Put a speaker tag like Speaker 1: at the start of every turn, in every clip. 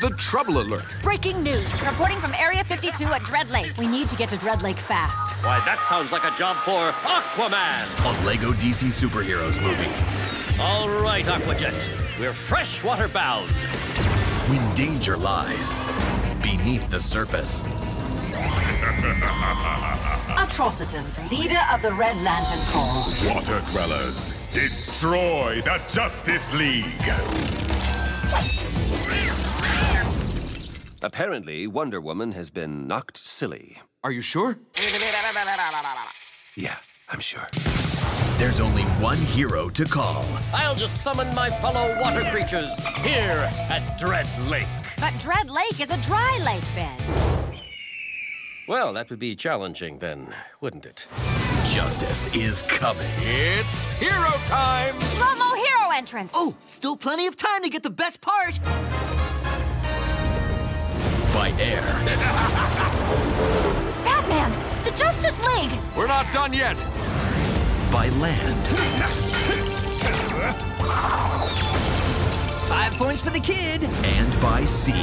Speaker 1: The Trouble Alert.
Speaker 2: Breaking news. Reporting from Area 52 at Dread Lake. We need to get to Dread Lake fast.
Speaker 3: Why, that sounds like a job for Aquaman.
Speaker 4: on Lego DC Superheroes movie.
Speaker 3: All right, Aquajet. We're freshwater bound.
Speaker 4: When danger lies beneath the surface,
Speaker 2: Atrocitus, leader of the Red Lantern Corps.
Speaker 5: Water dwellers, destroy the Justice League.
Speaker 6: Apparently, Wonder Woman has been knocked silly.
Speaker 1: Are you sure?
Speaker 6: Yeah, I'm sure.
Speaker 4: there's only one hero to call.
Speaker 3: I'll just summon my fellow water creatures here at Dread Lake.
Speaker 2: But Dread Lake is a dry lake, Ben.
Speaker 3: Well, that would be challenging then, wouldn't it?
Speaker 4: Justice is coming.
Speaker 1: It's hero time!
Speaker 2: Slow mo hero entrance.
Speaker 7: Oh, still plenty of time to get the best part.
Speaker 4: by air,
Speaker 2: Batman, the Justice League.
Speaker 1: We're not done yet.
Speaker 4: by land,
Speaker 7: Five points for the kid.
Speaker 4: and by sea.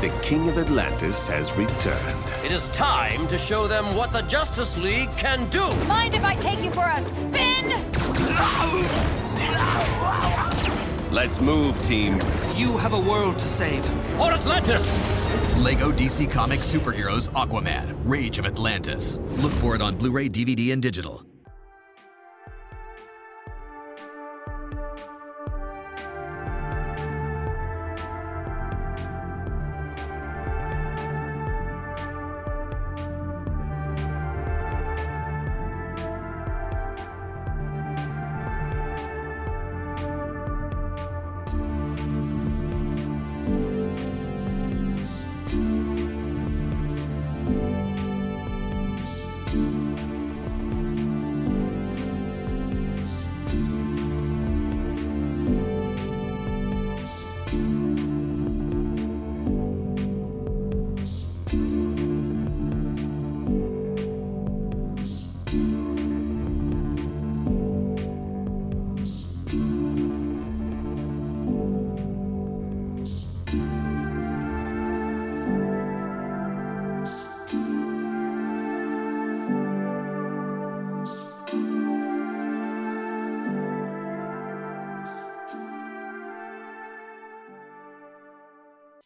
Speaker 6: The King of Atlantis has returned.
Speaker 3: It is time to show them what the Justice League can do.
Speaker 2: Mind if I take you for a spin?
Speaker 6: Let's move, team.
Speaker 8: You have a world to save.
Speaker 3: For Atlantis!
Speaker 4: Lego DC Comics Superheroes Aquaman, Rage of Atlantis. Look for it on Blu ray, DVD, and digital.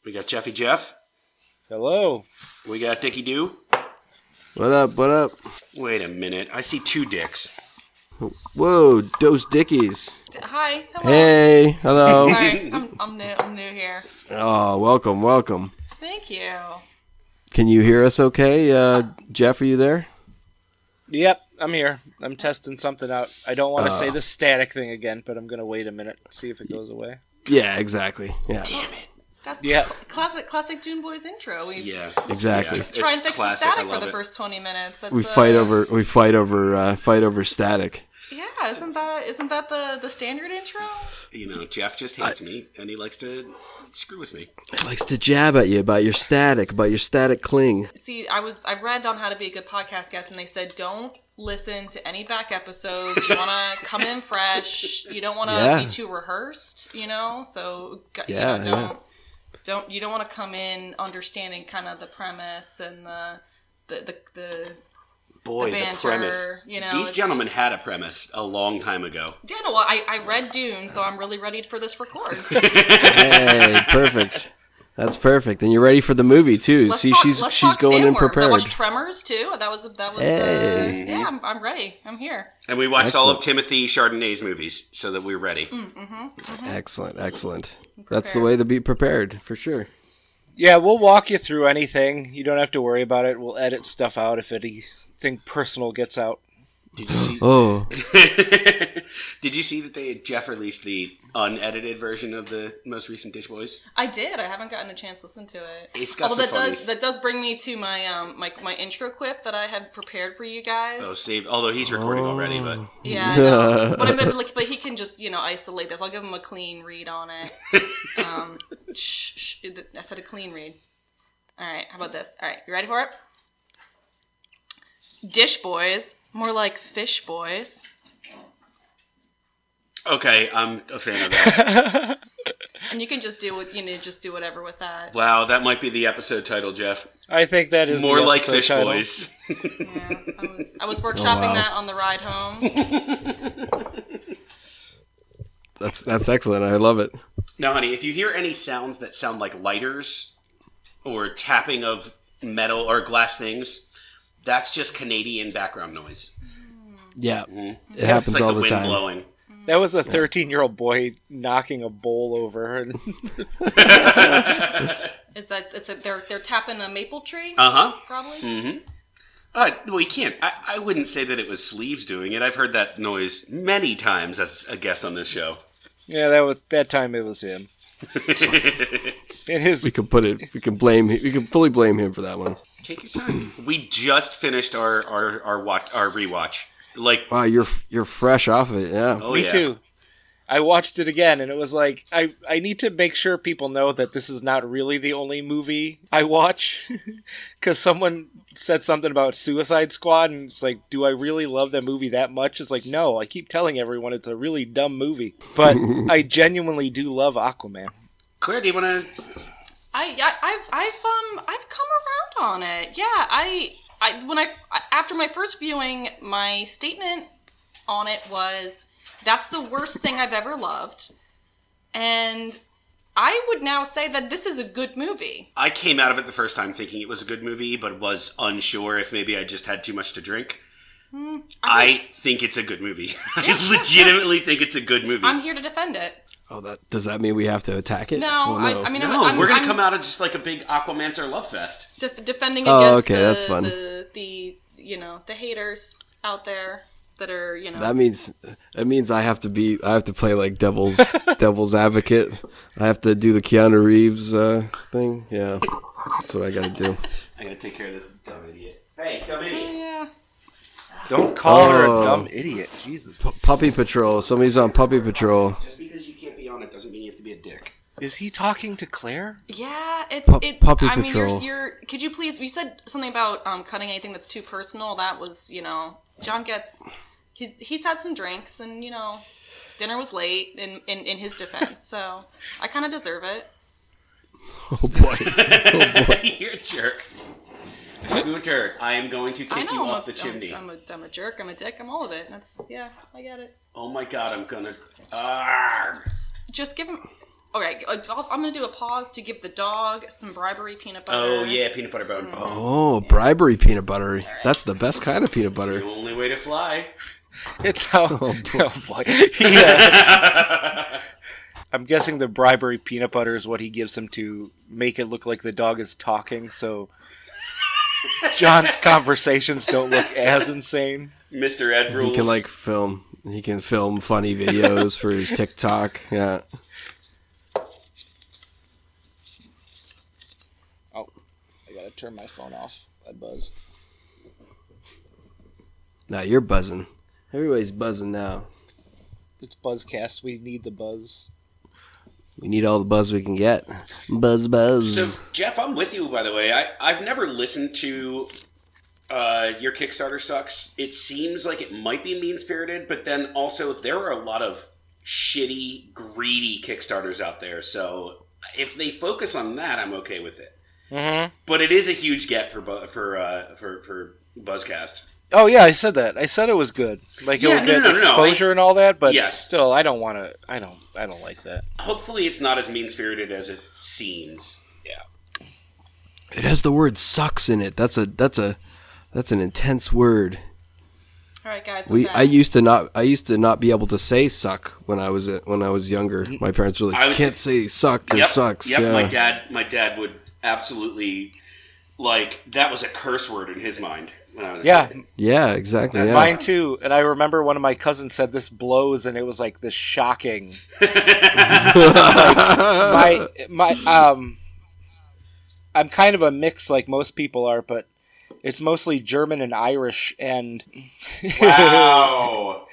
Speaker 9: We got Jeffy Jeff.
Speaker 10: Hello.
Speaker 9: We got Dicky Doo.
Speaker 10: What up? What up?
Speaker 9: Wait a minute. I see two dicks.
Speaker 10: Whoa, Dose Dickies.
Speaker 11: Hi. Hello.
Speaker 10: Hey, hello.
Speaker 11: Sorry, I'm, I'm new. I'm new here.
Speaker 10: oh, welcome, welcome.
Speaker 11: Thank you.
Speaker 10: Can you hear us okay? Uh, Jeff, are you there?
Speaker 8: Yep, I'm here. I'm testing something out. I don't want to
Speaker 10: Uh.
Speaker 8: say the static thing again, but I'm gonna wait a minute, see if it goes away.
Speaker 10: Yeah, exactly. Yeah,
Speaker 11: That's
Speaker 8: Yeah.
Speaker 11: cl- classic, classic Dune Boys intro. We
Speaker 9: Yeah.
Speaker 10: exactly.
Speaker 9: Yeah,
Speaker 11: try and
Speaker 9: it's
Speaker 11: fix
Speaker 9: classic.
Speaker 11: the
Speaker 9: I
Speaker 11: static for
Speaker 9: love
Speaker 11: the
Speaker 9: it.
Speaker 11: first 20 minutes. That's
Speaker 10: We
Speaker 11: uh,
Speaker 10: fight over we fight over uh, fight over static.
Speaker 11: Yeah, isn't that isn't that the the standard intro?
Speaker 9: You know, Jeff just hates me, and he likes to screw with me.
Speaker 10: It likes to jab at you about your static, about your static cling.
Speaker 11: See, I was I read on how to be a good podcast guest, and they said don't listen to any back episodes. You want to come in fresh. You don't want to
Speaker 10: Yeah.
Speaker 11: be too rehearsed. You know, so g- you
Speaker 10: Yeah,
Speaker 11: know,
Speaker 10: yeah.
Speaker 11: don't don't you don't want to come in understanding kind of the premise and the the the, the
Speaker 9: Boy, the,
Speaker 11: banter,
Speaker 9: premise.
Speaker 11: you know,
Speaker 9: These
Speaker 11: it's-
Speaker 9: gentlemen had a premise a long time ago.
Speaker 11: yeah, no, well, I, I read Dune, so I'm really ready for this record.
Speaker 10: Hey, perfect. That's perfect. And you're ready for the movie too.
Speaker 11: Let's
Speaker 10: See,
Speaker 11: talk,
Speaker 10: she's
Speaker 11: let's
Speaker 10: she's
Speaker 11: talk
Speaker 10: going in
Speaker 11: sandworms. I
Speaker 10: prepared.
Speaker 11: watched Tremors too. That was that was.
Speaker 10: Hey.
Speaker 11: Uh, yeah, I'm, I'm ready. I'm here.
Speaker 9: And we watched all of Timothy Chardonnay's movies so that we were ready.
Speaker 11: Mm.
Speaker 10: Excellent, excellent. That's the way to be prepared for sure.
Speaker 8: Yeah, we'll walk you through anything. You don't have to worry about it. We'll edit stuff out if anything personal gets out.
Speaker 9: Did you see?
Speaker 10: Oh,
Speaker 9: Did you see that they Jeff released the unedited version of the most recent Dish Boys?
Speaker 11: I did. I haven't gotten a chance to listen to it.
Speaker 9: It's got
Speaker 11: Although
Speaker 9: some
Speaker 11: that
Speaker 9: funnies.
Speaker 11: does that does bring me to my um my, my intro quip that I had prepared for you guys.
Speaker 9: Oh, saved. Although he's recording already, but
Speaker 10: Oh.
Speaker 11: yeah. I know. but, I mean, like, but he can just you know isolate this. I'll give him a clean read on it. Um, shh, shh, I said a clean read. All right. How about this? All right. You ready for it? Dish boys, more like fish boys.
Speaker 9: okay, I'm a fan of that.
Speaker 11: and you can just do what you know, just do whatever with that.
Speaker 9: Wow, that might be the episode title, Jeff.
Speaker 8: I think that is
Speaker 9: more
Speaker 8: the
Speaker 9: like
Speaker 8: episode
Speaker 9: Fish
Speaker 8: title.
Speaker 9: Boys.
Speaker 11: I
Speaker 9: Oh,
Speaker 11: was
Speaker 10: wow.
Speaker 11: workshopping that on the ride home.
Speaker 10: That's that's excellent. I love it.
Speaker 9: Now, honey, if you hear any sounds that sound like lighters or tapping of metal or glass things, that's just Canadian background noise.
Speaker 10: Yeah,
Speaker 9: Mhm.
Speaker 10: it happens
Speaker 9: it's like
Speaker 10: all
Speaker 9: the,
Speaker 10: the,
Speaker 9: wind
Speaker 10: time.
Speaker 9: blowing.
Speaker 8: That was a 13 year old boy knocking a bowl over. And
Speaker 11: is that it's that they're they're tapping a maple tree?
Speaker 9: Uh-huh.
Speaker 11: Probably.
Speaker 9: Mm-hmm. Uh, well, you can't. I, I wouldn't say that it was sleeves doing it. I've heard that noise many times as a guest on this show.
Speaker 8: yeah, that was that time it was him. It is.
Speaker 10: We can put it. We can blame. We can fully blame him for that one.
Speaker 9: Take your time. We just finished our our our watch our rewatch. Like,
Speaker 10: Wow, you're you're fresh off of it. Yeah.
Speaker 9: oh
Speaker 8: Me
Speaker 9: yeah.
Speaker 8: too. I watched it again and it was like I, I need to make sure people know that this is not really the only movie I watch cuz someone said something about Suicide Squad and it's like do I really love that movie that much? It's like no, I keep telling everyone it's a really dumb movie, but I genuinely do love Aquaman.
Speaker 9: Claire, do you want to?
Speaker 11: I, I I've I've um I've come around on it. Yeah, I I when I after my first viewing, my statement on it was that's the worst thing I've ever loved, and I would now say that this is a good movie.
Speaker 9: I came out of it the first time thinking it was a good movie, but was unsure if maybe I just had too much to drink.
Speaker 11: Hmm, I
Speaker 9: I think it's a good movie. I legitimately think it's a good movie.
Speaker 11: I'm here to defend it.
Speaker 10: Oh, that does that mean we have to attack it?
Speaker 11: No,
Speaker 10: Well,
Speaker 11: I, I mean I'm,
Speaker 9: no,
Speaker 11: I'm,
Speaker 9: we're gonna
Speaker 11: I'm
Speaker 9: come out of just like a big Aquamancer love fest.
Speaker 11: def- defending
Speaker 10: Oh,
Speaker 11: against
Speaker 10: okay,
Speaker 11: the,
Speaker 10: that's fun.
Speaker 11: the the you know the haters out there that are you know
Speaker 10: that means that means I have to be. I have to play like devil's devil's advocate. I have to do the Keanu Reeves uh, thing. Yeah, that's what I got to do.
Speaker 9: I gotta take care of this dumb idiot. Hey, dumb idiot.
Speaker 11: yeah.
Speaker 8: Don't call her
Speaker 10: Oh.
Speaker 8: a dumb idiot. Jesus.
Speaker 10: P- puppy patrol. Somebody's on puppy patrol.
Speaker 9: Just because you can't be on it doesn't mean you have to be a dick.
Speaker 8: Is he talking to Claire?
Speaker 11: Yeah, it's
Speaker 10: Pu-
Speaker 11: it.
Speaker 10: Puppy
Speaker 11: I
Speaker 10: Patrol.
Speaker 11: mean, you're, you're. Could you please? You said something about um, cutting anything that's too personal. That was, you know, John gets. He's he's had some drinks, and you know, dinner was late. In in, in his defense, so I kind of deserve it.
Speaker 10: Oh boy.
Speaker 9: You're a jerk. Gunter, I am going to
Speaker 11: I
Speaker 9: kick
Speaker 11: know.
Speaker 9: you
Speaker 11: I'm,
Speaker 9: off
Speaker 11: a,
Speaker 9: the chimney.
Speaker 11: I'm, I'm a I'm a jerk. I'm a dick. I'm all of it. That's yeah. I get it.
Speaker 9: Oh my god, I'm gonna. Arrgh.
Speaker 11: Just give him. All right, I'll, I'm gonna do a pause to give the dog some bribery peanut butter.
Speaker 9: Oh yeah, peanut butter bone.
Speaker 11: Mm.
Speaker 10: Oh, bribery peanut butter. That's the best kind of peanut
Speaker 9: The
Speaker 10: butter.
Speaker 9: only way to fly.
Speaker 8: It's how. Oh boy. He, uh, I'm guessing the bribery peanut butter is what he gives him to make it look like the dog is talking, so John's conversations don't look as insane.
Speaker 9: Mr. Ed rules.
Speaker 10: He can like film. He can film funny videos for his TikTok. Yeah.
Speaker 8: Oh, I gotta turn my phone off. I buzzed.
Speaker 10: Now you're buzzing. Everybody's buzzing now.
Speaker 8: It's Buzzcast. We need the buzz.
Speaker 10: We need all the buzz we can get. Buzz, buzz.
Speaker 9: So, Jeff, I'm with you, by the way. I, I've never listened to uh, your Kickstarter Sucks. It seems like it might be mean spirited, but then also there are a lot of shitty, greedy Kickstarters out there. So, if they focus on that, I'm okay with it.
Speaker 8: Mm-hmm.
Speaker 9: But it is a huge gap for bu- for uh, for for Buzzcast.
Speaker 8: Oh yeah, I said that. I said it was good. Like it
Speaker 9: Yeah,
Speaker 8: will
Speaker 9: no,
Speaker 8: get
Speaker 9: no, no, no.
Speaker 8: exposure and all that, but
Speaker 9: Yes.
Speaker 8: still, I don't want to. I don't. I don't like that.
Speaker 9: Hopefully, it's not as mean spirited as it seems. Yeah.
Speaker 10: it has the word "sucks" in it. That's a that's a that's an intense word.
Speaker 11: All right, guys. I'm
Speaker 10: We
Speaker 11: back.
Speaker 10: I used to not I used to not be able to say "suck" when I was when I was younger. My parents were like,
Speaker 9: I
Speaker 10: "You
Speaker 9: was-
Speaker 10: can't say suck or
Speaker 9: yep,
Speaker 10: sucks."
Speaker 9: Yep,
Speaker 10: yeah.
Speaker 9: my dad my dad would absolutely like that was a curse word in his mind when I was a
Speaker 8: Yeah,
Speaker 9: kid.
Speaker 10: yeah, exactly. Yeah.
Speaker 8: Mine too. And I remember one of my cousins said this blows, and it was like this shocking. my my um, I'm kind of a mix like most people are, but it's mostly German and Irish, and
Speaker 9: Wow.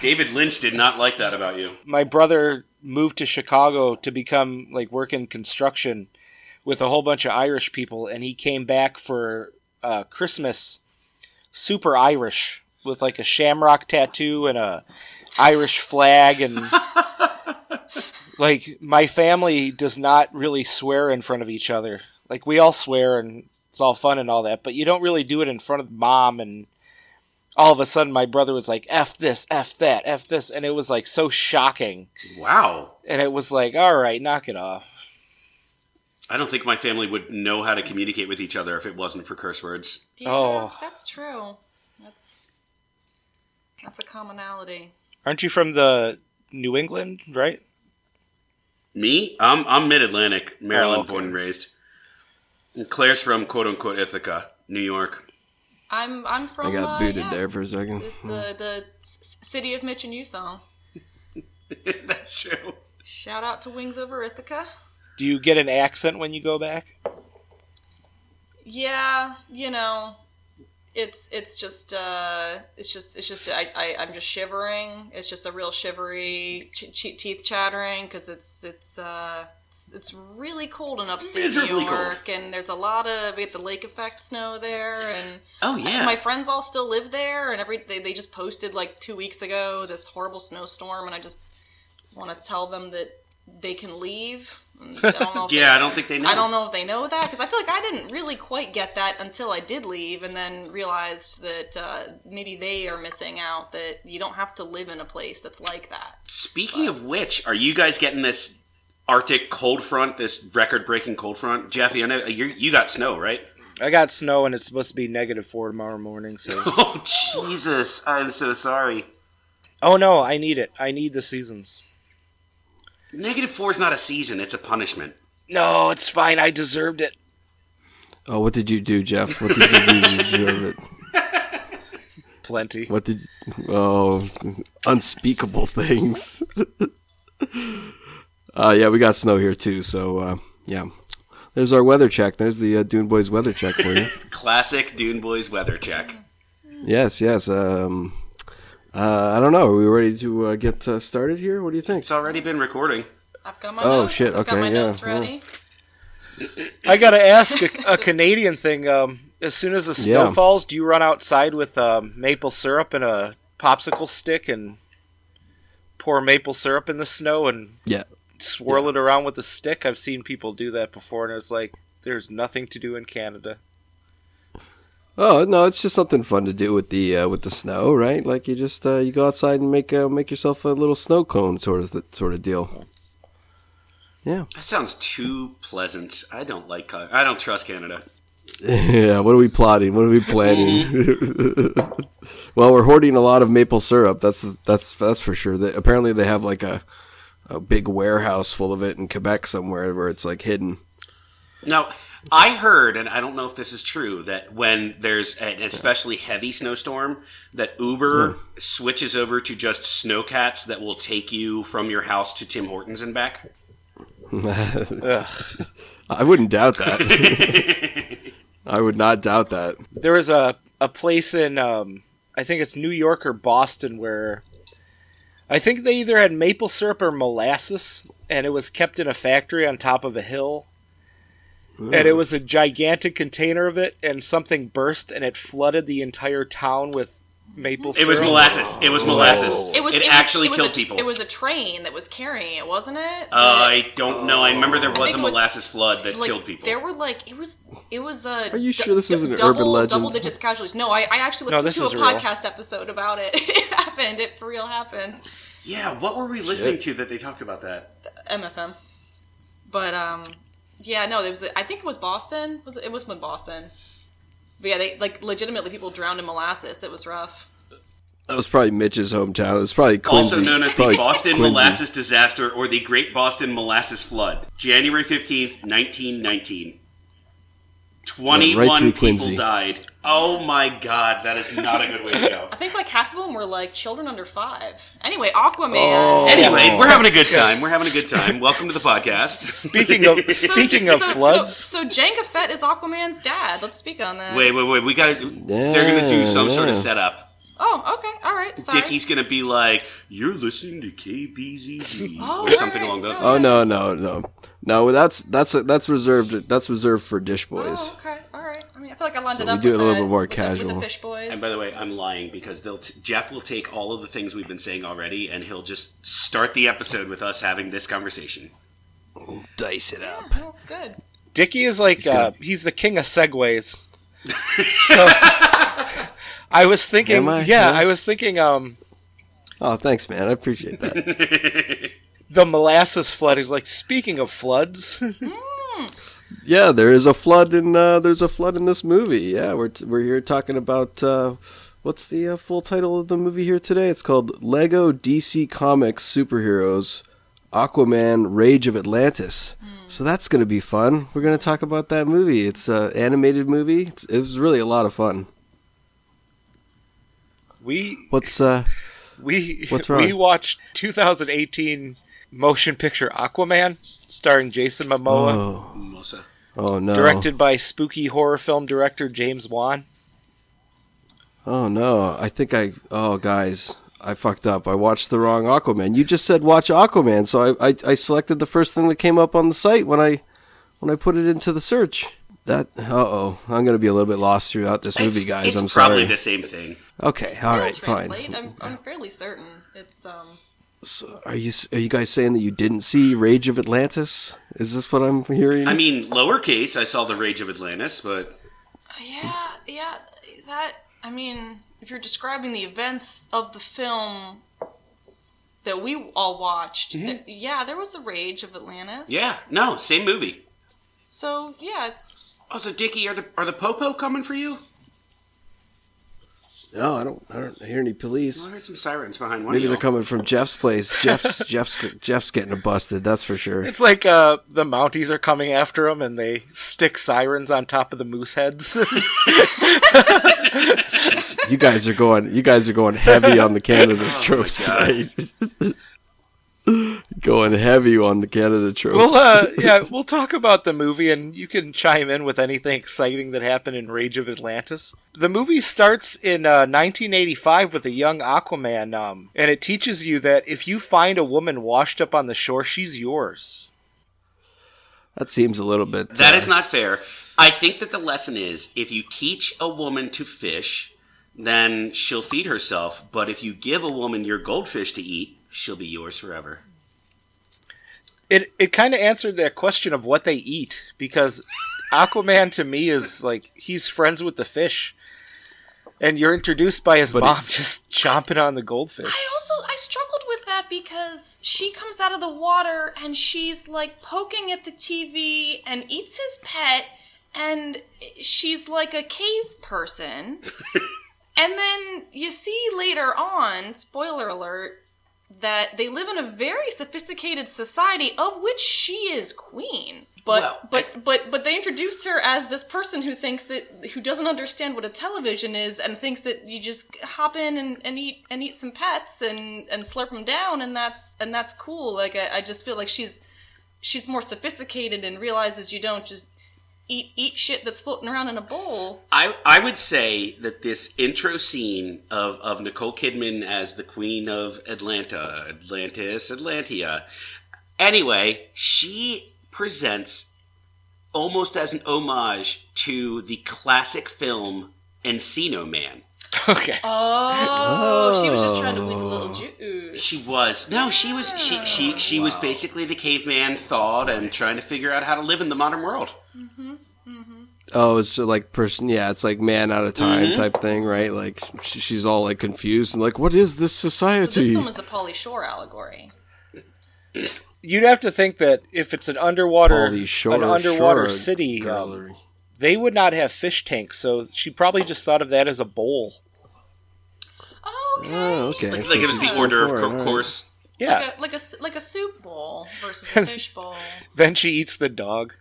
Speaker 9: David Lynch did not like that about you.
Speaker 8: my brother moved to Chicago to become like work in construction with a whole bunch of Irish people, and he came back for uh, Christmas super Irish with like a shamrock tattoo and a Irish flag and Like my family does not really swear in front of each other. Like we all swear and it's all fun and all that, but you don't really do it in front of mom and all of a sudden my brother was like f this f that f this and it was like so shocking
Speaker 9: wow
Speaker 8: and it was like all right knock it off
Speaker 9: I don't think my family would know how to communicate with each other if it wasn't for curse words.
Speaker 11: Yeah,
Speaker 8: Oh.
Speaker 11: that's true. That's that's a commonality.
Speaker 8: aren't you from the new england right
Speaker 9: Me? I'm I'm mid Atlantic, Maryland
Speaker 8: Oh, okay.
Speaker 9: born and raised. And Claire's from quote unquote Ithaca, New York.
Speaker 11: I'm I'm from.
Speaker 10: I got
Speaker 11: uh,
Speaker 10: booted
Speaker 11: yeah,
Speaker 10: there for a second.
Speaker 11: The the, the s- city of Mitch and Usaw.
Speaker 9: That's true.
Speaker 11: Shout out to Wings Over Ithaca.
Speaker 8: do you get an accent when you go back
Speaker 11: Yeah, you know, it's it's just uh, it's just it's just I, I I'm just shivering. It's just a real shivery, ch- ch- teeth chattering because it's it's uh. it's- It's really cold in upstate New
Speaker 9: Miserably cold.
Speaker 11: York, and there's a lot of we get the lake effect snow there, and
Speaker 9: Oh, yeah.
Speaker 11: my friends all still live there, and every they, they just posted like two weeks ago this horrible snowstorm, and I just want to tell them that they can leave. And I don't know if
Speaker 9: Yeah, I don't think they know.
Speaker 11: I don't know if they know that because I feel like I didn't really quite get that until I did leave and then realized that uh, maybe they are missing out that you don't have to live in a place that's like that.
Speaker 9: Speaking of which, are you guys getting this Arctic cold front, this record breaking cold front? Jeffy, I know you you got snow, right?
Speaker 8: i got snow and it's supposed to be negative four tomorrow morning so
Speaker 9: Oh Jesus, I'm so sorry.
Speaker 8: oh no i need it i need the seasons
Speaker 9: Negative four is not a season, it's a punishment.
Speaker 8: no it's fine i deserved it
Speaker 10: Oh, what did you do, Jeff? What did you do to deserve it?
Speaker 8: plenty
Speaker 10: What did? Oh, unspeakable things. uh, yeah, we got snow here too. So uh, yeah, there's our weather check. There's the uh, Dune Boys weather check for you.
Speaker 9: Classic Dune Boys weather check.
Speaker 11: Mm-hmm.
Speaker 10: yes, yes. Um, uh, I don't know. Are we ready to uh, get uh, started here? What do you think?
Speaker 9: It's already been recording.
Speaker 11: I've got my
Speaker 10: Oh,
Speaker 11: notes.
Speaker 10: shit,
Speaker 11: I've got my
Speaker 10: okay, yeah,
Speaker 11: notes
Speaker 10: yeah.
Speaker 11: ready.
Speaker 8: i gotta ask a, a canadian thing um, as soon as the snow
Speaker 10: Yeah.
Speaker 8: falls do you run outside with um, maple syrup and a popsicle stick and pour maple syrup in the snow and
Speaker 10: Yeah.
Speaker 8: swirl it around with a stick. I've seen people do that before, and it's like there's nothing to do in Canada.
Speaker 10: Oh no, it's just something fun to do with the uh, with the snow, right? Like you just uh, you go outside and make uh, make yourself a little snow cone, sort of that sort of deal. Yeah.
Speaker 9: That sounds too pleasant. I don't like. Ca- I don't trust Canada.
Speaker 10: Yeah, what are we plotting? What are we planning? well, we're hoarding a lot of maple syrup. That's that's that's for sure. They, apparently, they have like a a big warehouse full of it in Quebec somewhere where it's like hidden.
Speaker 9: Now, I heard, and I don't know if this is true, that when there's an especially heavy snowstorm, that Uber switches over to just snowcats that will take you from your house to Tim Hortons and back.
Speaker 10: I wouldn't doubt that. I would not doubt that.
Speaker 8: There is a a place in um, I think it's New York or Boston where I think they either had maple syrup or molasses, and it was kept in a factory on top of a hill. And it was a gigantic container of it, and something burst, and it flooded the entire town with maple
Speaker 9: It
Speaker 8: syrup.
Speaker 9: was molasses. It was molasses.
Speaker 11: It was
Speaker 9: It,
Speaker 11: was-
Speaker 9: actually
Speaker 11: it was
Speaker 9: killed
Speaker 11: a,
Speaker 9: people.
Speaker 11: It was a train that was carrying it, wasn't it?
Speaker 9: Uh, I don't know. I remember there was
Speaker 11: think
Speaker 9: a
Speaker 11: it was-
Speaker 9: molasses flood that
Speaker 11: like,
Speaker 9: killed people.
Speaker 11: There were like it was it was a.
Speaker 10: Are you sure this isn't an
Speaker 11: double,
Speaker 10: urban legend?
Speaker 11: Double digits casualties. No, I, I actually
Speaker 8: No,
Speaker 11: listened
Speaker 8: this
Speaker 11: to a
Speaker 8: is real.
Speaker 11: podcast episode about it. it happened. It for real happened.
Speaker 9: yeah, what were we listening to that they talked about that?
Speaker 11: MFM. But um, yeah, no, there was. I think it was Boston. Was it, it was from Boston? But yeah, they like legitimately people drowned in molasses. It was rough.
Speaker 10: That was probably Mitch's hometown. It's probably Quincy.
Speaker 9: Also known as the
Speaker 10: Probably
Speaker 9: Boston
Speaker 10: Quincy.
Speaker 9: Molasses Disaster or the Great Boston Molasses Flood, January 15th, 1919. 21
Speaker 10: right through
Speaker 9: people
Speaker 10: Quincy.
Speaker 9: died. Oh my god, that is not a good way to go.
Speaker 11: I think like half of them were like children under five. Anyway, Aquaman.
Speaker 8: Oh,
Speaker 10: Oh.
Speaker 9: Anyway, we're having a good time. We're having a good time. Welcome to the podcast.
Speaker 8: Speaking of speaking of
Speaker 11: so,
Speaker 8: floods,
Speaker 11: So, so Jango Fett is Aquaman's dad. Let's speak on that.
Speaker 9: Wait, wait, wait. We got to They're going to do some sort
Speaker 10: Yeah,
Speaker 9: of
Speaker 10: yeah.
Speaker 9: setup.
Speaker 11: Oh, okay, all right. Sorry.
Speaker 9: Dickie's going to be like, "You're listening to KBZZ"
Speaker 11: Oh,
Speaker 9: or something
Speaker 11: alright,
Speaker 9: along those
Speaker 11: alright.
Speaker 9: lines.
Speaker 10: Oh no no no no! That's that's that's reserved that's reserved for Dish Boys.
Speaker 11: Oh, okay, all right. I mean, feel like I lined
Speaker 10: So
Speaker 11: it
Speaker 10: we
Speaker 11: up
Speaker 10: do
Speaker 11: with
Speaker 10: it a little
Speaker 11: the-
Speaker 10: bit more
Speaker 11: with the- with
Speaker 10: casual.
Speaker 11: the fish boys.
Speaker 9: And by the way, I'm lying because they'll t- Jeff will take all of the things we've been saying already, and he'll just start the episode with us having this conversation.
Speaker 10: Dice it up.
Speaker 11: That's good.
Speaker 8: Dickie is like he's, uh, he's the king of segways. so I was thinking,
Speaker 10: Am I?
Speaker 8: yeah,
Speaker 10: Yeah.
Speaker 8: I was thinking, um,
Speaker 10: Oh, thanks, man. I appreciate that.
Speaker 8: the molasses flood. He's like, speaking of floods,
Speaker 10: Yeah, there is a flood in uh, there's a flood in this movie. Yeah, we're we're here talking about uh, what's the uh, full title of the movie here today? It's called Lego DC Comics Superheroes Aquaman Rage of Atlantis. So that's going to be fun. We're going to talk about that movie. It's an animated movie. It's, it was really a lot of fun.
Speaker 8: we
Speaker 10: What's uh
Speaker 8: we
Speaker 10: What's
Speaker 8: we
Speaker 10: wrong?
Speaker 8: watched 2018 motion picture Aquaman, starring Jason Momoa,
Speaker 10: oh,
Speaker 9: Mimosa.
Speaker 10: oh no.
Speaker 8: directed by spooky horror film director James Wan.
Speaker 10: Oh no, I think I. Oh guys, I fucked up. I watched the wrong Aquaman. You just said watch Aquaman, so I, I I selected the first thing that came up on the site when I when I put it into the search. That uh oh, I'm gonna be a little bit lost throughout this movie,
Speaker 9: It's-
Speaker 10: guys.
Speaker 9: it's
Speaker 10: I'm
Speaker 9: probably
Speaker 10: sorry.
Speaker 9: the same thing.
Speaker 10: Okay, all
Speaker 11: It'll
Speaker 10: right,
Speaker 11: translate.
Speaker 10: fine.
Speaker 11: I'm, I'm fairly certain it's um.
Speaker 10: So are you s- are you guys saying that you didn't see Rage of Atlantis? Is this what I'm hearing?
Speaker 9: I mean, lowercase. I saw the Rage of Atlantis, but
Speaker 11: Oh, Yeah, yeah. That I mean, if you're describing the events of the film that we all watched,
Speaker 10: Mm-hmm.
Speaker 11: th- yeah, there was a rage of Atlantis.
Speaker 9: yeah, no, same movie.
Speaker 11: So yeah, it's
Speaker 9: Oh, so Dickie, are the are the Popo coming for you?
Speaker 10: no, I don't. I don't hear any police.
Speaker 9: I heard some sirens behind one.
Speaker 10: Maybe
Speaker 9: of
Speaker 10: they're
Speaker 9: y'all.
Speaker 10: coming from Jeff's place. Jeff's Jeff's Jeff's getting busted. That's for sure.
Speaker 8: It's like uh, the Mounties are coming after him, and they stick sirens on top of the moose heads.
Speaker 10: you guys are going you guys are going heavy on the
Speaker 9: Oh
Speaker 10: Canada tropes tonight. going heavy on the Canada tropes.
Speaker 8: we'll uh, yeah, we'll talk about the movie, and you can chime in with anything exciting that happened in Rage of Atlantis. The movie starts in uh, 1985 with a young Aquaman, um, and it teaches you that if you find a woman washed up on the shore, she's yours.
Speaker 10: that seems a little bit
Speaker 9: That
Speaker 10: uh,
Speaker 9: is not fair. I think that the lesson is if you teach a woman to fish, then she'll feed herself. But if you give a woman your goldfish to eat, she'll be yours forever.
Speaker 8: It it kind of answered that question of what they eat because Aquaman to me is like he's friends with the fish. And you're introduced by his mom just chomping on the goldfish.
Speaker 11: I also I struggled with that because she comes out of the water and she's like poking at the TV and eats his pet and she's like a cave person. and then you see later on, spoiler alert, that they live in a very sophisticated society of which she is queen. But
Speaker 9: Well,
Speaker 11: but but but they introduce her as this person who thinks that who doesn't understand what a television is and thinks that you just hop in and, and eat and eat some pets and and slurp them down and that's and that's cool. Like I, I just feel like she's she's more sophisticated and realizes you don't just eat eat shit that's floating around in a bowl.
Speaker 9: I, I would say that this intro scene of, of Nicole Kidman as the queen of Atlanta, Atlantis, Atlantia. Anyway, she presents almost as an homage to the classic film Encino Man.
Speaker 8: Okay.
Speaker 11: Oh, she was just trying to win a little juice.
Speaker 9: She was. No, she was she she she was basically the caveman thawed and trying to figure out how to live in the modern world.
Speaker 10: Oh, it's just like person yeah, it's like man out of time
Speaker 9: Mm-hmm.
Speaker 10: type thing, right? Like sh she's all like confused and like what is this
Speaker 11: So this
Speaker 10: society?
Speaker 11: film is the Polly Shore allegory.
Speaker 8: You'd have to think that if it's an underwater
Speaker 10: All these shore-
Speaker 8: an underwater
Speaker 10: shore
Speaker 8: city, um,
Speaker 10: gallery.
Speaker 8: they would not have fish tanks, so she probably just thought of that as a bowl.
Speaker 11: Okay.
Speaker 10: Oh, okay.
Speaker 9: Like,
Speaker 10: so
Speaker 9: like it was
Speaker 10: she's
Speaker 9: the
Speaker 10: going
Speaker 9: order of
Speaker 10: for it, all
Speaker 9: co-
Speaker 10: right.
Speaker 9: course.
Speaker 8: Yeah.
Speaker 11: Like a, like a s- like a soup bowl versus a fish bowl.
Speaker 8: then she eats the dog.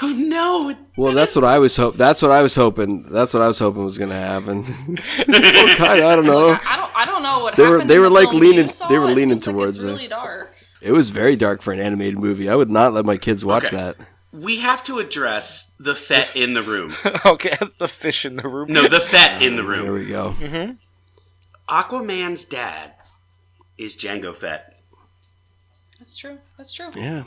Speaker 9: Oh no!
Speaker 10: Well, that's what I was hope. That's what I was hoping. That's what I was hoping was going to happen. Well, God, I don't know.
Speaker 11: I don't I don't know what
Speaker 10: Oh. They were-
Speaker 11: happened.
Speaker 10: they
Speaker 11: in
Speaker 10: were,
Speaker 11: the
Speaker 10: like,
Speaker 11: film
Speaker 10: leaning-
Speaker 11: you saw.
Speaker 10: they were
Speaker 11: It
Speaker 10: leaning
Speaker 11: seems like
Speaker 10: towards
Speaker 11: it's
Speaker 10: it.
Speaker 11: really dark.
Speaker 10: It was very dark for an animated movie. I would not let my kids watch
Speaker 9: Okay.
Speaker 10: that.
Speaker 9: We have to address the fet in the room.
Speaker 8: okay, the fish in the room.
Speaker 9: No, the fet in the
Speaker 10: There
Speaker 9: room.
Speaker 10: we go.
Speaker 9: Aquaman's dad is Django Fett.
Speaker 11: That's true. That's true.
Speaker 10: Yeah.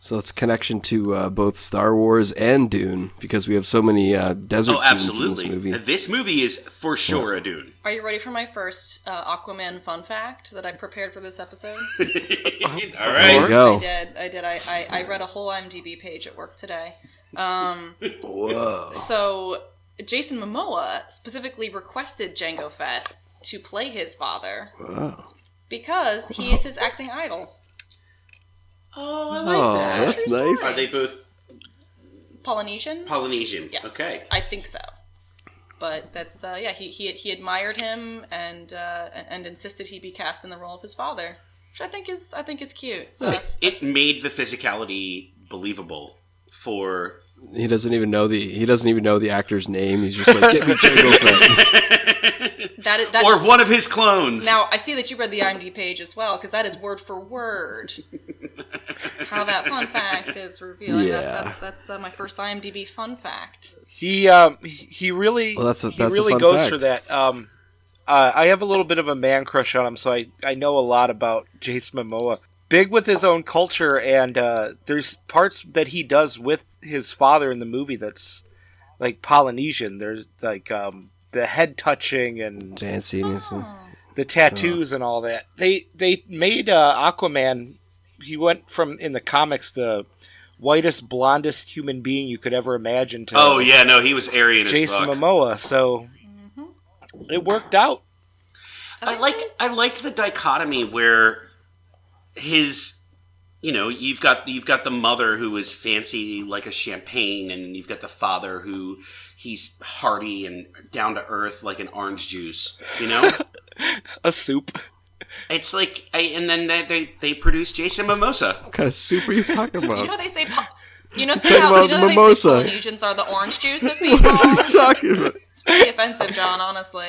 Speaker 10: So it's connection to uh, both Star Wars and Dune because we have so many uh, desert
Speaker 9: oh,
Speaker 10: scenes
Speaker 9: absolutely.
Speaker 10: in this movie.
Speaker 9: is for sure a Dune.
Speaker 11: Are you ready for my first uh, Aquaman fun fact that I prepared for this episode?
Speaker 9: All
Speaker 10: There you
Speaker 9: right.
Speaker 10: go.
Speaker 11: I did. I did. I, I, I read a whole IMDb page at work today. Um,
Speaker 10: Whoa.
Speaker 11: so Jason Momoa specifically requested Django Fett to play his father
Speaker 10: Wow.
Speaker 11: because he is his acting idol.
Speaker 9: Oh, I
Speaker 10: like Oh, that. that's
Speaker 11: True
Speaker 10: nice.
Speaker 11: story.
Speaker 9: Are they both
Speaker 11: Polynesian?
Speaker 9: Polynesian?
Speaker 11: Yes.
Speaker 9: Okay.
Speaker 11: I think so. But that's uh, yeah. He, he he admired him and uh, and and insisted he be cast in the role of his father, which I think is I think is cute. So that's,
Speaker 9: It made the physicality believable for
Speaker 10: He doesn't even know the he doesn't even know the actor's name. He's just like, get me Jango Fett.
Speaker 11: that is- that
Speaker 9: or one of his clones.
Speaker 11: Now I see that you read the IMDb page as well, because that is word for word how that fun fact is revealed.
Speaker 10: Yeah.
Speaker 11: That, that's that's uh, my first IMDb fun fact.
Speaker 8: He um he- he really
Speaker 10: Well, that's a-
Speaker 8: he
Speaker 10: that's a
Speaker 8: really
Speaker 10: fun
Speaker 8: goes
Speaker 10: fact.
Speaker 8: for that. Um, uh, I have a little bit of a man crush on him, so I I know a lot about Jason Momoa. Big with his own culture, and uh, there's parts that he does with his father in the movie that's like Polynesian. There's like um the head touching and
Speaker 10: Dancing. and stuff.
Speaker 11: Oh,
Speaker 8: the tattoos and all that. They they made uh, Aquaman. He went from in the comics the whitest, blondest human being you could ever imagine to
Speaker 9: oh yeah, no, he was Aryan as
Speaker 8: Jason
Speaker 9: fuck.
Speaker 8: Momoa. So
Speaker 11: mm-hmm.
Speaker 8: it worked out.
Speaker 9: I like I like the dichotomy where his you know, you've got you've got the mother who is fancy like a champagne and you've got the father who he's hearty and down to earth like an orange juice, you know?
Speaker 8: A
Speaker 10: Oh
Speaker 8: soup.
Speaker 9: it's like I, and then they, they they produce Jason Mimosa.
Speaker 10: What kind of soup are you talking
Speaker 11: You know
Speaker 10: about?
Speaker 11: how they say. Po- you know, see
Speaker 10: Talking
Speaker 11: how, you
Speaker 10: about
Speaker 11: know how they
Speaker 10: Uh, mimosa.
Speaker 11: say Polynesians are the orange juice of
Speaker 10: what are you
Speaker 11: people.
Speaker 10: talking about?
Speaker 11: it's pretty offensive, John. Honestly,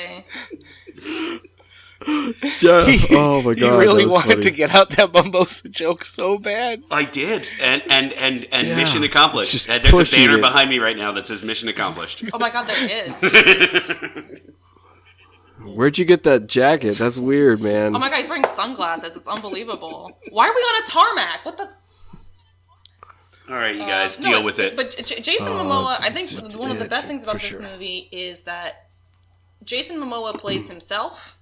Speaker 10: Jeff, oh my god.
Speaker 8: he really
Speaker 10: that was
Speaker 8: wanted
Speaker 10: funny.
Speaker 8: to get out that mimosa joke so bad.
Speaker 9: I did, and and and and
Speaker 10: Yeah,
Speaker 9: mission accomplished.
Speaker 10: just
Speaker 9: And there's a
Speaker 10: pushing
Speaker 9: banner
Speaker 10: it.
Speaker 9: behind me right now that says mission accomplished.
Speaker 11: oh my God, there is.
Speaker 10: Where'd you get that jacket? That's weird, man.
Speaker 11: Oh my God, he's wearing sunglasses. It's unbelievable. Why are we on a tarmac? What the
Speaker 9: All right, you guys,
Speaker 11: Uh, No,
Speaker 9: deal with it.
Speaker 11: But J- J- Jason
Speaker 10: Oh,
Speaker 11: Momoa, I
Speaker 10: it's-
Speaker 11: think
Speaker 10: it's-
Speaker 11: one of the
Speaker 10: it-
Speaker 11: best things about
Speaker 10: for
Speaker 11: this
Speaker 10: sure.
Speaker 11: movie is that Jason Momoa plays himself.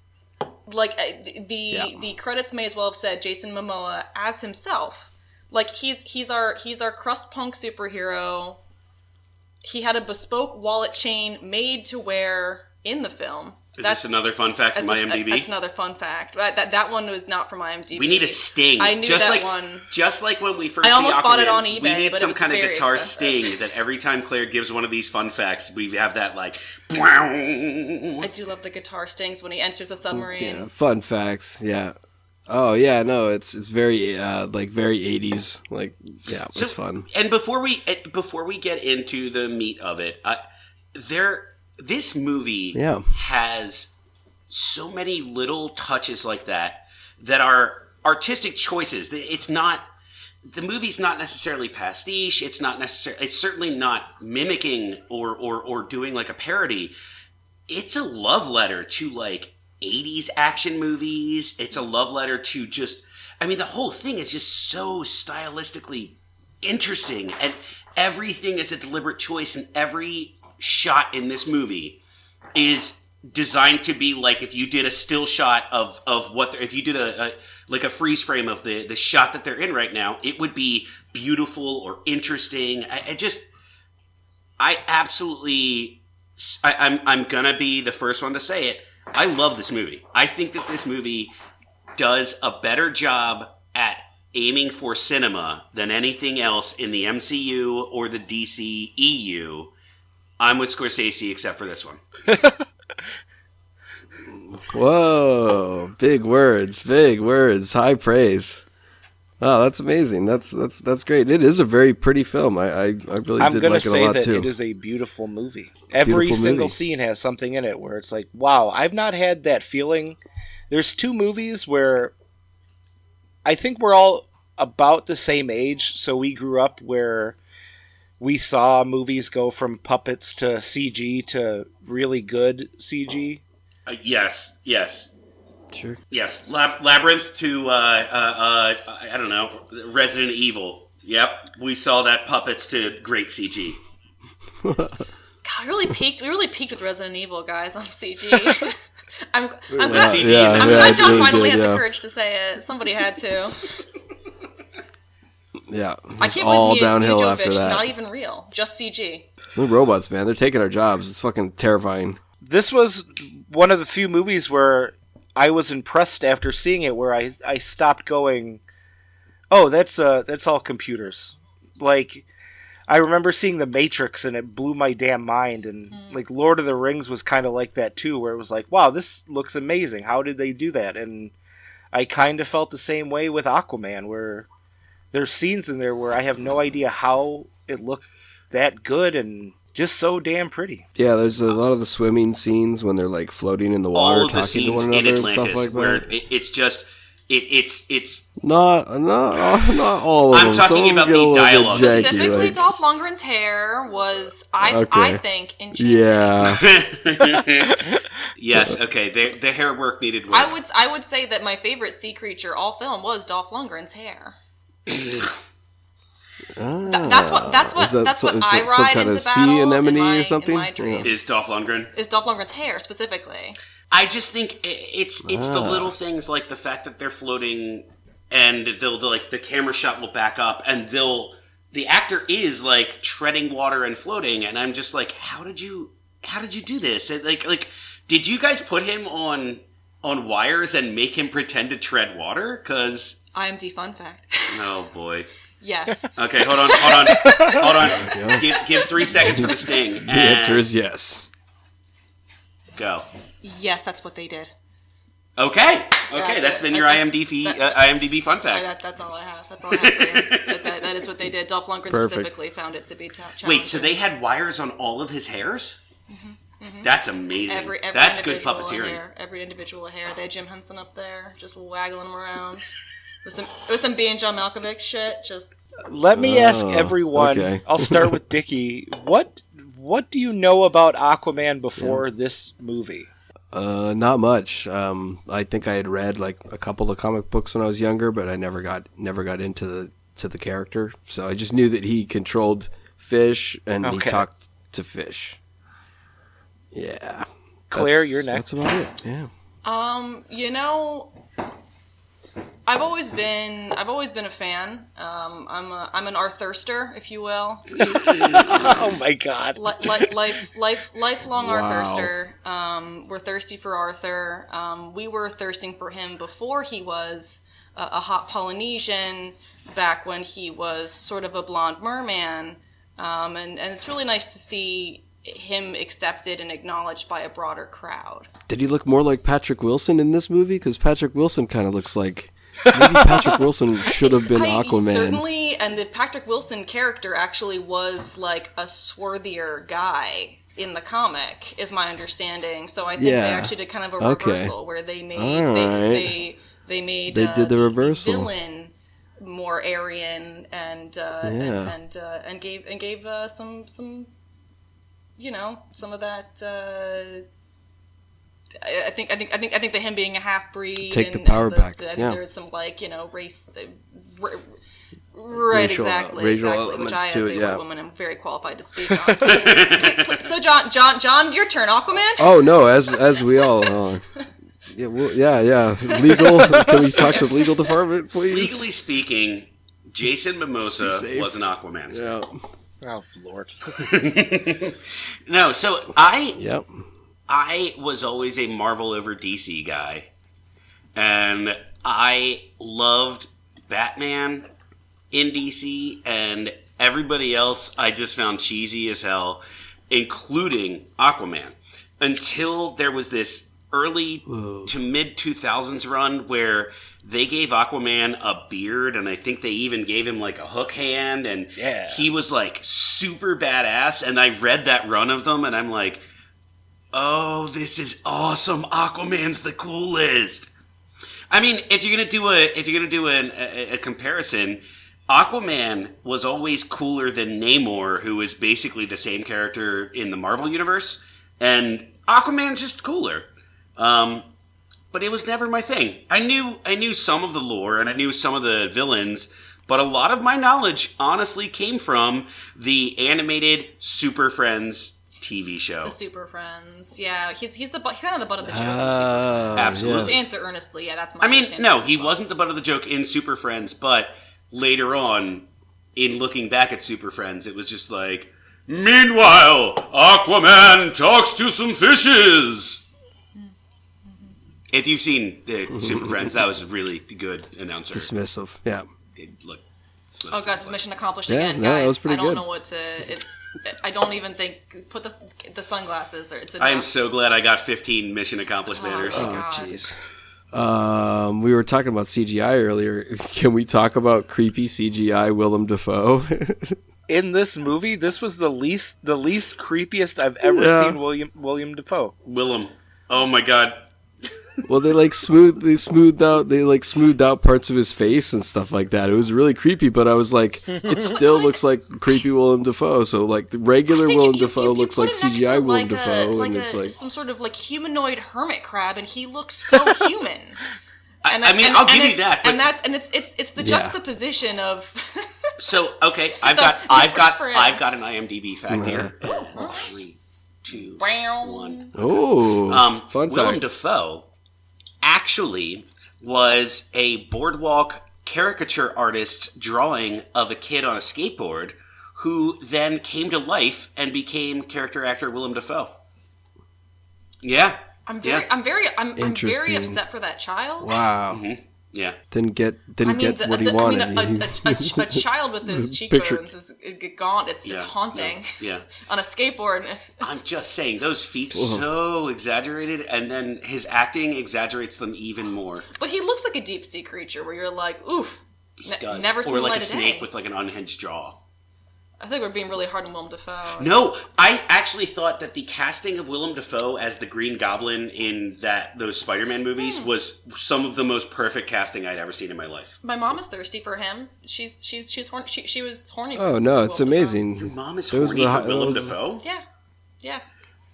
Speaker 11: Like uh, th- the the credits may as well have said Jason Momoa as himself. Like he's he's our he's our crust punk superhero. He had a bespoke wallet chain made to wear in the film.
Speaker 9: Is this another fun fact
Speaker 11: that's,
Speaker 9: from
Speaker 11: a-
Speaker 9: IMDb?
Speaker 11: that's another fun fact. That, that that one was not from IMDb.
Speaker 9: we need a sting.
Speaker 11: I knew
Speaker 9: just
Speaker 11: that
Speaker 9: like,
Speaker 11: one.
Speaker 9: Just like when we first
Speaker 11: I
Speaker 9: see
Speaker 11: almost bought it
Speaker 9: Aquaman,
Speaker 11: on
Speaker 9: We
Speaker 11: eBay,
Speaker 9: need
Speaker 11: but it
Speaker 9: some
Speaker 11: was
Speaker 9: kind of
Speaker 11: very
Speaker 9: guitar
Speaker 11: expensive.
Speaker 9: sting that every time Claire gives one of these fun facts, we have that like. "Bwow."
Speaker 11: I do love the guitar stings when he enters a submarine.
Speaker 10: Yeah, fun facts. Yeah. Oh yeah, no, it's it's very uh like very eighties. Like yeah, it's
Speaker 9: So-
Speaker 10: fun.
Speaker 9: And before we eh, before we get into the meat of it, I, there this movie
Speaker 10: Yeah.
Speaker 9: has so many little touches like that that are artistic choices. Th- It's not the movie's not necessarily pastiche. It's not necessarily. It's certainly not mimicking or or or doing like a parody. It's a love letter to like 80s action movies. It's a love letter to just. I mean, the whole thing is just so stylistically interesting and everything is a deliberate choice and every shot in this movie is designed to be like if you did a still shot of of what they're- if you did a, a like a freeze frame of the the shot that they're in right now it would be beautiful or interesting i, I just i absolutely I, i'm i'm gonna be the first one to say it i love this movie i think that this movie does a better job at aiming for cinema than anything else in the MCU or the DCEU. I'm with Scorsese except for this one.
Speaker 10: Whoa, big words, big words, high praise. Oh, that's amazing. That's that's that's great. It is a very pretty film. I I, I really
Speaker 8: I'm
Speaker 10: did
Speaker 8: gonna
Speaker 10: like it
Speaker 8: say
Speaker 10: a lot
Speaker 8: that
Speaker 10: too.
Speaker 8: it is a beautiful movie. Every
Speaker 10: Beautiful
Speaker 8: single
Speaker 10: movie.
Speaker 8: scene has something in it where it's like, wow, I've not had that feeling. There's two movies where I think we're all about the same age, so we grew up where we saw movies go from puppets to CG to really good CG.
Speaker 9: Uh, yes, yes,
Speaker 10: sure.
Speaker 9: yes. Lab- Labyrinth to uh, uh, uh, I don't know Resident Evil Yep, we saw that puppets to great CG.
Speaker 11: God, we really peaked. We really peaked with Resident Evil, guys, on CG. I'm,
Speaker 10: Yeah,
Speaker 11: I'm glad,
Speaker 10: yeah,
Speaker 11: I'm
Speaker 10: yeah,
Speaker 11: glad
Speaker 10: it's
Speaker 11: John
Speaker 10: really
Speaker 11: finally
Speaker 10: good,
Speaker 11: had
Speaker 10: yeah.
Speaker 11: the courage to say it. Somebody had to.
Speaker 10: Yeah,
Speaker 11: I
Speaker 10: it's
Speaker 11: can't
Speaker 10: all
Speaker 11: believe Mia,
Speaker 10: downhill
Speaker 11: Mia
Speaker 10: after
Speaker 11: Jovovich,
Speaker 10: that.
Speaker 11: Not even real, just CG.
Speaker 10: They're robots, man. They're taking our jobs. It's fucking terrifying.
Speaker 8: this was one of the few movies where I was impressed after seeing it, where I I stopped going, oh, that's uh that's all computers. Like, I remember seeing The Matrix and it blew my damn mind, and like Lord of the Rings was kind of like that too, where it was like, wow, this looks amazing. How did they do that? And I kind of felt the same way with Aquaman, where there's scenes in there where I have no idea how it looked that good and just so damn pretty.
Speaker 10: Yeah, there's a lot of the swimming scenes when they're like floating in the water,
Speaker 9: All of the
Speaker 10: talking to
Speaker 9: scenes
Speaker 10: one
Speaker 9: in
Speaker 10: another and stuff
Speaker 9: Atlantis
Speaker 10: like
Speaker 9: where
Speaker 10: that.
Speaker 9: it, it's just it, it's it's
Speaker 10: Not, not, not all of
Speaker 9: I'm
Speaker 10: them. Some
Speaker 9: talking
Speaker 10: of them
Speaker 9: about
Speaker 10: get a
Speaker 9: the
Speaker 10: little bit
Speaker 9: dialogue.
Speaker 10: janky,
Speaker 11: Specifically,
Speaker 10: like-
Speaker 11: Dolph Lundgren's hair was, I, I
Speaker 10: Okay.
Speaker 11: think, in
Speaker 10: Yeah.
Speaker 9: yes, okay. The the hair work needed work.
Speaker 11: I would I would say that my favorite sea creature all film was Dolph Lundgren's hair.
Speaker 10: Ah,
Speaker 11: that's what- that's what-
Speaker 10: is that
Speaker 11: that's
Speaker 10: so-
Speaker 11: what
Speaker 10: is
Speaker 11: I
Speaker 10: that some
Speaker 11: ride
Speaker 10: kind
Speaker 11: into
Speaker 10: of sea
Speaker 11: battle in
Speaker 10: anemone
Speaker 11: my-
Speaker 10: E or
Speaker 11: in
Speaker 10: something.
Speaker 11: my dreams.
Speaker 9: Is Dolph Lundgren?
Speaker 11: Is Dolph Lundgren's hair specifically?
Speaker 9: I just think i- it's it's the
Speaker 10: Ah.
Speaker 9: little things like the fact that they're floating and they'll, they'll, like the camera shot will back up and they'll the actor is like treading water and floating and I'm just like how did you how did you do this And, like like did you guys put him on on wires and make him pretend to tread water cuz
Speaker 11: IMD fun fact.
Speaker 9: oh boy
Speaker 11: Yes.
Speaker 9: okay hold on hold on hold on give give 3 seconds for the sting
Speaker 10: The answer is yes.
Speaker 9: go
Speaker 11: yes, that's what they did.
Speaker 9: okay okay
Speaker 11: That's
Speaker 9: that's
Speaker 11: it.
Speaker 9: been your
Speaker 11: That's it.
Speaker 9: IMDb uh, IMDb fun
Speaker 11: I,
Speaker 9: fact
Speaker 11: that, that's all I have. That's all I have. for you. that, that- that is what they did. Dolph Lundgren
Speaker 10: Perfect.
Speaker 11: specifically found it to be ta- challenging. Mm-hmm,
Speaker 9: Wait, so they had wires on all of his hairs? That's amazing.
Speaker 11: every, every
Speaker 9: That's good
Speaker 11: individual
Speaker 9: puppeteering.
Speaker 11: Hair, every individual hair. They had Jim Henson up there, just waggling them around. With some, with some B and John Malkovich shit. Just
Speaker 8: Let me ask
Speaker 10: Oh,
Speaker 8: everyone.
Speaker 10: okay.
Speaker 8: I'll start with Dickie. What what do you know about Aquaman before this movie?
Speaker 10: Uh, not much. Um, I think I had read like a couple of comic books when I was younger, but I never got never got into the to the character. So I just knew that he controlled fish and he
Speaker 8: Okay.
Speaker 10: talked to fish. Yeah.
Speaker 8: Claire,
Speaker 10: That's-
Speaker 8: you're next.
Speaker 10: That's about it. Yeah.
Speaker 11: Um, you know, I've always been I've always been a fan. Um, I'm a I'm an Arthurster, if you will.
Speaker 8: Oh my god.
Speaker 11: Li- li- life life lifelong
Speaker 10: Wow.
Speaker 11: Arthurster. Um, we're thirsty for Arthur. Um, we were thirsting for him before he was a, a hot Polynesian. Back when he was sort of a blonde merman. Um, and, and it's really nice to see him accepted and acknowledged by a broader crowd.
Speaker 10: Did he look more like Patrick Wilson in this movie? Because Patrick Wilson kind of looks like maybe Patrick Wilson should have been
Speaker 11: I-
Speaker 10: Aquaman.
Speaker 11: Certainly, and the Patrick Wilson character actually was like a swarthier guy in the comic, is my understanding. So I think
Speaker 10: Yeah.
Speaker 11: they actually did kind of a
Speaker 10: Okay.
Speaker 11: reversal where they made
Speaker 10: All
Speaker 11: they,
Speaker 10: right.
Speaker 11: they they made
Speaker 10: They
Speaker 11: uh,
Speaker 10: did the reversal.
Speaker 11: villain more Aryan and uh, and
Speaker 10: Yeah.
Speaker 11: and, uh, and gave and gave uh, some some you know some of that. Uh, I I think I think I think I think that him being a half breed.
Speaker 10: Take the
Speaker 11: and,
Speaker 10: power
Speaker 11: and
Speaker 10: back,
Speaker 11: The, I
Speaker 10: yeah.
Speaker 11: think there was some like you know race. Uh, ra- right,
Speaker 10: Racial- uh, racial
Speaker 11: exactly. exactly, which
Speaker 10: elements
Speaker 11: I, as
Speaker 10: to
Speaker 11: a
Speaker 10: it, yeah.
Speaker 11: woman, am very qualified to speak on. Please- please- so, John, John, John, your turn, Aquaman.
Speaker 10: Oh no, as as we all. Uh, yeah, well, yeah, yeah. Legal. Can we talk to the legal department, please?
Speaker 9: Legally speaking, Jason Mimosa
Speaker 10: Be safe.
Speaker 9: was an Aquaman.
Speaker 10: Yeah.
Speaker 8: Oh lord.
Speaker 9: No, so I
Speaker 10: Yep.
Speaker 9: I was always a Marvel over DC guy, and I loved Batman in DC, and everybody else I just found cheesy as hell, including Aquaman, until there was this early to mid 2000s run where they gave Aquaman a beard, and I think they even gave him like a hook hand, and
Speaker 8: Yeah.
Speaker 9: he was like super badass. And I read that run of them, and I'm like, oh, this is awesome. Aquaman's the coolest. I mean, if you're gonna do a if you're gonna do an, a, a comparison, Aquaman was always cooler than Namor, who is basically the same character in the Marvel universe, and Aquaman's just cooler. Um, but it was never my thing. I knew I knew some of the lore and I knew some of the villains, But a lot of my knowledge honestly came from the animated Super Friends TV show.
Speaker 11: The Super Friends. Yeah, he's he's the bu- he's kind of the butt of the joke.
Speaker 10: Uh,
Speaker 9: Ah, Absolutely.
Speaker 11: To answer earnestly, yeah, that's my.
Speaker 9: I mean,
Speaker 11: understanding.
Speaker 9: no, he wasn't the butt of the joke in Super Friends, but later on, in looking back at Super Friends, it was just like, Meanwhile, Aquaman talks to some fishes.
Speaker 11: Mm-hmm.
Speaker 9: If you've seen uh, Super Friends, that was a really good announcer.
Speaker 10: Dismissive. Yeah.
Speaker 9: It looked-
Speaker 11: Oh gosh, this mission accomplished
Speaker 10: Yeah,
Speaker 11: again,
Speaker 10: no, that
Speaker 11: guys.
Speaker 10: was pretty
Speaker 11: I don't
Speaker 10: good.
Speaker 11: know what to. It, I don't even think put the the sunglasses or it's.
Speaker 9: I am so glad I got 15 mission accomplished banners.
Speaker 11: Oh,
Speaker 10: jeez. Um, we were talking about CGI earlier. Can we talk about creepy CGI Willem Dafoe?
Speaker 8: In this movie, this was the least the least creepiest I've ever
Speaker 10: Yeah.
Speaker 8: seen William William Defoe.
Speaker 9: Willem. Oh my god.
Speaker 10: well, they like smooth they smoothed out they like smoothed out parts of his face and stuff like that. It was really creepy, but I was like, it still looks like creepy Willem Dafoe. So like the regular Willem Dafoe looks like CGI Willem
Speaker 11: like a,
Speaker 10: Dafoe,
Speaker 11: like,
Speaker 10: and
Speaker 11: a,
Speaker 10: it's like
Speaker 11: some sort of like humanoid hermit crab, and he looks so human. And
Speaker 9: I
Speaker 11: that-
Speaker 9: mean,
Speaker 11: and-
Speaker 9: I'll
Speaker 11: and
Speaker 9: give you
Speaker 11: it's-
Speaker 9: that, but-
Speaker 11: and that's and it's it's it's the
Speaker 9: Yeah.
Speaker 11: juxtaposition of
Speaker 9: So okay, I've
Speaker 11: It's
Speaker 9: got
Speaker 11: a-
Speaker 9: I've got
Speaker 11: it's for him.
Speaker 9: I've got an IMDb fact here.
Speaker 11: Oh,
Speaker 9: Three, two, one.
Speaker 10: oh,
Speaker 9: Um,
Speaker 10: fun
Speaker 9: Willem
Speaker 10: fact.
Speaker 9: Dafoe actually was a boardwalk caricature artist's drawing of a kid on a skateboard who then came to life and became character actor Willem Dafoe. Yeah.
Speaker 11: I'm very
Speaker 9: Yeah.
Speaker 11: I'm very I'm, I'm very
Speaker 10: Interesting.
Speaker 11: upset for that child.
Speaker 10: wow.
Speaker 9: Mm-hmm. Yeah.
Speaker 10: Didn't get didn't
Speaker 11: I mean,
Speaker 10: get
Speaker 11: the-
Speaker 10: what he
Speaker 11: the- I mean,
Speaker 10: wanted.
Speaker 11: a- a, a- a child with those
Speaker 10: The picture-
Speaker 11: cheekbones is is gone. It's
Speaker 9: Yeah,
Speaker 11: it's haunting
Speaker 9: Yeah.
Speaker 11: on a skateboard.
Speaker 9: I'm just saying those feet
Speaker 10: Whoa.
Speaker 9: so exaggerated and then his acting exaggerates them even more.
Speaker 11: But he looks like a deep sea creature where you're like, oof, ne-
Speaker 9: Does.
Speaker 11: never seen
Speaker 9: or
Speaker 11: the
Speaker 9: like
Speaker 11: light
Speaker 9: a
Speaker 11: of
Speaker 9: snake
Speaker 11: day.
Speaker 9: with like an unhinged jaw.
Speaker 11: I think we're being really hard on Willem Dafoe.
Speaker 9: No, I actually thought that the casting of Willem Dafoe as the Green Goblin in that those Spider-Man movies
Speaker 11: Hmm.
Speaker 9: was some of the most perfect casting I'd ever seen in my life.
Speaker 11: My mom is thirsty for him. She's she's she's horn- she, she was horny. for
Speaker 10: oh no,
Speaker 11: Willem
Speaker 10: it's
Speaker 11: Dafoe.
Speaker 10: amazing.
Speaker 9: Your mom is
Speaker 10: That was
Speaker 9: horny
Speaker 10: Mm. the hi-
Speaker 9: for
Speaker 10: that
Speaker 9: Willem
Speaker 10: was-
Speaker 9: Dafoe.
Speaker 11: Yeah, yeah.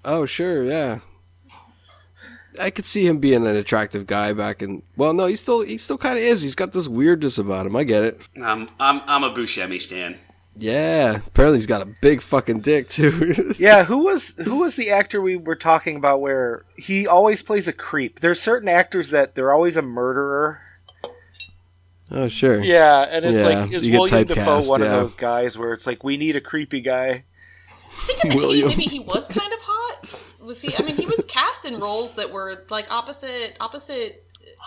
Speaker 10: Oh sure, yeah. I could see him being an attractive guy back in. Well, no, he still he still kind of is. He's got this weirdness about him. I get it.
Speaker 9: Um, I'm I'm a Buscemi stan.
Speaker 10: Yeah, apparently he's got a big fucking dick too.
Speaker 8: Yeah, who was who was the actor we were talking about where he always plays a creep? There's certain actors that they're always a murderer.
Speaker 10: oh sure.
Speaker 8: Yeah, and it's like
Speaker 10: Yeah,
Speaker 8: is
Speaker 10: you get
Speaker 8: William Defoe
Speaker 10: typecast,
Speaker 8: one of
Speaker 10: yeah.
Speaker 8: those guys where it's like we need a creepy guy?
Speaker 10: William.
Speaker 11: Maybe he was kind of hot. Was he? I mean, he was cast in roles that were like opposite opposite.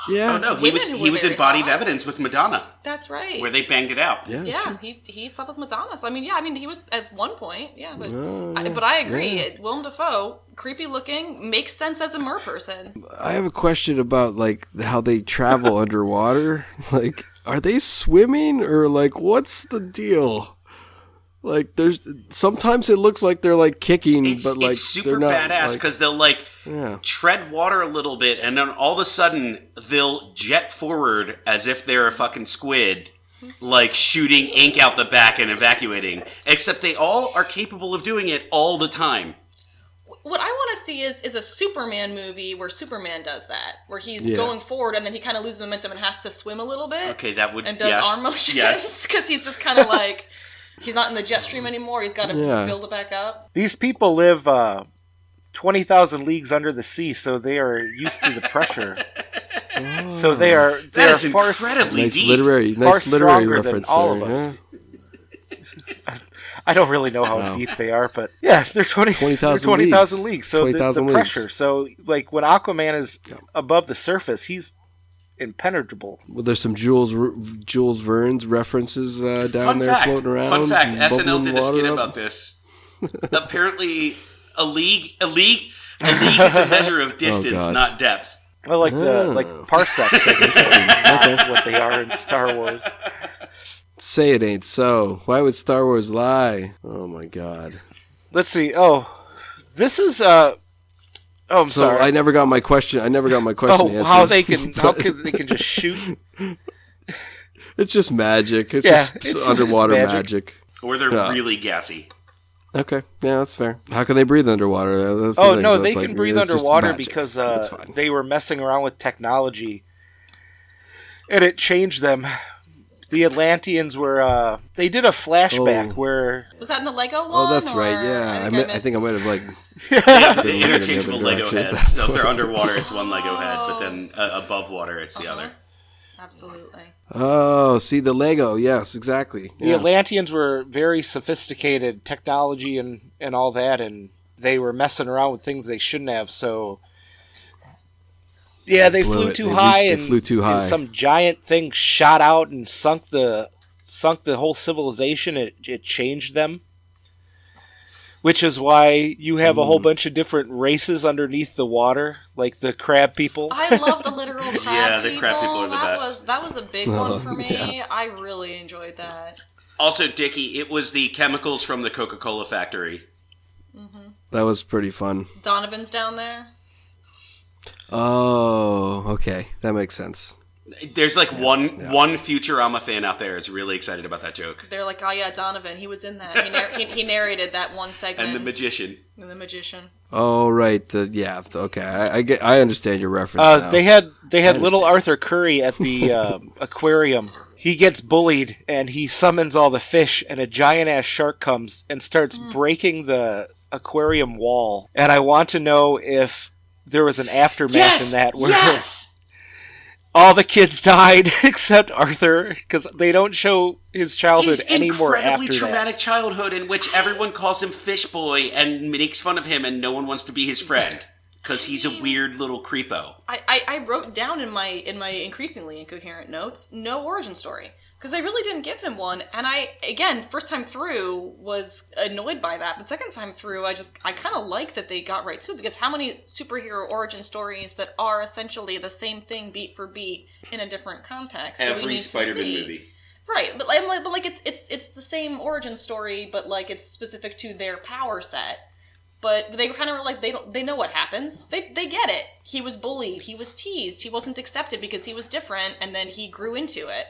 Speaker 10: Yeah.
Speaker 9: Oh no, he
Speaker 11: Women
Speaker 9: was
Speaker 11: who
Speaker 9: he
Speaker 11: were
Speaker 9: was
Speaker 11: very
Speaker 9: in Body of
Speaker 11: hot.
Speaker 9: Evidence with Madonna,
Speaker 11: That's right.
Speaker 9: where they banged it out.
Speaker 10: Yeah.
Speaker 11: yeah, he he slept with Madonna. So I mean, yeah, I mean, he was at one point, yeah, but I, but I agree.
Speaker 10: Oh, yeah.
Speaker 11: It, Willem Dafoe, creepy looking, makes sense as a mer person.
Speaker 10: I have a question about like how they travel underwater. Like, are they swimming or like what's the deal? Like, there's sometimes it looks like they're like kicking,
Speaker 9: It's,
Speaker 10: but like
Speaker 9: it's
Speaker 10: they're
Speaker 9: super
Speaker 10: not.
Speaker 9: badass
Speaker 10: like-
Speaker 9: because they'll like
Speaker 10: yeah.
Speaker 9: tread water a little bit, and then all of a sudden they'll jet forward as if they're a fucking squid, like shooting ink out the back and evacuating. Except they all are capable of doing it all the time.
Speaker 11: What I want to see is is a Superman movie where Superman does that, where he's
Speaker 9: Yeah.
Speaker 11: going forward and then he kind of loses momentum and has to swim a little bit
Speaker 9: Okay, that would
Speaker 11: and does
Speaker 9: yes,
Speaker 11: arm motions
Speaker 9: Yes,
Speaker 11: because he's just kind of like he's not in the jet stream anymore. He's got to
Speaker 8: Yeah.
Speaker 11: build it back up.
Speaker 8: These people live uh, twenty thousand leagues under the sea, so they are used to the pressure. So they are they
Speaker 9: That
Speaker 8: are
Speaker 9: is
Speaker 8: far
Speaker 9: incredibly
Speaker 10: Oh. Nice deep. literary-
Speaker 8: far
Speaker 10: nice literary
Speaker 8: stronger than
Speaker 10: reference
Speaker 8: all
Speaker 10: there,
Speaker 8: of us. I don't really know how
Speaker 10: Wow.
Speaker 8: deep they are, but yeah, they're 20 they're
Speaker 10: 20,000
Speaker 8: 20,000 leagues.
Speaker 10: leagues.
Speaker 8: So the- the,
Speaker 10: 20,000 leagues.
Speaker 8: pressure. So like when Aquaman is above the surface, he's impenetrable.
Speaker 10: Well, there's some Jules R- Jules Verne's references uh, down
Speaker 9: Fun
Speaker 10: there
Speaker 9: fact.
Speaker 10: floating around.
Speaker 9: Fun fact: SNL
Speaker 10: bubbling
Speaker 9: did a skit
Speaker 10: water up.
Speaker 9: about this. Apparently, a league, a league, a league is a measure of distance,
Speaker 10: Oh, God.
Speaker 9: not depth.
Speaker 8: I like the like
Speaker 10: Oh.
Speaker 8: parsecs. I think, is what they are in Star Wars.
Speaker 10: Say it ain't so. Why would Star Wars lie? Oh my God.
Speaker 8: Let's see. Oh, this is uh. Oh, I'm
Speaker 10: so
Speaker 8: sorry.
Speaker 10: I never got my question. I never got my question.
Speaker 8: oh,
Speaker 10: answered.
Speaker 8: how they can how
Speaker 10: But
Speaker 8: can they can just shoot?
Speaker 10: It's just magic. It's
Speaker 8: Yeah,
Speaker 10: just
Speaker 8: it's- it's
Speaker 10: underwater
Speaker 8: magic.
Speaker 10: magic.
Speaker 9: Or they're
Speaker 10: Yeah.
Speaker 9: really gassy.
Speaker 10: Okay, yeah, that's fair. How can they breathe underwater? That's the
Speaker 8: Oh
Speaker 10: thing.
Speaker 8: no,
Speaker 10: That's
Speaker 8: they
Speaker 10: like-
Speaker 8: can breathe
Speaker 10: it's just
Speaker 8: underwater
Speaker 10: magic.
Speaker 8: because
Speaker 10: That's
Speaker 8: uh,
Speaker 10: fine.
Speaker 8: they were messing around with technology, and it changed them. the Atlanteans were. Uh, they did a flashback
Speaker 10: Oh.
Speaker 8: where
Speaker 11: Was that in the Lego one?
Speaker 10: Oh, that's right.
Speaker 11: or-
Speaker 10: Yeah, I,
Speaker 11: think
Speaker 10: mi-
Speaker 11: missed-
Speaker 10: I think I might have like
Speaker 9: They're
Speaker 10: been looking in the
Speaker 9: interchangeable
Speaker 10: other
Speaker 9: Lego
Speaker 10: direction at
Speaker 9: heads.
Speaker 10: that
Speaker 9: So if they're
Speaker 10: point.
Speaker 9: underwater, it's one Lego head, but then uh, above water, it's the other.
Speaker 11: Absolutely.
Speaker 10: Oh, see the Lego. Yes, exactly.
Speaker 8: the
Speaker 10: Yeah.
Speaker 8: Atlanteans were very sophisticated technology and and all that, and they were messing around with things they shouldn't have. So yeah, they
Speaker 10: Blew
Speaker 8: flew
Speaker 10: it.
Speaker 8: too
Speaker 10: They reached-
Speaker 8: high,
Speaker 10: they
Speaker 8: and
Speaker 10: flew too
Speaker 8: and
Speaker 10: high.
Speaker 8: some giant thing shot out and sunk the sunk the whole civilization. It it changed them. Which is why you have a whole
Speaker 10: Mm.
Speaker 8: bunch of different races underneath the water, like the crab people.
Speaker 11: I love the literal crab
Speaker 9: Yeah, the
Speaker 11: people.
Speaker 9: crab people are the
Speaker 11: that
Speaker 9: best. Uh-huh.
Speaker 11: was that was a big
Speaker 10: Oh,
Speaker 11: one for me.
Speaker 10: yeah.
Speaker 11: I really enjoyed that.
Speaker 9: Also, Dickie, it was the chemicals from the Coca Cola factory.
Speaker 10: that was pretty fun.
Speaker 11: Donovan's down there.
Speaker 10: Oh, okay, that makes sense.
Speaker 9: There's like one one Futurama fan out there is really excited about that joke,
Speaker 11: They're like, oh yeah, Donovan. He was in that. He, nar- he, he narrated that one segment.
Speaker 9: and the magician.
Speaker 11: And the magician.
Speaker 10: Oh, right. The, yeah. the- Okay. I, I get. I understand your reference.
Speaker 8: Uh,
Speaker 10: now.
Speaker 8: they had they had
Speaker 10: I
Speaker 8: little Arthur Curry at the uh, aquarium. He gets bullied and he summons all the fish, and a giant ass shark comes and starts
Speaker 9: Hmm.
Speaker 8: breaking the aquarium wall. And I want to know if there was an aftermath in that where
Speaker 9: yes.
Speaker 8: all the kids died except Arthur because they don't show his childhood
Speaker 9: His
Speaker 8: anymore
Speaker 9: incredibly
Speaker 8: after that. Um,
Speaker 9: traumatic childhood in which everyone calls him Fish Boy and makes fun of him, and no one wants to be his friend because he's a weird little creepo.
Speaker 11: I, I, I wrote down in my in my increasingly incoherent notes no origin story because they really didn't give him one and i again first time through was annoyed by that but second time through i just i kind of like that they got right to it because how many superhero origin stories that are essentially the same thing beat for beat in a different context do we
Speaker 9: Every
Speaker 11: need to
Speaker 9: Spider-Man
Speaker 11: see?
Speaker 9: movie.
Speaker 11: right but like, I'm like- but like it's it's it's the same origin story but like it's specific to their power set but they were kind of like they don't they know what happens they they get it he was bullied he was teased he wasn't accepted because he was different and then he grew into it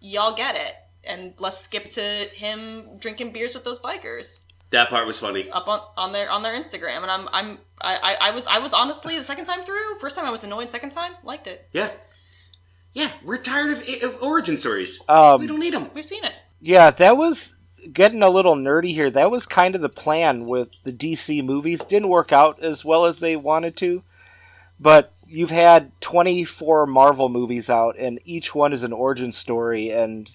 Speaker 11: y'all get it and let's skip to him drinking beers with those bikers
Speaker 9: That part was funny.
Speaker 11: up on, on their on their instagram and i'm i'm I, I I was i was honestly the second time through first time i was annoyed second time liked it
Speaker 9: Yeah, yeah. We're tired of, of origin stories.
Speaker 8: Um,
Speaker 9: we don't need them.
Speaker 11: we've seen it
Speaker 8: Yeah, that was getting a little nerdy here. That was kind of the plan with the DC movies. Didn't work out as well as they wanted to, but you've had 24 Marvel movies out, and each one is an origin story. And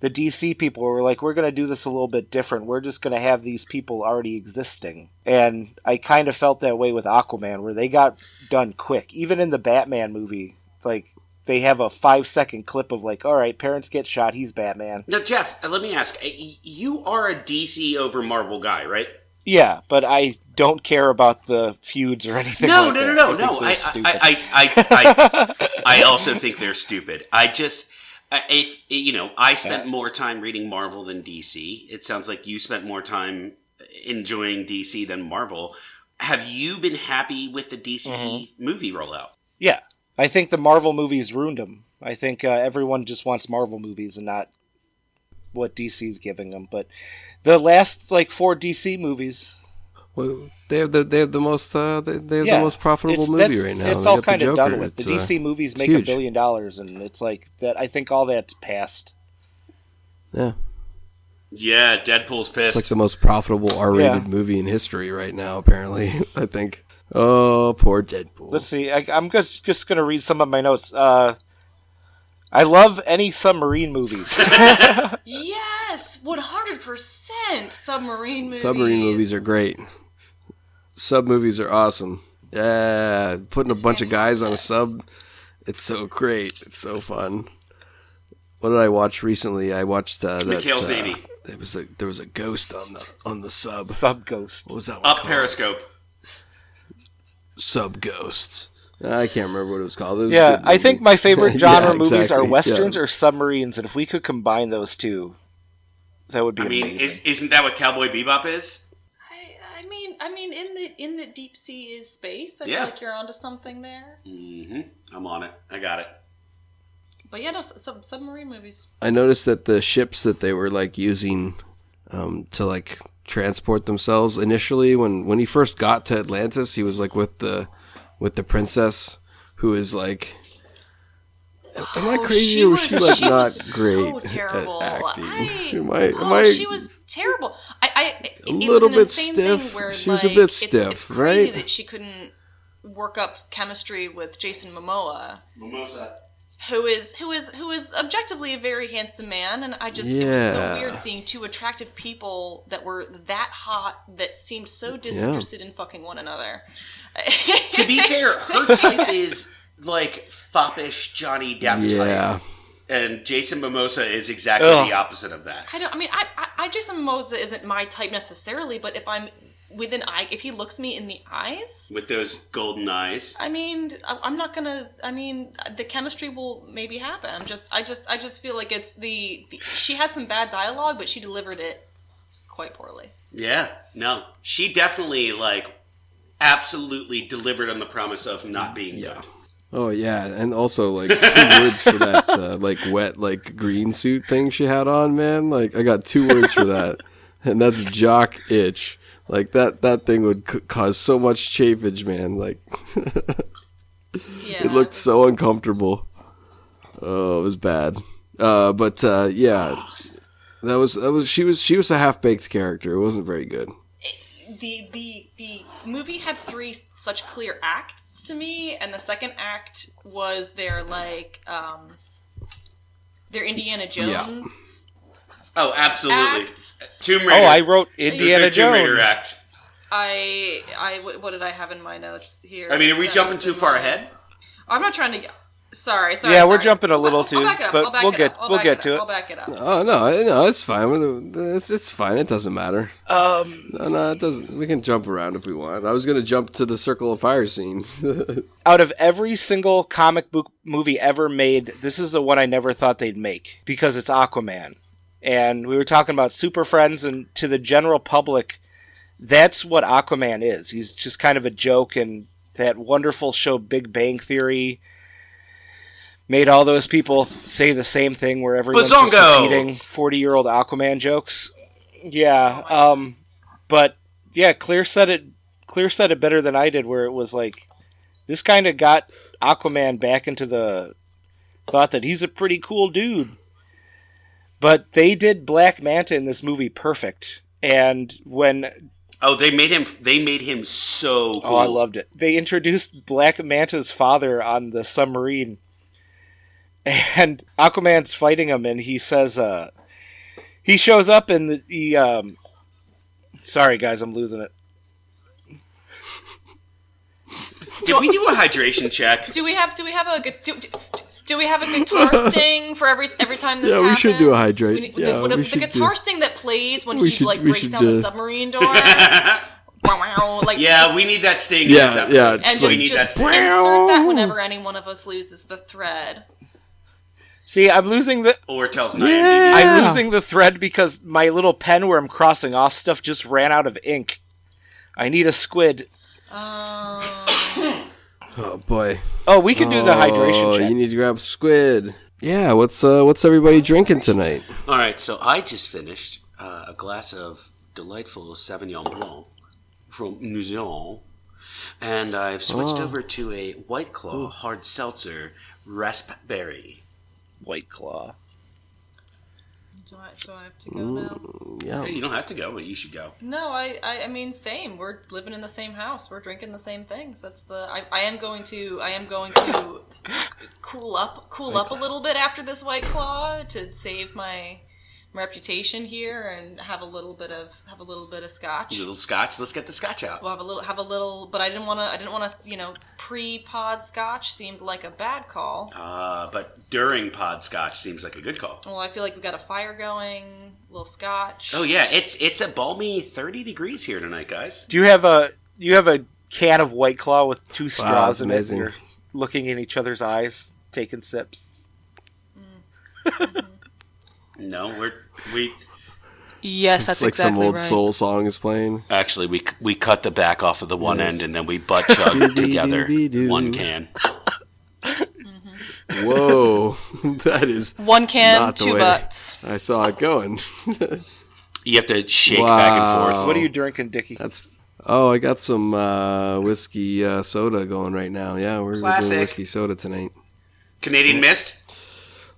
Speaker 8: the DC people were like, we're going to do this a little bit different. We're just going to have these people already existing. And I kind of felt that way with Aquaman, where they got done quick. Even in the Batman movie, like, they have a five second clip of, like, all right, parents get shot, he's Batman.
Speaker 9: Now, Jeff, uh, let me ask. uh, y- You are a DC over Marvel guy, right?
Speaker 8: Yeah, but I don't care about the feuds or anything.
Speaker 9: No,
Speaker 8: like
Speaker 9: no, no,
Speaker 8: that.
Speaker 9: no,
Speaker 8: think
Speaker 9: no.
Speaker 8: they're
Speaker 9: I,
Speaker 8: stupid.
Speaker 9: I, I, I, I, I also think they're stupid. I just, I, if you know, I spent more time reading Marvel than DC. It sounds like you spent more time enjoying DC than Marvel. Have you been happy with the DC
Speaker 10: Mm-hmm.
Speaker 9: movie rollout?
Speaker 8: yeah, I think the Marvel movies ruined them. I think uh, everyone just wants Marvel movies and not what DC's giving them. But the last like four DC movies,
Speaker 10: Well, they have the they have the most uh, they, they have
Speaker 8: yeah,
Speaker 10: the most profitable
Speaker 8: it's-
Speaker 10: movie
Speaker 8: that's-
Speaker 10: right now.
Speaker 8: It's
Speaker 10: They
Speaker 8: all
Speaker 10: got
Speaker 8: kind of done
Speaker 10: Joker.
Speaker 8: with. The
Speaker 10: It's, uh,
Speaker 8: DC movies
Speaker 10: it's
Speaker 8: make a
Speaker 10: huge.
Speaker 8: billion dollars, and it's like that. I think all that's passed.
Speaker 10: uh, Yeah,
Speaker 9: Yeah, Deadpool's
Speaker 10: it's
Speaker 9: pissed.
Speaker 10: like the most profitable R-rated
Speaker 8: Yeah.
Speaker 10: movie in history right now. Apparently, I think. Oh, poor Deadpool.
Speaker 8: Let's see. I, I'm just just gonna read some of my notes. Uh, I love any submarine movies.
Speaker 11: yes 100% submarine movies
Speaker 10: Submarine movies are great. Sub movies are awesome. Yeah, putting a bunch of guys on a sub, it's so great. It's so fun. What did I watch recently? I watched uh, that.
Speaker 9: Mikhail's
Speaker 10: uh,
Speaker 9: Navy.
Speaker 10: There was a, there was a ghost on the on the sub.
Speaker 8: Sub Ghost.
Speaker 10: What was that one?
Speaker 9: Up
Speaker 10: called?
Speaker 9: Periscope.
Speaker 10: Sub ghosts. I can't remember what it was called. It was a
Speaker 8: Yeah,
Speaker 10: good
Speaker 8: I think
Speaker 10: movie.
Speaker 8: my favorite
Speaker 10: Yeah,
Speaker 8: genre movies
Speaker 10: exactly,
Speaker 8: are
Speaker 10: yeah.
Speaker 8: westerns or submarines, and if we could combine those two, that would be
Speaker 9: I mean,
Speaker 8: amazing.
Speaker 9: is, isn't that what Cowboy Bebop is?
Speaker 11: I, I mean, I mean, in the in the deep sea is space. I
Speaker 9: Yeah.
Speaker 11: feel like you're onto something there.
Speaker 9: hmm I'm on it. I got it.
Speaker 11: But yeah, no, sub- sub- submarine movies.
Speaker 10: I noticed that the ships that they were like using um, to like transport themselves initially when when he first got to Atlantis, he was like with the with the princess who is like Am I
Speaker 11: Oh,
Speaker 10: crazy or was Oh, she like not great at acting? am I? Am
Speaker 11: oh,
Speaker 10: I
Speaker 11: she was terrible. I, I it-
Speaker 10: a
Speaker 11: it was
Speaker 10: little
Speaker 11: an
Speaker 10: bit
Speaker 11: insane
Speaker 10: stiff?
Speaker 11: Thing where,
Speaker 10: She was a
Speaker 11: like,
Speaker 10: bit
Speaker 11: it's-
Speaker 10: stiff,
Speaker 11: it's crazy
Speaker 10: right?
Speaker 11: That she couldn't work up chemistry with Jason Momoa,
Speaker 9: Mimosa.
Speaker 11: who is who is who is objectively a very handsome man, and I just it was so
Speaker 10: Yeah.
Speaker 11: weird seeing two attractive people that were that hot that seemed so disinterested in fucking one another.
Speaker 9: to be fair, her type is like foppish Johnny Depp
Speaker 10: Yeah.
Speaker 9: type, and Jason Mimosa is exactly
Speaker 10: Ugh.
Speaker 9: the opposite of that.
Speaker 11: I don't. I mean, I, I, I Jason Momoa isn't my type necessarily, but if I'm within eye, if he looks me in the eyes,
Speaker 9: With those golden eyes,
Speaker 11: I mean, I, I'm not gonna. I mean, the chemistry will maybe happen. I'm just, I just, I just feel like it's the. the she had some bad dialogue, but she delivered it quite poorly.
Speaker 9: yeah, no, she definitely like absolutely delivered on the promise of not being yeah.
Speaker 10: Oh yeah, and also like two words for that uh, like wet like green suit thing she had on, man. Like I got two words for that, and that's jock itch. Like that that thing would c- cause so much chafage, man. Like it looked so uncomfortable. Oh, it was bad. Uh, but uh, yeah, that was that was she was she was a half baked character. It wasn't very good.
Speaker 11: The the the movie had three such clear acts to me, and the second act was their like um, their Indiana
Speaker 9: Yeah.
Speaker 11: Jones.
Speaker 9: Oh, absolutely. Tomb
Speaker 8: Oh,
Speaker 9: Raider.
Speaker 8: I wrote
Speaker 9: There's no
Speaker 8: Indiana
Speaker 9: Tomb Raider
Speaker 8: Jones.
Speaker 9: act.
Speaker 11: I, I, what- what did I have in my notes here?
Speaker 9: I mean, are we
Speaker 11: That
Speaker 9: jumping
Speaker 11: was
Speaker 9: too
Speaker 11: in
Speaker 9: far
Speaker 11: my-
Speaker 9: ahead?
Speaker 11: I'm not trying to. Sorry, sorry.
Speaker 8: yeah,
Speaker 11: sorry.
Speaker 8: we're jumping a little too,
Speaker 11: I'll back it up. I'll
Speaker 8: but
Speaker 11: back
Speaker 8: we'll
Speaker 11: it
Speaker 8: get
Speaker 11: up. I'll
Speaker 8: we'll
Speaker 11: back
Speaker 8: get
Speaker 11: it
Speaker 8: to
Speaker 11: up.
Speaker 8: it.
Speaker 11: I'll back it up.
Speaker 10: Oh no, no, it's fine. It's it's fine. It doesn't matter.
Speaker 8: Um,
Speaker 10: No, no, it doesn't. We can jump around if we want. I was gonna jump to the Circle of Fire scene.
Speaker 8: out of every single comic book movie ever made, this is the one I never thought they'd make because it's Aquaman. And we were talking about Super Friends, and to the general public, that's what Aquaman is. He's just kind of a joke, and that wonderful show Big Bang Theory made all those people say the same thing where everyone's just
Speaker 3: Bazongo!
Speaker 8: repeating 40 year old Aquaman jokes. Yeah. Um, but yeah, Clear said it. Clear said it better than I did, where it was like this kind of got Aquaman back into the thought that he's a pretty cool dude. But they did Black Manta in this movie perfect, and when
Speaker 9: Oh, they made him. They made him so. Cool.
Speaker 8: oh, I loved it. They introduced Black Manta's father on the submarine, and Aquaman's fighting him, and he says, uh, he shows up and the, he, um, sorry guys, I'm losing it.
Speaker 9: Did we do a hydration check?
Speaker 11: Do we have? Do we have a? gu- Do, do, do we have a guitar sting for every every time this
Speaker 10: yeah, we
Speaker 11: happens?
Speaker 10: should do a hydrate.
Speaker 11: The-
Speaker 10: yeah,
Speaker 11: what-
Speaker 10: we
Speaker 11: the
Speaker 10: should
Speaker 11: guitar
Speaker 10: do-
Speaker 11: sting that plays when
Speaker 10: we
Speaker 11: he
Speaker 10: should-
Speaker 11: like
Speaker 10: we
Speaker 11: breaks
Speaker 10: should
Speaker 11: down
Speaker 10: do-
Speaker 11: the submarine door. Wow, like
Speaker 9: yeah, we need that sting. in
Speaker 10: Yeah,
Speaker 9: this episode.
Speaker 10: yeah, it's
Speaker 11: and
Speaker 10: like-
Speaker 11: just,
Speaker 9: we need
Speaker 11: just
Speaker 9: that
Speaker 11: insert
Speaker 9: sting.
Speaker 11: that whenever any one of us loses the thread.
Speaker 8: See, I'm losing the
Speaker 9: or tells
Speaker 11: an IMDb.
Speaker 8: I'm
Speaker 11: Yeah.
Speaker 8: losing the thread because my little pen where I'm crossing off stuff just ran out of ink. I need a squid.
Speaker 11: Um,
Speaker 10: Oh boy.
Speaker 8: Oh, we can do the hydration
Speaker 10: Oh,
Speaker 8: check.
Speaker 10: You need to grab squid. Yeah, what's uh, what's everybody drinking tonight?
Speaker 9: All right, so I just finished uh, a glass of delightful Sauvignon Blanc from Nuzon, and I've switched
Speaker 10: Oh.
Speaker 9: over to a White Claw hard seltzer raspberry.
Speaker 8: White Claw.
Speaker 11: Do I, do I have to go now?
Speaker 10: Mm, yeah.
Speaker 9: Hey, you don't have to go, but you should go.
Speaker 11: No, I, I, I mean, same. We're living in the same house. We're drinking the same things. That's the. I, I am going to. I am going to cool up, cool up a little bit after this white claw to save my my reputation here and have a little bit of have a little bit of scotch.
Speaker 9: Little scotch. Let's get the scotch out.
Speaker 11: We'll have a little have a little, but I didn't want to. I didn't want to. You know, pre pod scotch seemed like a bad call.
Speaker 10: Oh.
Speaker 9: Uh, but during pod scotch seems like a good call.
Speaker 11: Well, I feel like we got a fire going. A little scotch.
Speaker 9: Oh yeah, it's it's a balmy thirty degrees here tonight, guys.
Speaker 8: Do you have a you have a can of White Claw with two straws
Speaker 10: that's
Speaker 8: in
Speaker 10: amazing.
Speaker 8: it? And you're looking in each other's eyes, taking sips.
Speaker 9: No, we're we
Speaker 11: Yes,
Speaker 10: it's like some old soul song is playing.
Speaker 9: actually we we cut the back off of the one
Speaker 10: Yes.
Speaker 9: end and then we butt chug together
Speaker 10: Doo-doo-doo-doo.
Speaker 9: one can.
Speaker 10: Whoa, that is
Speaker 11: One can,
Speaker 10: not the
Speaker 11: two
Speaker 10: way
Speaker 11: butts.
Speaker 10: I saw it going.
Speaker 9: You have to shake back and
Speaker 10: Wow.
Speaker 9: forth.
Speaker 8: What are you drinking, Dickie?
Speaker 10: Oh. That's oh, I got some uh, whiskey uh, soda going right now. Yeah, we're doing
Speaker 9: Classic.
Speaker 10: whiskey soda tonight.
Speaker 9: Canadian mist?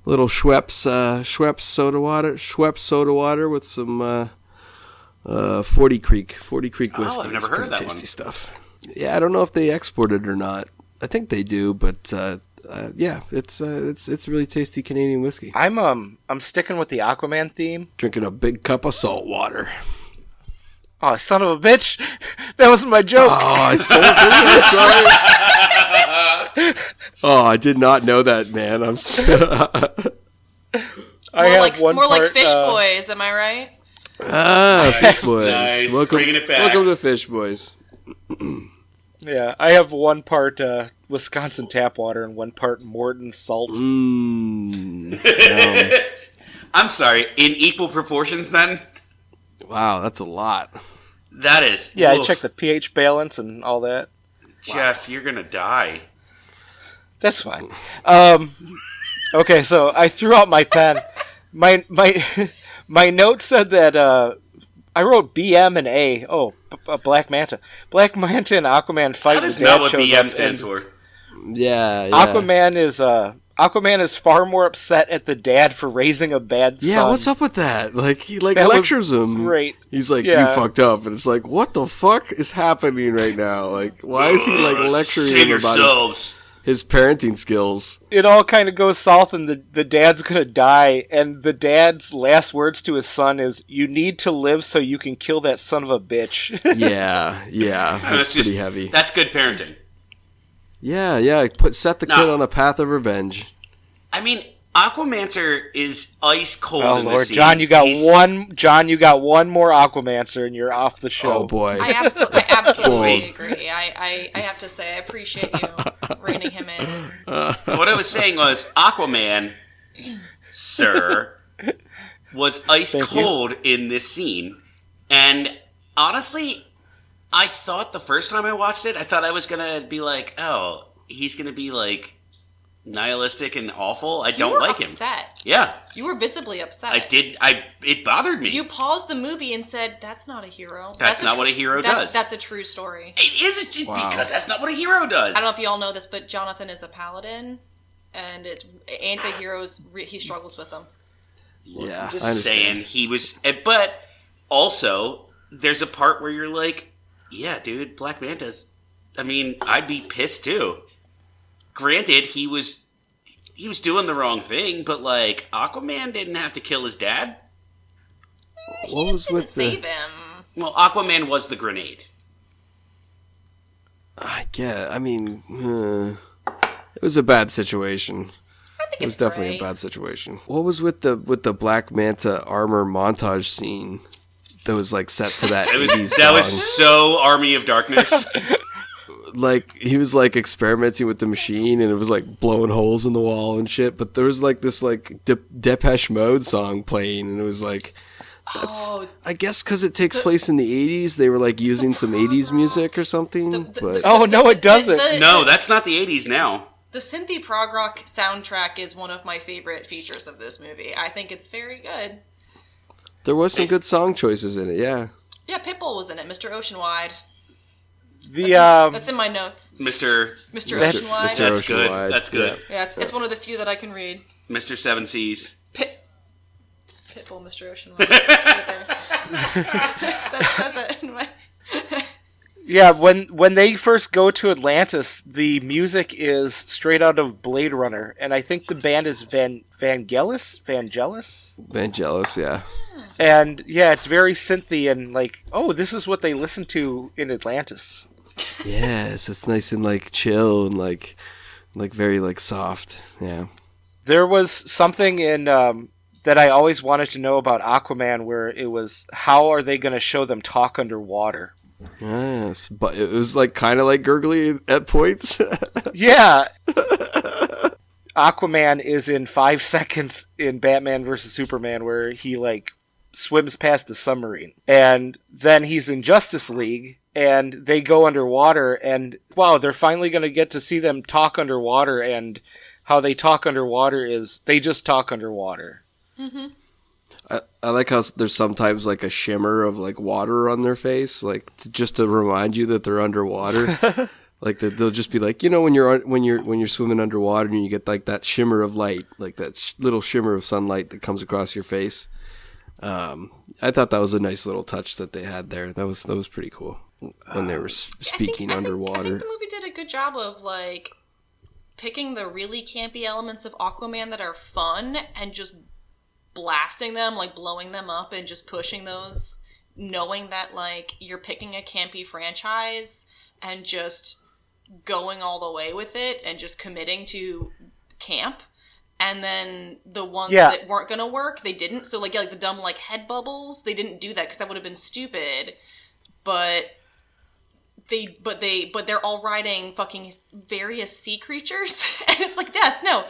Speaker 10: little Schweppes uh, Schweppes soda water, Schweppes soda water with some uh, uh, Forty Creek Forty Creek
Speaker 9: Oh, I've
Speaker 10: whiskey.
Speaker 9: never
Speaker 10: It's
Speaker 9: heard
Speaker 10: pretty
Speaker 9: of that one.
Speaker 10: tasty stuff. Yeah, I don't know if they export it or not. I think they do, but uh, uh, yeah, it's uh, it's it's really tasty Canadian whiskey.
Speaker 8: I'm um I'm sticking with the Aquaman theme.
Speaker 10: Drinking a big cup of salt water.
Speaker 8: Oh, son of a bitch! That was my joke.
Speaker 10: Oh, I stole it from you. Sorry. Oh, I did not know that, man. I'm. s
Speaker 8: I
Speaker 11: more
Speaker 8: have
Speaker 11: like,
Speaker 8: one
Speaker 11: more like
Speaker 8: part,
Speaker 11: Fish
Speaker 8: uh,
Speaker 11: Boys, am I right?
Speaker 10: ah, Fish Boys.
Speaker 9: Nice.
Speaker 10: Welcome,
Speaker 9: Bringing it back.
Speaker 10: welcome to Fish Boys.
Speaker 8: Yeah, I have one part uh, Wisconsin tap water and one part Morton salt.
Speaker 10: Mm,
Speaker 9: I'm sorry, in equal proportions then?
Speaker 10: wow, that's a lot.
Speaker 9: That is.
Speaker 8: Yeah, I
Speaker 9: oof.
Speaker 8: checked the pH balance and all that.
Speaker 9: Jeff, you're going to die.
Speaker 8: That's fine. Um, okay, so I threw out my pen. My my my note said that uh, I wrote BM and A. Oh, B- uh, Black Manta. Black Manta and Aquaman fight.
Speaker 9: That
Speaker 8: and
Speaker 9: is
Speaker 8: Dad
Speaker 9: not what
Speaker 8: shows
Speaker 9: BM
Speaker 8: up,
Speaker 9: stands
Speaker 8: and
Speaker 9: for.
Speaker 10: Yeah, yeah.
Speaker 8: Aquaman is uh, Aquaman is far more upset at the dad for raising a bad
Speaker 10: Yeah,
Speaker 8: son.
Speaker 10: what's up with that? Like he like
Speaker 8: That was
Speaker 10: lectures him.
Speaker 8: great.
Speaker 10: He's like,
Speaker 8: Yeah.
Speaker 10: "You fucked up," and it's like, "What the fuck is happening right now? Like, why is he like lecturing
Speaker 9: Save
Speaker 10: him about
Speaker 9: yourselves.
Speaker 10: his, his parenting skills?"
Speaker 8: it all kind of goes south and the, the dad's gonna die and the dad's last words to his son is you need to live so you can kill that son of a bitch
Speaker 10: Yeah, yeah,
Speaker 9: Oh,
Speaker 10: it's
Speaker 9: that's just-
Speaker 10: pretty heavy.
Speaker 9: That's good parenting.
Speaker 10: Yeah, yeah. Put set the
Speaker 9: No.
Speaker 10: kid on a path of revenge.
Speaker 9: I mean, Aquamancer is ice cold.
Speaker 8: oh
Speaker 9: in
Speaker 8: lord
Speaker 9: the sea.
Speaker 8: john you got
Speaker 9: He's-
Speaker 8: one john you got one more aquamancer and you're off the show
Speaker 10: Oh boy.
Speaker 11: I absolutely, I absolutely
Speaker 10: Bold.
Speaker 11: agree. I, I, I have to say, I appreciate you reining him in.
Speaker 9: What I was saying was Aquaman, sir, was ice
Speaker 8: Thank you.
Speaker 9: cold in this scene, and honestly, I thought the first time I watched it, I thought I was gonna be like, oh, he's gonna be like nihilistic and awful. I
Speaker 11: you
Speaker 9: don't
Speaker 11: were
Speaker 9: like him.
Speaker 11: upset.
Speaker 9: Yeah,
Speaker 11: You were visibly upset.
Speaker 9: I did. I it bothered me.
Speaker 11: You paused the movie and said, "That's not a hero.
Speaker 9: That's
Speaker 11: a
Speaker 9: not
Speaker 11: tru-
Speaker 9: what a hero
Speaker 11: that's,
Speaker 9: does."
Speaker 11: That's a true story."
Speaker 9: it is a, because that's not what a hero does.
Speaker 11: I don't know if you all know this, but Jonathan is a paladin, and it's anti-heroes. Re- he struggles with them.
Speaker 10: yeah,
Speaker 9: I'm
Speaker 10: I
Speaker 9: just
Speaker 10: understand.
Speaker 9: saying he was, eh, but also there's a part where you're like, yeah, dude, Black Manta's. I mean, I'd be pissed too. Granted, he was he was doing the wrong thing, but like Aquaman didn't have to kill his dad.
Speaker 10: What
Speaker 11: He
Speaker 10: was
Speaker 11: didn't
Speaker 10: with
Speaker 11: save
Speaker 10: the?
Speaker 11: him.
Speaker 9: Well, Aquaman was the grenade.
Speaker 10: I get. I mean, uh, it was a bad situation.
Speaker 11: I think
Speaker 10: It was
Speaker 11: it's
Speaker 10: definitely a
Speaker 11: great.
Speaker 10: bad situation. What was with the with the Black Manta armor montage scene that was like set to that
Speaker 9: It was
Speaker 10: 80s
Speaker 9: that
Speaker 10: song?
Speaker 9: was so Army of Darkness.
Speaker 10: like he was like experimenting with the machine and it was like blowing holes in the wall and shit. But there was like this like De- Depeche Mode song playing and it was like. That's,
Speaker 11: Oh.
Speaker 10: I guess because it takes place in the '80s, they were like using some '80s music or something.
Speaker 11: The-
Speaker 10: but
Speaker 11: the-
Speaker 8: Oh, no, it doesn't.
Speaker 9: no, that's not the '80s now.
Speaker 11: The synthy prog rock soundtrack is one of my favorite features of this movie. I think it's very good.
Speaker 10: there was some good song choices in it. Yeah,
Speaker 11: Yeah, Pitbull was in it. Mr. Oceanwide.
Speaker 8: the um
Speaker 11: That's in my notes.
Speaker 9: Mister,
Speaker 11: Mr.
Speaker 10: That's- Mr.
Speaker 11: Oceanwide.
Speaker 9: that's good.
Speaker 10: Oceanwide,
Speaker 9: That's good.
Speaker 11: Yeah, it's, it's one of the few that I can read.
Speaker 9: Mister Seven Seas.
Speaker 11: Pit. Pitbull, Mr. Ocean. right there. That's- that's it. My-
Speaker 8: yeah when when they first go to atlantis the music is straight out of blade runner and i think the band is van vangelis vangelis
Speaker 10: Vangelis. Yeah,
Speaker 8: and yeah it's very synthy and like oh this is what they listen to in atlantis
Speaker 10: Yes, it's nice and like chill and like like very like soft. Yeah.
Speaker 8: there was something in um, that I always wanted to know about Aquaman, where it was how are they going to show them talk underwater?
Speaker 10: Yes, but it was like kind of like gurgly at points.
Speaker 8: Yeah. Aquaman is in five seconds in Batman versus Superman, where he like swims past a submarine, and then he's in Justice League, and they go underwater, and wow, they're finally going to get to see them talk underwater, and how they talk underwater is they just talk underwater.
Speaker 10: I, I like how s- there's sometimes like a shimmer of like water on their face, like to, just to remind you that they're underwater. Like they- they'll just be like, you know, when you're on- when you're when you're swimming underwater and you get like that shimmer of light, like that sh- little shimmer of sunlight that comes across your face. Um, I thought that was a nice little touch that they had there. That was that was pretty cool when they were s- speaking underwater.
Speaker 11: I think the movie did a good job of like picking the really campy elements of Aquaman that are fun and just blasting them, like blowing them up and just pushing those, knowing that like you're picking a campy franchise and just going all the way with it and just committing to camp. And then the ones
Speaker 8: Yeah.
Speaker 11: that weren't gonna work, they didn't. So like, yeah, like the dumb like head bubbles, they didn't do that because that would have been stupid. But they but they but they're all riding fucking various sea creatures and it's like yes no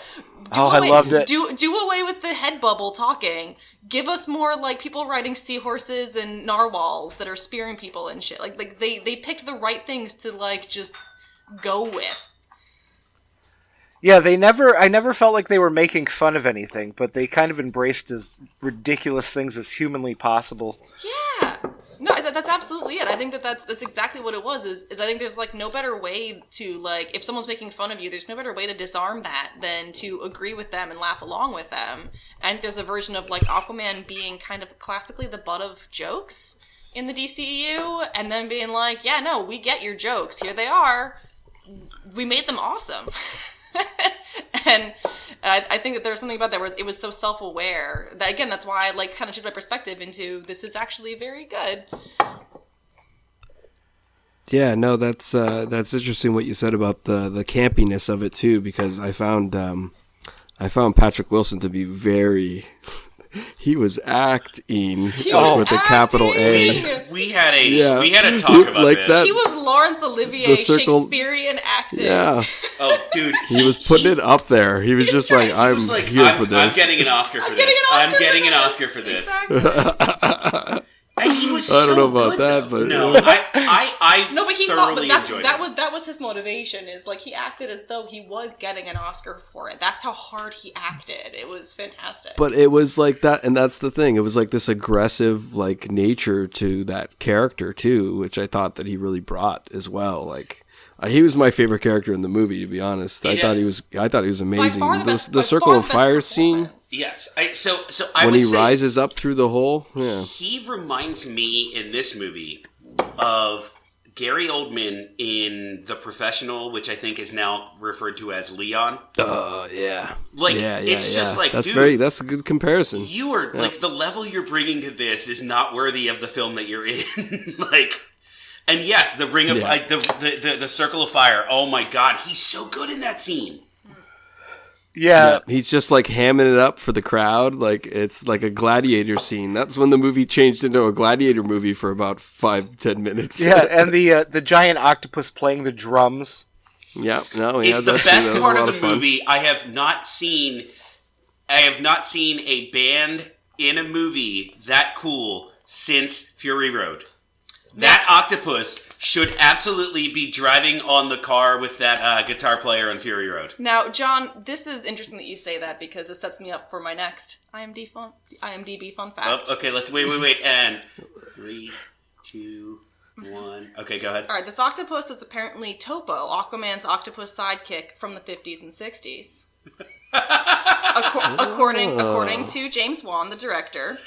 Speaker 11: do
Speaker 8: Oh, I loved it.
Speaker 11: do do away with the head bubble talking give us more like people riding seahorses and narwhals that are spearing people and shit like like they they picked the right things to like just go with
Speaker 8: Yeah, they never. I never felt like they were making fun of anything, but they kind of embraced as ridiculous things as humanly possible.
Speaker 11: yeah no that, that's absolutely it i think that that's that's exactly what it was is, is i think there's like no better way to like if someone's making fun of you there's no better way to disarm that than to agree with them and laugh along with them and there's a version of like aquaman being kind of classically the butt of jokes in the dceu and then being like yeah no we get your jokes here they are we made them awesome and I, I think that there was something about that where it was so self-aware that again that's why i like kind of shifted my perspective into this is actually very good
Speaker 10: Yeah, no, that's uh, that's interesting what you said about the the campiness of it too, because I found um, I found Patrick Wilson to be very. He was acting
Speaker 11: was
Speaker 10: with a capital A.
Speaker 9: We had a
Speaker 10: Yeah.
Speaker 9: we had a talk about
Speaker 10: Like
Speaker 9: this.
Speaker 10: that-
Speaker 11: he was laurence olivier
Speaker 10: Uh, The circle-
Speaker 11: shakespearean acting
Speaker 10: Yeah,
Speaker 9: Oh, dude,
Speaker 10: he was putting it up there. He was just like,
Speaker 9: I
Speaker 10: "I'm
Speaker 9: was like,
Speaker 10: here
Speaker 9: I'm,
Speaker 10: for
Speaker 9: I'm
Speaker 10: this."
Speaker 9: getting an Oscar for this. I'm getting an Oscar for this. And he was
Speaker 10: I don't
Speaker 9: so
Speaker 10: know about
Speaker 9: good,
Speaker 10: that,
Speaker 9: though.
Speaker 10: but-
Speaker 9: no, I, I, I
Speaker 11: no but he thought but
Speaker 9: thoroughly
Speaker 11: that's,
Speaker 9: enjoyed
Speaker 11: that
Speaker 9: it.
Speaker 11: was that was his motivation is like he acted as though he was getting an oscar for it that's how hard he acted it was fantastic
Speaker 10: But it was like that, and that's the thing. It was like this aggressive, like nature to that character too, which I thought that he really brought as well. Like uh, he was my favorite character in the movie, to be honest. I
Speaker 9: Yeah.
Speaker 10: thought he was, I thought he was amazing.
Speaker 11: far the
Speaker 10: the
Speaker 11: best-
Speaker 10: the
Speaker 11: by
Speaker 10: circle
Speaker 11: far
Speaker 10: of
Speaker 11: the best
Speaker 10: fire scene
Speaker 9: Yes. I, so so I
Speaker 10: when
Speaker 9: would
Speaker 10: he
Speaker 9: say
Speaker 10: rises up through the hole. Yeah,
Speaker 9: he reminds me in this movie of Gary Oldman in The Professional, which I think is now referred to as Leon.
Speaker 10: oh yeah,
Speaker 9: Like
Speaker 10: yeah, yeah.
Speaker 9: it's just
Speaker 10: yeah.
Speaker 9: like
Speaker 10: that's
Speaker 9: dude,
Speaker 10: very that's a good comparison.
Speaker 9: you are
Speaker 10: Yeah.
Speaker 9: like the level you're bringing to this is not worthy of the film that you're in. like, and yes, the ring of
Speaker 10: Yeah.
Speaker 9: like, the, the the the circle of fire. Oh my god, he's so good in that scene.
Speaker 8: Yeah,
Speaker 10: Yep, he's just like hamming it up for the crowd. Like it's like a gladiator scene. That's when the movie changed into a gladiator movie for about five, ten minutes.
Speaker 8: yeah, and the uh, the giant octopus playing the drums.
Speaker 10: Yeah, no,
Speaker 9: it's the best part of the
Speaker 10: movie.
Speaker 9: movie. I have not seen. I have not seen a band in a movie that cool since Fury Road. That octopus should absolutely be driving on the car with that uh, guitar player on Fury Road.
Speaker 11: Now, John, this is interesting that you say that because it sets me up for my next IMD fun, IMDb fun
Speaker 9: Oh,
Speaker 11: fact.
Speaker 9: okay, let's wait, wait, wait, and three, two, one. Okay, go ahead.
Speaker 11: All right, this octopus was apparently Topo, Aquaman's octopus sidekick from the 50s and 60s. Acco- according according to James Wan, the director,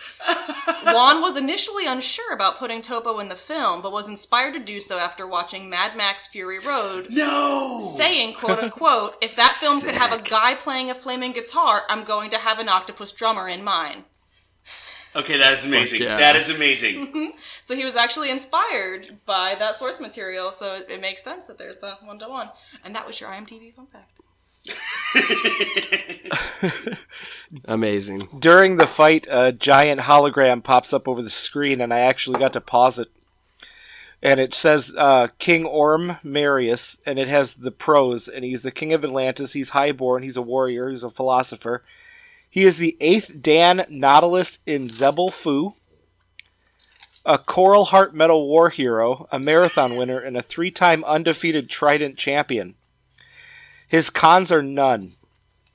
Speaker 11: Wan was initially unsure about putting Topo in the film, but was inspired to do so after watching Mad Max: Fury Road,
Speaker 9: No.
Speaker 11: saying, "quote unquote," if that film could have a guy playing a flaming guitar, I'm going to have an octopus drummer in mine.
Speaker 9: Okay, that is amazing.
Speaker 10: yeah.
Speaker 9: That is amazing.
Speaker 11: So he was actually inspired by that source material, so it, it makes sense that there's a one to one. And that was your IMDb fun fact.
Speaker 10: Amazing.
Speaker 8: During the fight, a giant hologram pops up over the screen, and I actually got to pause it. And it says uh, King Orm Marius, and it has the prose, and he's the king of Atlantis. He's highborn. He's a warrior. He's a philosopher. He is the eighth Dan Nautilus in Zebel Fu, a Coral Heart Medal war hero, a marathon winner, and a three-time undefeated Trident champion. His cons are none.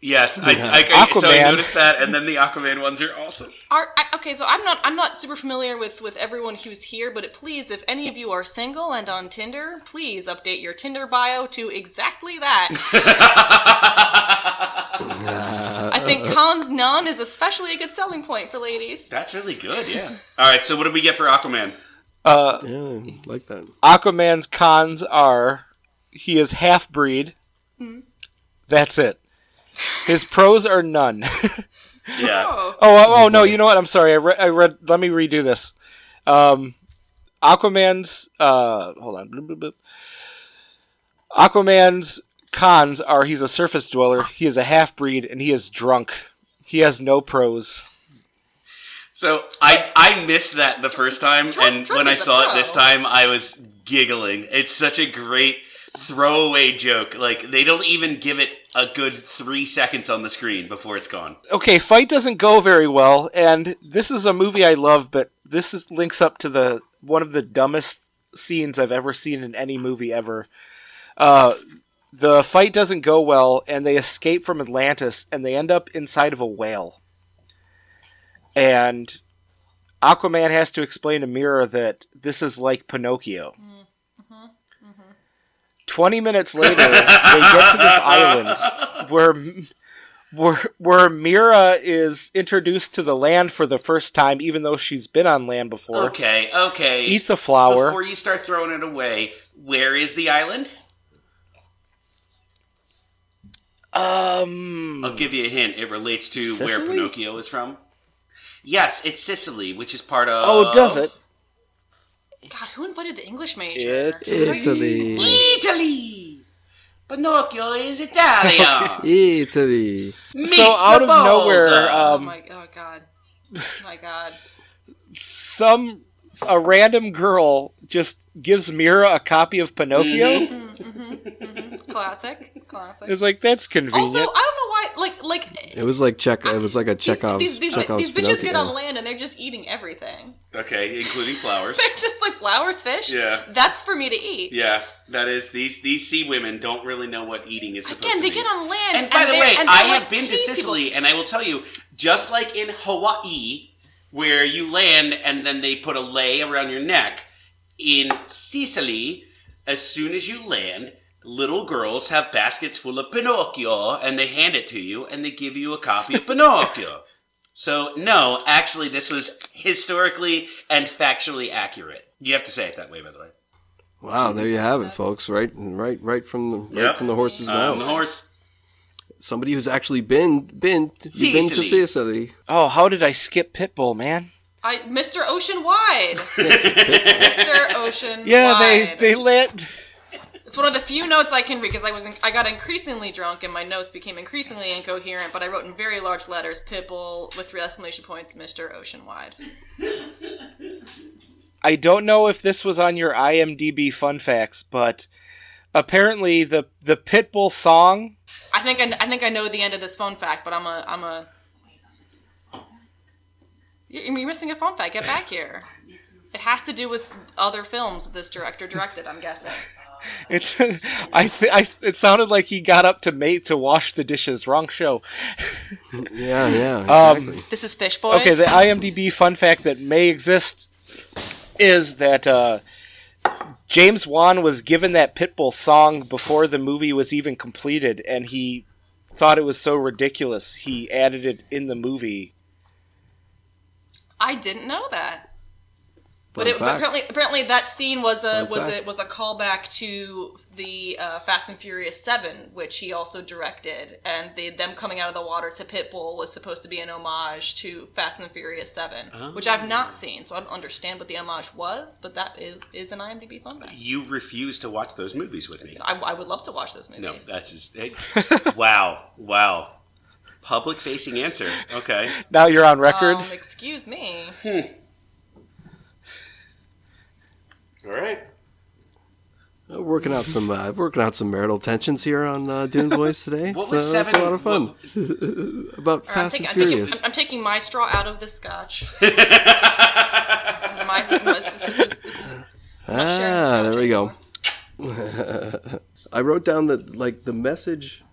Speaker 9: yes, I, I, I- so I
Speaker 8: Aquaman.
Speaker 9: noticed that, and then the Aquaman ones are awesome.
Speaker 11: Are, I, okay, Okay, so I'm not I'm not super familiar with with everyone who's here, but please, if any of you are single and on Tinder, please update your Tinder bio to exactly that. I think Colin's none is especially a good selling point for ladies.
Speaker 9: That's really good, yeah. All right, so what did we get for Aquaman?
Speaker 8: Uh,
Speaker 10: like that.
Speaker 8: Aquaman's cons are he is half breed.
Speaker 11: Mm.
Speaker 8: That's it. His pros are none.
Speaker 9: Yeah.
Speaker 8: Oh, oh, oh, no! You know what? I'm sorry. I, re- I read. Let me redo this. Um, Aquaman's. Uh, hold on. Bloop, bloop, bloop. Aquaman's cons are he's a surface dweller, he is a half breed, and he is drunk. He has no pros.
Speaker 9: So I I missed that the first time, and
Speaker 11: drunk
Speaker 9: when I
Speaker 11: is a
Speaker 9: saw
Speaker 11: pro.
Speaker 9: it this time, I was giggling. It's such a great throwaway joke. Like they don't even give it a good three seconds on the screen before it's gone.
Speaker 8: Okay, fight doesn't go very well, and this is a movie I love, but this is, links up to the one of the dumbest scenes I've ever seen in any movie ever. Uh, the fight doesn't go well, and they escape from Atlantis, and they end up inside of a whale. And Aquaman has to explain to Mira that this is like Pinocchio. 20 minutes later, they get to this island where, where, where Mira is introduced to the land for the first time, even though she's been on land before.
Speaker 9: Okay, okay.
Speaker 8: Eats a flower.
Speaker 9: Before you start throwing it away, where is the island?
Speaker 8: Um,
Speaker 9: I'll give you a hint. It relates to
Speaker 8: Sicily?
Speaker 9: where Pinocchio is from. Yes, it's Sicily, which is part of.
Speaker 8: oh, does it?
Speaker 11: God, who invited the English major?
Speaker 8: It
Speaker 10: Italy.
Speaker 9: Italy. Pinocchio is Italia.
Speaker 10: Italy.
Speaker 8: So out of
Speaker 9: Meatballs.
Speaker 8: nowhere,
Speaker 11: oh
Speaker 8: um,
Speaker 11: my oh god. my god.
Speaker 8: some a random girl just gives Mira a copy of Pinocchio.
Speaker 11: Mm-hmm. Classic. Classic.
Speaker 8: It's like that's convenient.
Speaker 11: Also, I don't know why like like
Speaker 10: It was like check. It was like a
Speaker 11: these,
Speaker 10: Chekhov's.
Speaker 11: these, these,
Speaker 10: Chekhov's
Speaker 11: these bitches get
Speaker 10: Pinocchio.
Speaker 11: on land and they're just eating everything.
Speaker 9: okay, including flowers.
Speaker 11: They're just like flowers, fish.
Speaker 9: Yeah.
Speaker 11: That's for me to eat.
Speaker 9: Yeah, that is these these sea women don't really know what eating is supposed
Speaker 11: Again,
Speaker 9: to
Speaker 11: they
Speaker 9: be.
Speaker 11: get on land.
Speaker 9: and by the
Speaker 11: they're-
Speaker 9: way,
Speaker 11: and they're,
Speaker 9: I
Speaker 11: like,
Speaker 9: have been to
Speaker 11: cave people.
Speaker 9: Sicily, and I will tell you, just like in Hawaii, where you land and then they put a lei around your neck, in Sicily, as soon as you land, little girls have baskets full of Pinocchio, and they hand it to you, and they give you a copy of Pinocchio. So no, actually, this was historically and factually accurate. You have to say it that way, by the way.
Speaker 10: Wow, there you have it, folks. Right, right, right from the right
Speaker 9: Yep.
Speaker 10: from the horse's
Speaker 9: Um, the
Speaker 10: mouth.
Speaker 9: horse.
Speaker 10: Somebody who's actually been been you've been to
Speaker 9: Sicily.
Speaker 10: Sicily.
Speaker 8: oh, how did I skip Pitbull, man?
Speaker 11: I, Mr. Ocean Wide. Mr. Ocean
Speaker 8: Yeah,
Speaker 11: Wide.
Speaker 8: they they let.
Speaker 11: It's one of the few notes I can read because I was in, I got increasingly drunk and my notes became increasingly incoherent. But I wrote in very large letters, "Pitbull" with three exclamation points, Mr. Ocean Wide.
Speaker 8: I don't know if this was on your IMDb fun facts, but apparently the the Pitbull song.
Speaker 11: I think I, kn- I think I know the end of this phone fact, but I'm a I'm a. You're, you're missing a phone fact. Get back here. It has to do with other films that this director directed. I'm guessing.
Speaker 8: It's I, th- I it sounded like he got up to mate to wash the dishes. Wrong show.
Speaker 10: Yeah, yeah.
Speaker 8: Um,
Speaker 11: This is Fish Boys.
Speaker 8: okay, the IMDb fun fact that may exist is that uh, James Wan was given that Pitbull song before the movie was even completed, and he thought it was so ridiculous he added it in the movie.
Speaker 11: I didn't know that.
Speaker 10: Fun
Speaker 11: But, it, but
Speaker 10: fact.
Speaker 11: apparently, apparently that scene was a
Speaker 10: Fun
Speaker 11: was
Speaker 10: fact.
Speaker 11: a was a callback to the uh, Fast and Furious Seven, which he also directed, and the them coming out of the water to Pitbull was supposed to be an homage to Fast and Furious Seven, which I've
Speaker 10: Oh.
Speaker 11: not seen, so I don't understand what the homage was. But that is is an IMDb fun fact.
Speaker 9: You refuse to watch those movies with me.
Speaker 11: I, I would love to watch those movies.
Speaker 9: No, that's just, it- wow, wow. Public facing answer. Okay.
Speaker 8: Now you're on record.
Speaker 11: Um, excuse me.
Speaker 9: All right.
Speaker 10: Uh, working out some uh, working out some marital tensions here on uh, Dune Boys today.
Speaker 9: What
Speaker 10: It's,
Speaker 9: was
Speaker 10: uh,
Speaker 9: seven-
Speaker 10: That's a lot of fun. About
Speaker 11: All right, I'm,
Speaker 10: Fast
Speaker 11: taking,
Speaker 10: and
Speaker 11: I'm, taking,
Speaker 10: Furious.
Speaker 11: I'm, I'm taking my straw out of the scotch. this is my. This is, my- this is, this is, this is, I'm not
Speaker 10: Ah,
Speaker 11: sharing the scotch
Speaker 10: there we go.
Speaker 11: anymore.
Speaker 10: I wrote down that like the message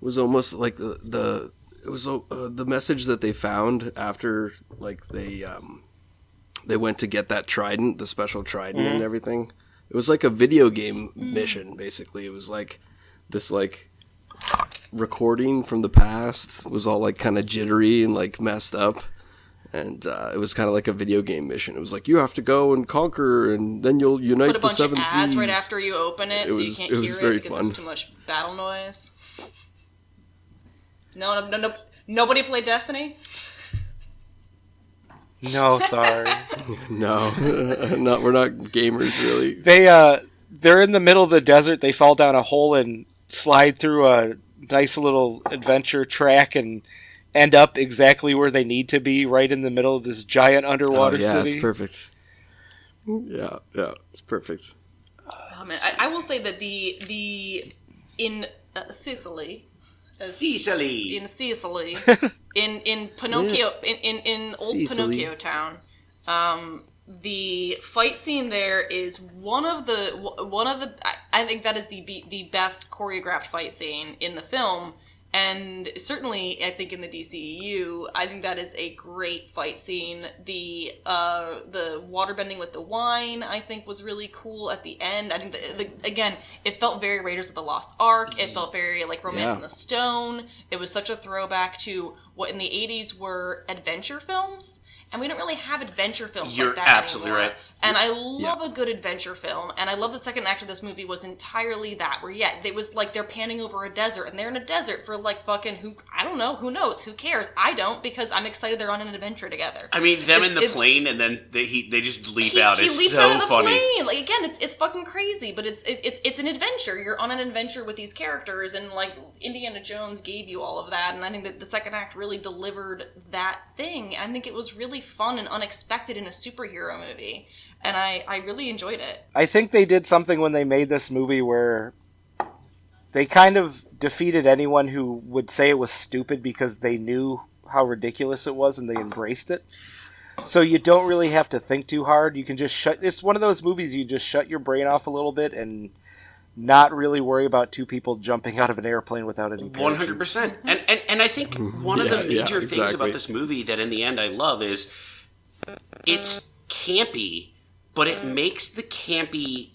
Speaker 10: was almost like the, the it was uh, the message that they found after like they um, they went to get that trident, the special trident and
Speaker 11: Mm-hmm.
Speaker 12: Mhm.
Speaker 10: everything. It was like a video game mission basically. It was like this like recording from the past was all like kind of jittery and like messed up. And uh, it was kind of like a video game mission. It was like you have to go and conquer, and then you'll unite
Speaker 11: Put a
Speaker 10: the
Speaker 11: bunch of
Speaker 10: seven
Speaker 11: ads
Speaker 10: seas.
Speaker 11: right after you open it,
Speaker 10: It
Speaker 11: so you
Speaker 10: was-
Speaker 11: can't
Speaker 10: it was
Speaker 11: hear
Speaker 10: very
Speaker 11: it because
Speaker 10: fun.
Speaker 11: there's too much battle noise. No, no, no, no nobody played Destiny.
Speaker 8: No, sorry.
Speaker 10: no, not we're not gamers really.
Speaker 8: They uh they're in the middle of the desert. They fall down a hole and slide through a nice little adventure track and end up exactly where they need to be, right in the middle of this giant underwater
Speaker 10: oh, yeah,
Speaker 8: city.
Speaker 10: it's perfect. Yeah, yeah, it's perfect.
Speaker 11: Oh, man. I, I will say that the the in uh, Sicily, as-
Speaker 9: Sicily.
Speaker 11: in Sicily, in in Pinocchio, in in, in old
Speaker 9: Sicily.
Speaker 11: Pinocchio town, um, the fight scene there is one of the one of the I, I think that is the be, the best choreographed fight scene in the film. And certainly, I think in the DCEU, I think that is a great fight scene. The uh, the water bending with the wine, I think, was really cool at the end. I think the, the, again, it felt very Raiders of the Lost Ark. It felt very like Romance
Speaker 13: Yeah.
Speaker 11: in the Stone. It was such a throwback to what in the '80s were adventure films, and we don't really have adventure films
Speaker 9: You're
Speaker 11: like that
Speaker 9: absolutely
Speaker 11: anymore.
Speaker 9: right.
Speaker 11: And I love a good adventure film, and I love the second act of this movie was entirely that. Where yeah, it was like they're panning over a desert, and they're in a desert for like fucking who I don't know, who knows, who cares? I don't because I'm excited they're on an adventure together.
Speaker 9: I mean, them
Speaker 11: It's-
Speaker 9: in the
Speaker 11: it's-
Speaker 9: plane, and then they he, they just leap
Speaker 11: he,
Speaker 9: out.
Speaker 11: he
Speaker 9: it's
Speaker 11: leaps
Speaker 9: so
Speaker 11: out of the
Speaker 9: funny.
Speaker 11: plane. Like again, it's it's fucking crazy, but it's it, it's it's an adventure. You're on an adventure with these characters, and like Indiana Jones gave you all of that, and I think that the second act really delivered that thing. I think it was really fun and unexpected in a superhero movie, and I I really enjoyed it.
Speaker 8: I think they did something when they made this movie where they kind of defeated anyone who would say it was stupid because they knew how ridiculous it was and they embraced it. So you don't really have to think too hard. You can just shut. It's one of those movies you just shut your brain off a little bit and not really worry about two people jumping out of an airplane without any.
Speaker 9: One hundred
Speaker 8: parachutes.
Speaker 9: percent. And and and I think one of the
Speaker 8: Mm-hmm. Yeah, yeah,
Speaker 9: major things
Speaker 8: exactly.
Speaker 9: about this movie that in the end I love is it's campy, but it makes the campy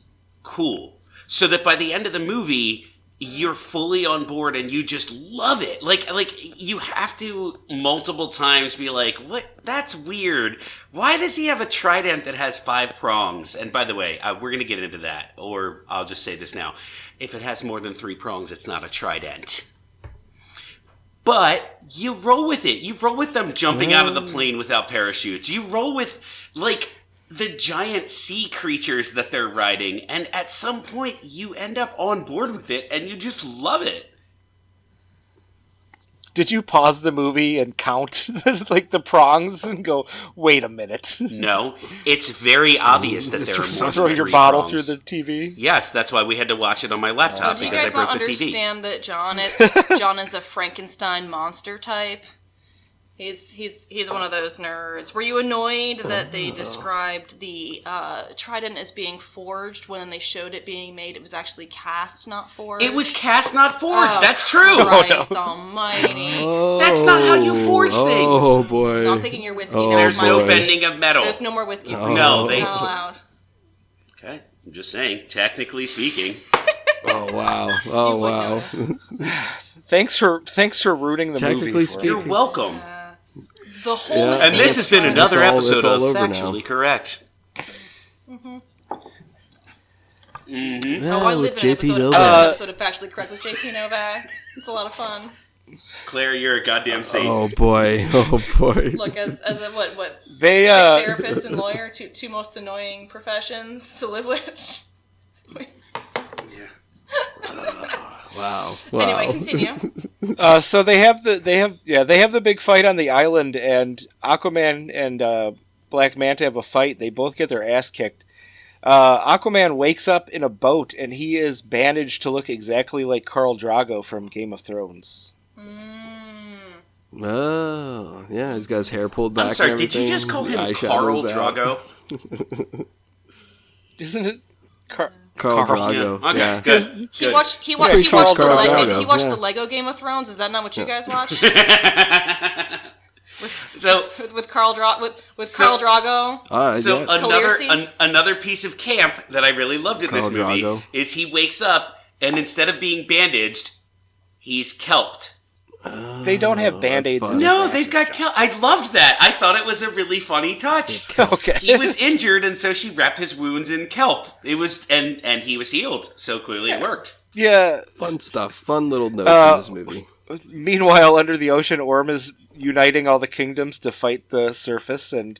Speaker 9: cool. So that by the end of the movie, you're fully on board and you just love it. Like like you have to multiple times be like, "What? That's weird. Why does he have a trident that has five prongs?" And by the way, uh, we're gonna get into that, or I'll just say this now: if it has more than three prongs, it's not a trident. But you roll with it. You roll with them jumping out of
Speaker 8: Mm.
Speaker 9: the plane without parachutes. You roll with like the giant sea creatures that they're riding, and at some point you end up on board with it, and you just love it.
Speaker 8: Did you pause the movie and count like the prongs and go, wait a minute?
Speaker 9: No, it's very obvious that there are more
Speaker 8: Throw
Speaker 9: than
Speaker 8: your
Speaker 9: three
Speaker 8: bottle
Speaker 9: prongs.
Speaker 8: through the TV.
Speaker 9: Yes, that's why we had to watch it on my laptop
Speaker 11: So you
Speaker 9: Uh, because I
Speaker 11: guys
Speaker 9: broke
Speaker 11: not
Speaker 9: the TV.
Speaker 11: understand that John is John is a Frankenstein monster type. He's he's he's one of those nerds. Were you annoyed that
Speaker 9: Oh.
Speaker 11: they described the uh, trident as being forged when they showed it being made? It was actually cast, not forged. Oh,
Speaker 9: It was cast, not forged. that's true. Oh,
Speaker 8: Oh,
Speaker 11: Christ Almighty!
Speaker 9: That's not how you forge
Speaker 10: oh,
Speaker 9: things.
Speaker 10: Oh boy!
Speaker 11: Stop thinking you're whiskey.
Speaker 10: Oh,
Speaker 11: now,
Speaker 9: There's no
Speaker 11: Mike.
Speaker 9: bending of metal.
Speaker 11: There's no more whiskey.
Speaker 9: No, No, they-
Speaker 11: not allowed.
Speaker 9: Okay, I'm just saying. Technically speaking,
Speaker 10: Oh wow! Oh wow!
Speaker 8: Thanks for thanks for rooting the
Speaker 10: Technically
Speaker 8: movie. for me.
Speaker 9: you're welcome.
Speaker 11: The whole
Speaker 8: Yeah.
Speaker 9: and this has been
Speaker 8: It's
Speaker 9: another
Speaker 8: all- it's
Speaker 9: episode
Speaker 8: all
Speaker 9: of
Speaker 8: over now.
Speaker 9: Factually Correct. Mm-hmm.
Speaker 11: Oh, I live in an episode, I live in an episode of Factually Correct with JP Novak. It's a lot of fun.
Speaker 9: Claire, you're a goddamn saint.
Speaker 10: Oh boy! Oh boy!
Speaker 11: Look, as, as a what what
Speaker 8: They, uh,
Speaker 11: therapist and lawyer, two two most annoying professions to live with.
Speaker 10: Wow.
Speaker 11: Anyway, continue.
Speaker 8: uh, so they have the they have yeah they have the big fight on the island and Aquaman and uh, Black Manta have a fight. They both get their ass kicked. Uh, Aquaman wakes up in a boat and he is bandaged to look exactly like Carl Drago from Game of Thrones.
Speaker 11: Mm.
Speaker 10: Oh yeah, he's got his hair pulled back.
Speaker 9: I'm sorry,
Speaker 10: and
Speaker 9: did you
Speaker 10: everything,
Speaker 9: just call him
Speaker 10: eyeshadow's
Speaker 9: Carl
Speaker 10: out.
Speaker 9: Drago?
Speaker 8: Isn't it? Car-
Speaker 10: Carl,
Speaker 8: Carl.
Speaker 10: Drago.
Speaker 8: Yeah, okay,
Speaker 10: Yeah.
Speaker 8: good.
Speaker 11: He watched. He, wa-
Speaker 10: Yeah,
Speaker 11: he
Speaker 10: Carl
Speaker 11: watched. The
Speaker 10: Drago,
Speaker 11: Lego, he watched
Speaker 10: yeah.
Speaker 11: the Lego Game of Thrones. Is that not what you guys watched?
Speaker 9: So
Speaker 11: with, with Carl Dra- with with
Speaker 9: So-
Speaker 11: Carl Drago.
Speaker 10: Uh,
Speaker 9: so another
Speaker 11: Khaleesi?
Speaker 9: an, another piece of camp that I really loved in this
Speaker 10: Khal
Speaker 9: movie
Speaker 10: Drago.
Speaker 9: is he wakes up and instead of being bandaged, he's kelped.
Speaker 8: They don't
Speaker 10: Oh,
Speaker 8: have band aids.
Speaker 9: uh, No, they've got kelp. I loved that. I thought it was a really funny touch.
Speaker 8: Okay.
Speaker 9: He was injured, and so she wrapped his wounds in kelp. It was and and he was healed. So clearly it worked.
Speaker 8: Yeah.
Speaker 10: Fun stuff. Fun little notes
Speaker 8: Uh,
Speaker 10: in this movie.
Speaker 8: Meanwhile, under the ocean, Orm is uniting all the kingdoms to fight the surface, and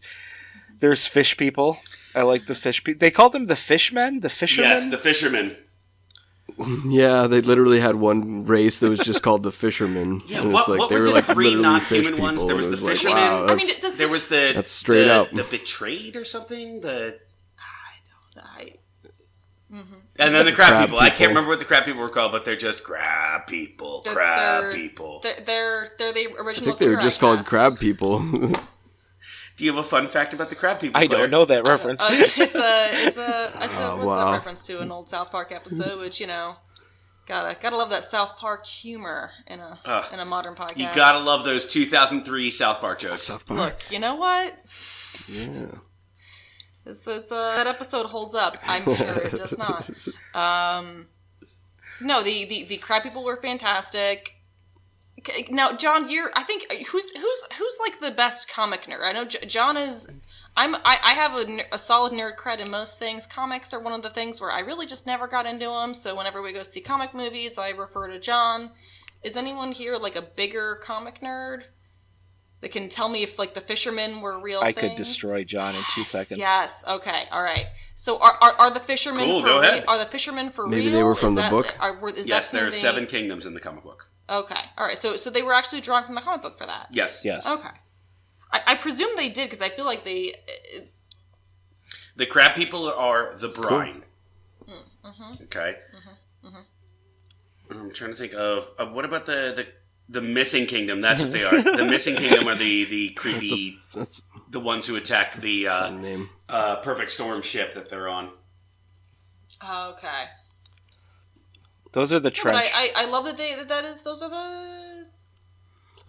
Speaker 8: there's fish people. I like the fish people. They called them the fishmen, the fishermen.
Speaker 9: Yes, the fisherman.
Speaker 10: Yeah, they literally had one race that was just called the fishermen.
Speaker 9: Yeah,
Speaker 10: and
Speaker 9: what,
Speaker 10: it's like
Speaker 9: what
Speaker 10: they
Speaker 9: were,
Speaker 10: were
Speaker 9: the
Speaker 10: like
Speaker 9: three
Speaker 10: literally fish
Speaker 9: non-human
Speaker 10: people.
Speaker 9: ones? There
Speaker 10: and
Speaker 9: was
Speaker 10: it
Speaker 9: the
Speaker 10: like,
Speaker 9: fisherman.
Speaker 10: wow,
Speaker 11: I mean,
Speaker 10: that's-
Speaker 11: does
Speaker 9: there was the
Speaker 10: that's straight
Speaker 9: the,
Speaker 10: up.
Speaker 9: the betrayed or something. The
Speaker 11: I, Mhm.
Speaker 9: and then the crab,
Speaker 10: Crab
Speaker 9: people. I can't
Speaker 10: people.
Speaker 9: remember what the crab people were called, but they're just crab people.
Speaker 11: They're-
Speaker 9: crab
Speaker 11: they're-
Speaker 9: people.
Speaker 11: They're, they're they're the
Speaker 10: I
Speaker 11: original.
Speaker 10: think they were
Speaker 11: crew,
Speaker 10: just
Speaker 11: I
Speaker 10: called
Speaker 11: guess.
Speaker 10: crab people.
Speaker 9: Do you have a fun fact about the crab people?
Speaker 8: I don't
Speaker 9: Claire?
Speaker 8: know that reference.
Speaker 11: Uh, it's a it's a it's a
Speaker 10: Oh,
Speaker 11: what's
Speaker 10: wow.
Speaker 11: that reference to an old South Park episode, which you know, gotta gotta love that South Park humor in a
Speaker 9: Ugh.
Speaker 11: in a modern podcast.
Speaker 9: Ah. You gotta love those 2003 South Park jokes.
Speaker 11: Look, you know what?
Speaker 10: yeah.
Speaker 11: It's, it's, uh, that episode holds up. I'm sure it does not. Um, no, the, the the crab people were fantastic. Okay, Now, John, you're I think uh, who's who's who's like the best comic nerd. I know J- John is. I'm I, I have a, ner- a solid nerd cred in most things. Comics are one of the things where I really just never got into them. So whenever we go see comic movies, I refer to John. Is anyone here like a bigger comic nerd? That can tell me if like the fishermen were real.
Speaker 8: I could
Speaker 11: things?
Speaker 8: destroy John in two seconds.
Speaker 11: Yes. Okay. All right. So are are, are the fishermen
Speaker 9: Cool,
Speaker 11: for
Speaker 9: go
Speaker 11: rea-
Speaker 9: ahead.
Speaker 11: are the fishermen for real?
Speaker 10: Maybe they were
Speaker 11: Is
Speaker 10: from the
Speaker 11: that-
Speaker 10: book?
Speaker 11: Are, were, is
Speaker 9: yes,
Speaker 11: that
Speaker 9: there are
Speaker 11: something-
Speaker 9: seven kingdoms in the comic book.
Speaker 11: Okay. All right. So so they were actually drawn from the comic book for that.
Speaker 9: Yes.
Speaker 8: Yes.
Speaker 11: Okay. I, I presume they did because I feel like they. uh,
Speaker 9: The crab people are the brine. Okay. I'm trying to think of, of what about the, the the missing kingdom? That's what they are. the missing kingdom are the the creepy
Speaker 10: That's
Speaker 9: the ones who attacked the
Speaker 10: a
Speaker 9: uh,
Speaker 10: name.
Speaker 9: uh, perfect storm ship that they're on.
Speaker 11: mm-hmm. Okay.
Speaker 8: Those are the
Speaker 11: But I,
Speaker 8: trench.
Speaker 11: I I love that they that, that is those are the.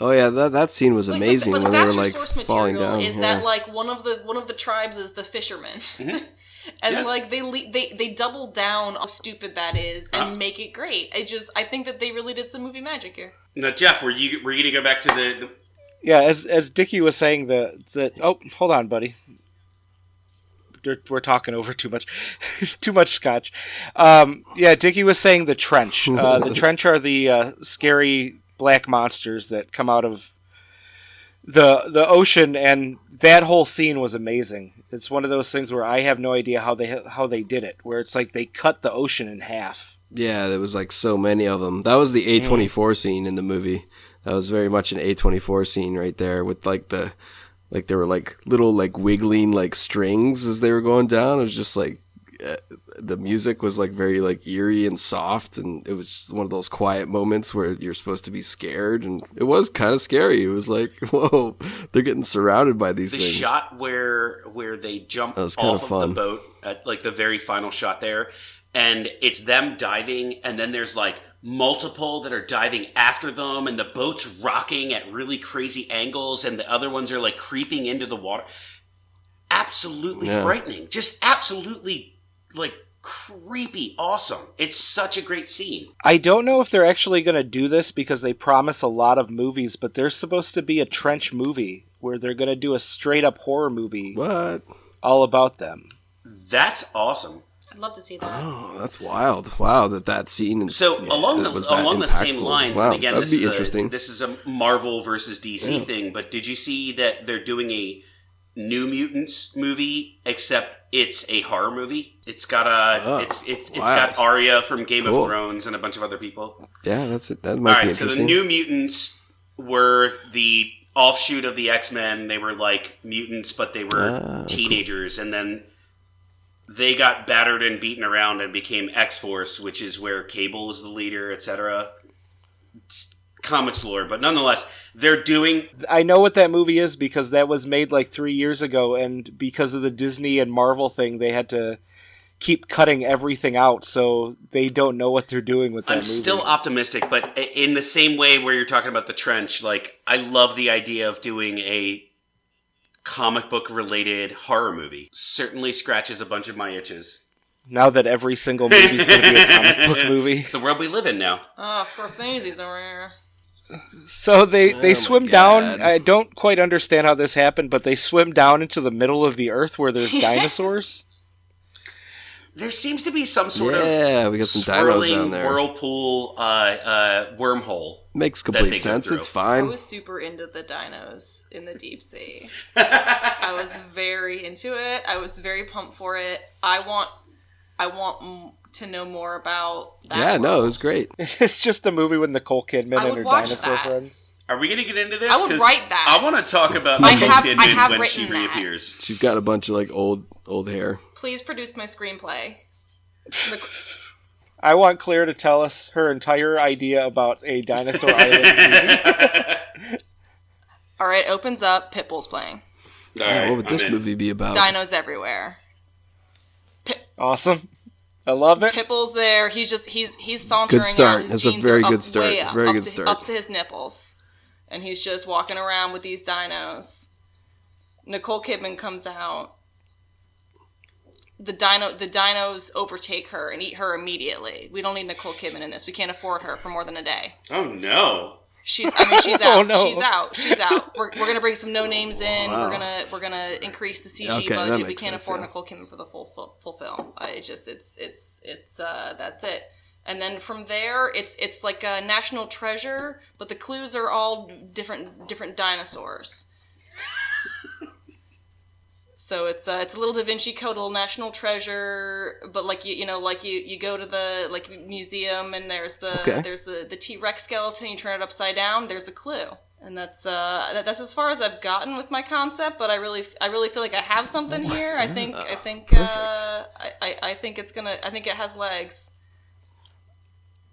Speaker 10: Oh yeah, that that scene was
Speaker 11: Like,
Speaker 10: amazing
Speaker 11: but, but
Speaker 10: when they
Speaker 11: that's
Speaker 10: were
Speaker 11: your
Speaker 10: like
Speaker 11: source
Speaker 10: falling down.
Speaker 11: material is
Speaker 10: yeah. Mm-hmm.
Speaker 11: that like one of the one of the tribes is the fishermen,
Speaker 9: Mm-hmm.
Speaker 11: and
Speaker 9: Yeah.
Speaker 11: like they le- they they double down on how stupid that is
Speaker 10: Ah.
Speaker 11: and make it great. It just I think that they really did some movie magic here.
Speaker 9: Now, Jeff, were you were you gonna go back to the, the
Speaker 8: yeah, as as Dickie was saying, the the oh, hold on, buddy. We're- We're talking over too much, too much scotch. Um, yeah, Dickie was saying the trench. Uh, the trench are the uh, scary black monsters that come out of the the ocean, and that whole scene was amazing. It's one of those things where I have no idea how they how they did it. Where it's like they cut the ocean in half.
Speaker 10: Yeah, there was like so many of them. That was the
Speaker 9: Mm.
Speaker 10: A twenty four scene in the movie. That was very much an A twenty four scene right there with like the like there were like little like wiggling like strings as they were going down. It was just like uh, the music was like very like eerie and soft, and it was just one of those quiet moments where you're supposed to be scared, and it was kind of scary. It was like, whoa, they're getting surrounded by these
Speaker 9: the
Speaker 10: things.
Speaker 9: shot where where they jump
Speaker 10: That was
Speaker 9: off
Speaker 10: kinda
Speaker 9: of
Speaker 10: fun.
Speaker 9: the boat at like the very final shot there and it's them diving and then there's like multiple that are diving after them and the boat's rocking at really crazy angles and the other ones are like creeping into the water absolutely
Speaker 10: Yeah.
Speaker 9: frightening just absolutely like creepy awesome it's such a great scene
Speaker 8: I don't know if they're actually going to do this because they promise a lot of movies, but there's supposed to be a trench movie where they're going to do a straight up horror movie
Speaker 10: What?
Speaker 8: all about them.
Speaker 9: that's awesome
Speaker 11: I'd love to see that.
Speaker 10: Oh, that's wild! Wow, that that scene. and-
Speaker 9: So
Speaker 10: yeah,
Speaker 9: along
Speaker 10: that
Speaker 9: the
Speaker 10: was that
Speaker 9: along the same
Speaker 10: impactful.
Speaker 9: lines,
Speaker 10: Wow,
Speaker 9: and again,
Speaker 10: that'd
Speaker 9: this
Speaker 10: be
Speaker 9: is
Speaker 10: interesting.
Speaker 9: a this is a Marvel versus DC thing. But did you see that they're doing a New Mutants movie? Except it's a horror movie. It's got a
Speaker 10: Oh,
Speaker 9: it's it's it's
Speaker 10: wow.
Speaker 9: got Arya from Game
Speaker 10: Cool.
Speaker 9: of Thrones and a bunch of other people.
Speaker 10: Yeah, that's it. That
Speaker 9: All
Speaker 10: might be
Speaker 9: right, so
Speaker 10: interesting.
Speaker 9: the New Mutants were the offshoot of the X Men. They were like mutants, but they were
Speaker 10: Ah, cool.
Speaker 9: teenagers, and then they got battered and beaten around and became X Force, which is where Cable is the leader, etc. It's Comics lore, but nonetheless, they're doing
Speaker 8: I know what that movie is because that was made like three years ago, and because of the Disney and Marvel thing, they had to keep cutting everything out, so they don't know what they're doing with that
Speaker 9: I'm
Speaker 8: movie.
Speaker 9: still optimistic, but i- in the same way where you're talking about the trench, like I love the idea of doing a comic book related horror movie. Certainly scratches a bunch of my itches.
Speaker 8: now that every single movie's going to be a comic book movie.
Speaker 9: It's the world we live in now.
Speaker 11: Oh, Scorsese's over here.
Speaker 8: So they
Speaker 9: Oh my
Speaker 8: they swim down. I don't quite understand how this happened, but they swim down into the middle of the earth where there's
Speaker 9: Yes.
Speaker 8: dinosaurs.
Speaker 9: There seems to be some sort of
Speaker 10: Yeah, we got some dinos
Speaker 9: swirling
Speaker 10: down there.
Speaker 9: whirlpool uh, uh, wormhole.
Speaker 10: Makes
Speaker 9: that they
Speaker 10: complete
Speaker 9: go
Speaker 10: sense.
Speaker 9: through.
Speaker 10: It's fine.
Speaker 11: I was super into the dinos in the deep sea. I was very into it. I was very pumped for it. I want, I want m- to know more about that.
Speaker 8: Yeah,
Speaker 10: no, it was great.
Speaker 8: it's just a movie with Nicole Kidman
Speaker 11: I
Speaker 8: and
Speaker 11: would
Speaker 8: her
Speaker 11: watch
Speaker 8: dinosaur
Speaker 11: that.
Speaker 8: friends.
Speaker 9: Are we gonna get into this?
Speaker 11: I would
Speaker 9: 'Cause
Speaker 11: write that.
Speaker 9: I want to talk about
Speaker 11: I
Speaker 9: Nicole
Speaker 11: have- I
Speaker 9: Kidman
Speaker 11: have
Speaker 9: when she
Speaker 11: written that.
Speaker 9: reappears.
Speaker 10: She's got a bunch of like old old hair.
Speaker 11: Please produce my screenplay. Nic-
Speaker 8: I want Claire to tell us her entire idea about a dinosaur island.
Speaker 11: All right, opens up. Pitbull's playing.
Speaker 10: Yeah, what would this movie be about?
Speaker 11: Dinos everywhere.
Speaker 8: awesome. I love it.
Speaker 11: Pitbull's there. He's just he's he's sauntering.
Speaker 10: start.
Speaker 11: Out. His
Speaker 10: That's a
Speaker 11: jeans
Speaker 10: very
Speaker 11: are up,
Speaker 10: good start.
Speaker 11: way up,
Speaker 10: Very
Speaker 11: up
Speaker 10: good
Speaker 11: to,
Speaker 10: start.
Speaker 11: Up to his nipples, and he's just walking around with these dinos. Nicole Kidman comes out. The dino the dinos overtake her and eat her immediately. We don't need Nicole Kidman in this. We can't afford her for more than a day.
Speaker 9: Oh no!
Speaker 11: She's I mean she's
Speaker 9: Oh,
Speaker 11: out.
Speaker 9: no.
Speaker 11: She's out. She's out. We're, we're gonna bring some no names in.
Speaker 9: Wow.
Speaker 11: We're gonna we're gonna increase the CG
Speaker 9: Okay, that
Speaker 11: budget. We
Speaker 9: makes
Speaker 11: can't
Speaker 9: sense,
Speaker 11: afford
Speaker 9: yeah.
Speaker 11: Nicole Kidman for the full full, full film. Uh, it's just it's it's it's uh that's it. And then from there, it's it's like a national treasure, but the clues are all different different dinosaurs. So it's uh, it's a little Da Vinci Code, a little national treasure, but like you you know like you, you go to the like museum and there's the
Speaker 10: Okay.
Speaker 11: there's the the T Rex skeleton. You turn it upside down. There's a clue, and that's uh that, that's as far as I've gotten with my concept. But I really I really feel like I have something here. I think I think uh, I, I I think it's gonna I think it has legs.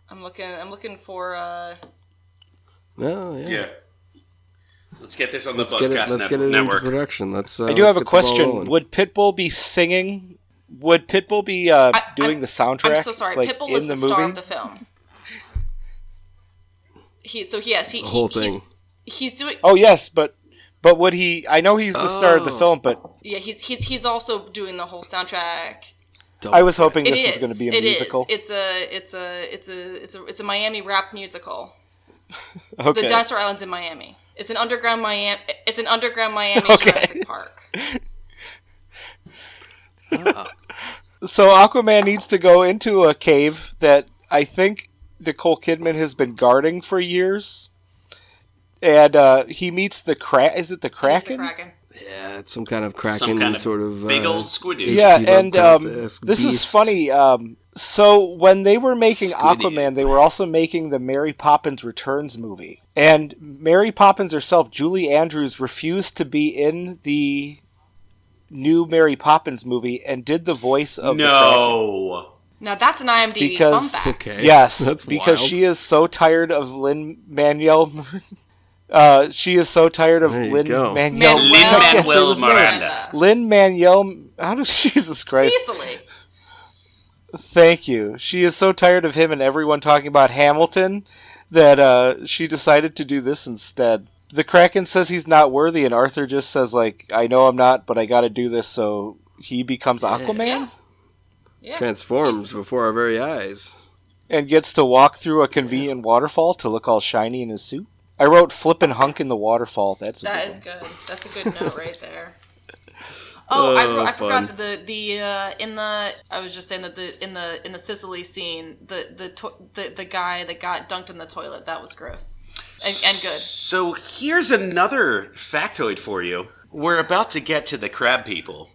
Speaker 11: I'm looking I'm looking for uh
Speaker 10: Oh, yeah.
Speaker 9: Yeah. Let's get this on
Speaker 10: Let's
Speaker 9: the
Speaker 10: get it.
Speaker 9: Buzzcast
Speaker 10: Let's
Speaker 9: net-
Speaker 10: get it into
Speaker 9: network.
Speaker 10: production. Let's. Uh,
Speaker 8: I do
Speaker 10: let's
Speaker 8: have
Speaker 10: get
Speaker 8: a
Speaker 10: the ball
Speaker 8: question.
Speaker 10: rolling.
Speaker 8: Would Pitbull be singing? Would Pitbull be uh, doing the soundtrack?
Speaker 11: I'm so sorry.
Speaker 8: like,
Speaker 11: Pitbull
Speaker 8: in
Speaker 11: is the,
Speaker 8: the movie?
Speaker 11: star of the film. He so yes he,
Speaker 8: The whole
Speaker 11: he-
Speaker 8: thing.
Speaker 11: He's, he's doing
Speaker 8: Oh yes, but but would he? I know he's the star of the
Speaker 11: Oh.
Speaker 8: film, but
Speaker 11: yeah he's he's he's also doing the whole soundtrack.
Speaker 8: I was hoping
Speaker 11: It
Speaker 8: this was
Speaker 11: is.
Speaker 8: going to be a
Speaker 11: It is.
Speaker 8: musical.
Speaker 11: It's a it's a it's a it's a it's a Miami rap musical.
Speaker 8: Okay.
Speaker 11: The Dinosaur Island's in Miami. It's an underground Miami. It's an underground Miami
Speaker 8: Okay.
Speaker 11: Jurassic Park.
Speaker 8: So Aquaman needs to go into a cave that I think Nicole Kidman has been guarding for years, and uh, he meets the crack. Is it the Kraken?
Speaker 10: Yeah, it's some kind of cracking
Speaker 9: kind of
Speaker 10: sort of
Speaker 9: big
Speaker 10: uh,
Speaker 9: old squid dude.
Speaker 8: Yeah,
Speaker 10: H.P.
Speaker 8: and um, this
Speaker 10: Lovecraft-esque
Speaker 8: is
Speaker 10: beast.
Speaker 8: funny. Um, so when they were making
Speaker 10: Squiddy.
Speaker 8: Aquaman, they were also making the Mary Poppins Returns movie, and Mary Poppins herself, Julie Andrews, refused to be in the new Mary Poppins movie and did the voice of
Speaker 9: no
Speaker 11: Now that's an
Speaker 8: the Kraken
Speaker 11: IMDb
Speaker 8: because
Speaker 11: fun fact.
Speaker 8: yes,
Speaker 10: That's
Speaker 8: because
Speaker 10: wild.
Speaker 8: she is so tired of Lin Manuel. Uh, she is so tired of
Speaker 10: you
Speaker 8: Lin
Speaker 10: go.
Speaker 8: Manuel.
Speaker 9: Lin-Manuel Miranda.
Speaker 8: Lin Manuel. How does Jesus Christ?
Speaker 11: Cecily.
Speaker 8: Thank you. She is so tired of him and everyone talking about Hamilton that uh, she decided to do this instead. The Kraken says he's not worthy, and Arthur just says, like, I know I'm not, but I got to do this, so he becomes Aquaman
Speaker 10: transforms before our very eyes.
Speaker 8: and gets to walk through a convenient waterfall to look all shiny in his suit. I wrote flippin' hunk in the waterfall. That's a
Speaker 11: That is good. That's a good note right there. Oh, I,
Speaker 8: Oh,
Speaker 11: wrote- I forgot
Speaker 8: fun.
Speaker 11: that the the uh, in the I was just saying that the in the in the Sicily scene the the to- the, the guy that got dunked in the toilet that was gross and, and good.
Speaker 9: So here's another factoid for you. We're about to get to the crab people.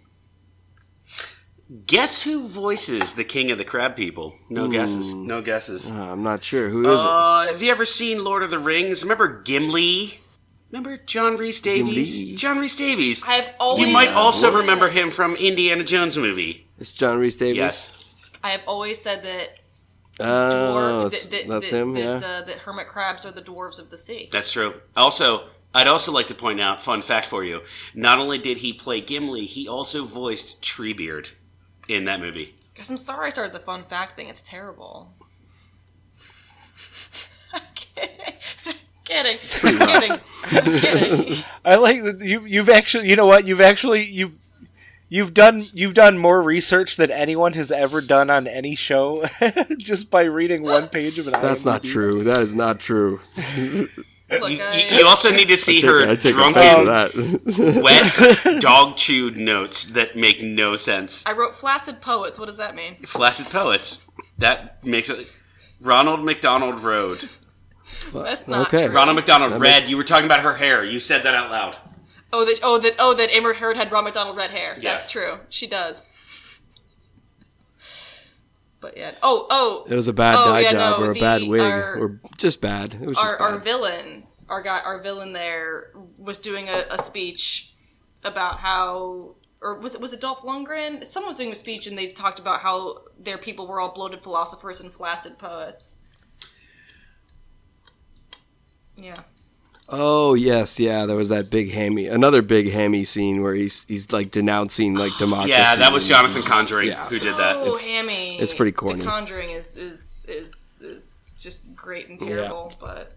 Speaker 9: Guess who voices the king of the crab people? No guesses.
Speaker 10: Ooh.
Speaker 9: No guesses.
Speaker 10: Hmm. Uh, I'm not sure who is
Speaker 9: Uh, have you ever seen Lord of the Rings? Remember Gimli? Remember John Reese Davies? John Reese Davies.
Speaker 11: I've always
Speaker 9: you might also
Speaker 11: Wolf.
Speaker 9: remember him from Indiana Jones movie.
Speaker 10: It's John Reese Davies.
Speaker 9: Yes.
Speaker 11: I have always said that
Speaker 10: it?
Speaker 11: dwar-
Speaker 10: Oh,
Speaker 11: that,
Speaker 10: that's,
Speaker 11: that,
Speaker 10: that's
Speaker 11: that-
Speaker 10: him.
Speaker 11: that,
Speaker 10: Yeah.
Speaker 11: uh, that hermit crabs are the dwarves of the sea.
Speaker 9: That's true. Also, I'd also like to point out, fun fact for you, not only did he play Gimli, he also voiced Treebeard in that movie.
Speaker 11: Because I'm sorry I started the fun fact thing. It's terrible. I'm kidding. I'm kidding. I'm kidding.
Speaker 8: I like that you. You've actually, you know what? You've actually you've you've done you've done more research than anyone has ever done on any show just by reading one page of an.
Speaker 10: That's not
Speaker 8: IMDb.
Speaker 10: true. That is not true.
Speaker 11: you,
Speaker 9: you also need to see
Speaker 10: I take- I
Speaker 9: her
Speaker 10: take
Speaker 9: drunk,
Speaker 10: offense to that.
Speaker 9: wet, dog chewed notes that make no sense.
Speaker 11: I wrote flaccid poets. What does that mean?
Speaker 9: Flaccid poets. That makes it. Ronald McDonald Road.
Speaker 11: That's not
Speaker 10: okay.
Speaker 11: true.
Speaker 9: Ronald McDonald Red. You were talking about her hair. You said that out loud.
Speaker 11: Oh, that oh that oh that Amber Heard had Ron McDonald red hair.
Speaker 9: Yes.
Speaker 11: That's true. She does. But yeah. Oh oh.
Speaker 10: It was a bad
Speaker 11: oh,
Speaker 10: dye
Speaker 11: yeah,
Speaker 10: job
Speaker 11: no,
Speaker 10: or a
Speaker 11: the-
Speaker 10: bad wig
Speaker 11: our-
Speaker 10: or just bad. It was just
Speaker 11: our,
Speaker 10: bad.
Speaker 11: our villain, our guy, our villain there was doing a, a speech about how, or was it was it Dolph Lundgren? Someone was doing a speech and they talked about how their people were all bloated philosophers and flaccid poets. Yeah,
Speaker 10: Oh yes, yeah. There was that big hammy, another big hammy scene where he's he's like denouncing like democracy.
Speaker 9: Yeah, that was
Speaker 10: and-
Speaker 9: Jonathan Conjuring
Speaker 10: Yeah.
Speaker 9: who did that.
Speaker 11: Oh, hammy.
Speaker 10: it's pretty corny.
Speaker 11: The Conjuring is is is is just great and terrible, but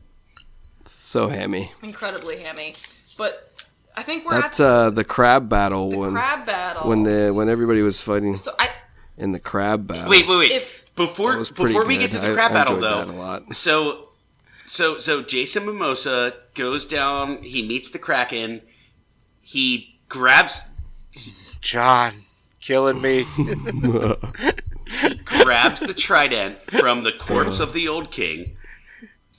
Speaker 10: So hammy.
Speaker 11: incredibly hammy. But I think we're
Speaker 10: That's
Speaker 11: at
Speaker 10: uh the crab battle
Speaker 11: the
Speaker 10: when
Speaker 11: crab battle.
Speaker 10: when the when everybody was fighting
Speaker 11: so I
Speaker 10: in the crab battle.
Speaker 9: Wait, wait, wait.
Speaker 11: If-
Speaker 9: before
Speaker 10: That was pretty
Speaker 9: before we
Speaker 10: good.
Speaker 9: get to the
Speaker 10: I-
Speaker 9: crab
Speaker 10: I
Speaker 9: battle
Speaker 10: enjoyed
Speaker 9: though,
Speaker 10: that a lot.
Speaker 9: so so so Jason Mimosa goes down. He meets the Kraken. He grabs
Speaker 8: John killing me.
Speaker 9: grabs the trident from the corpse of the old king.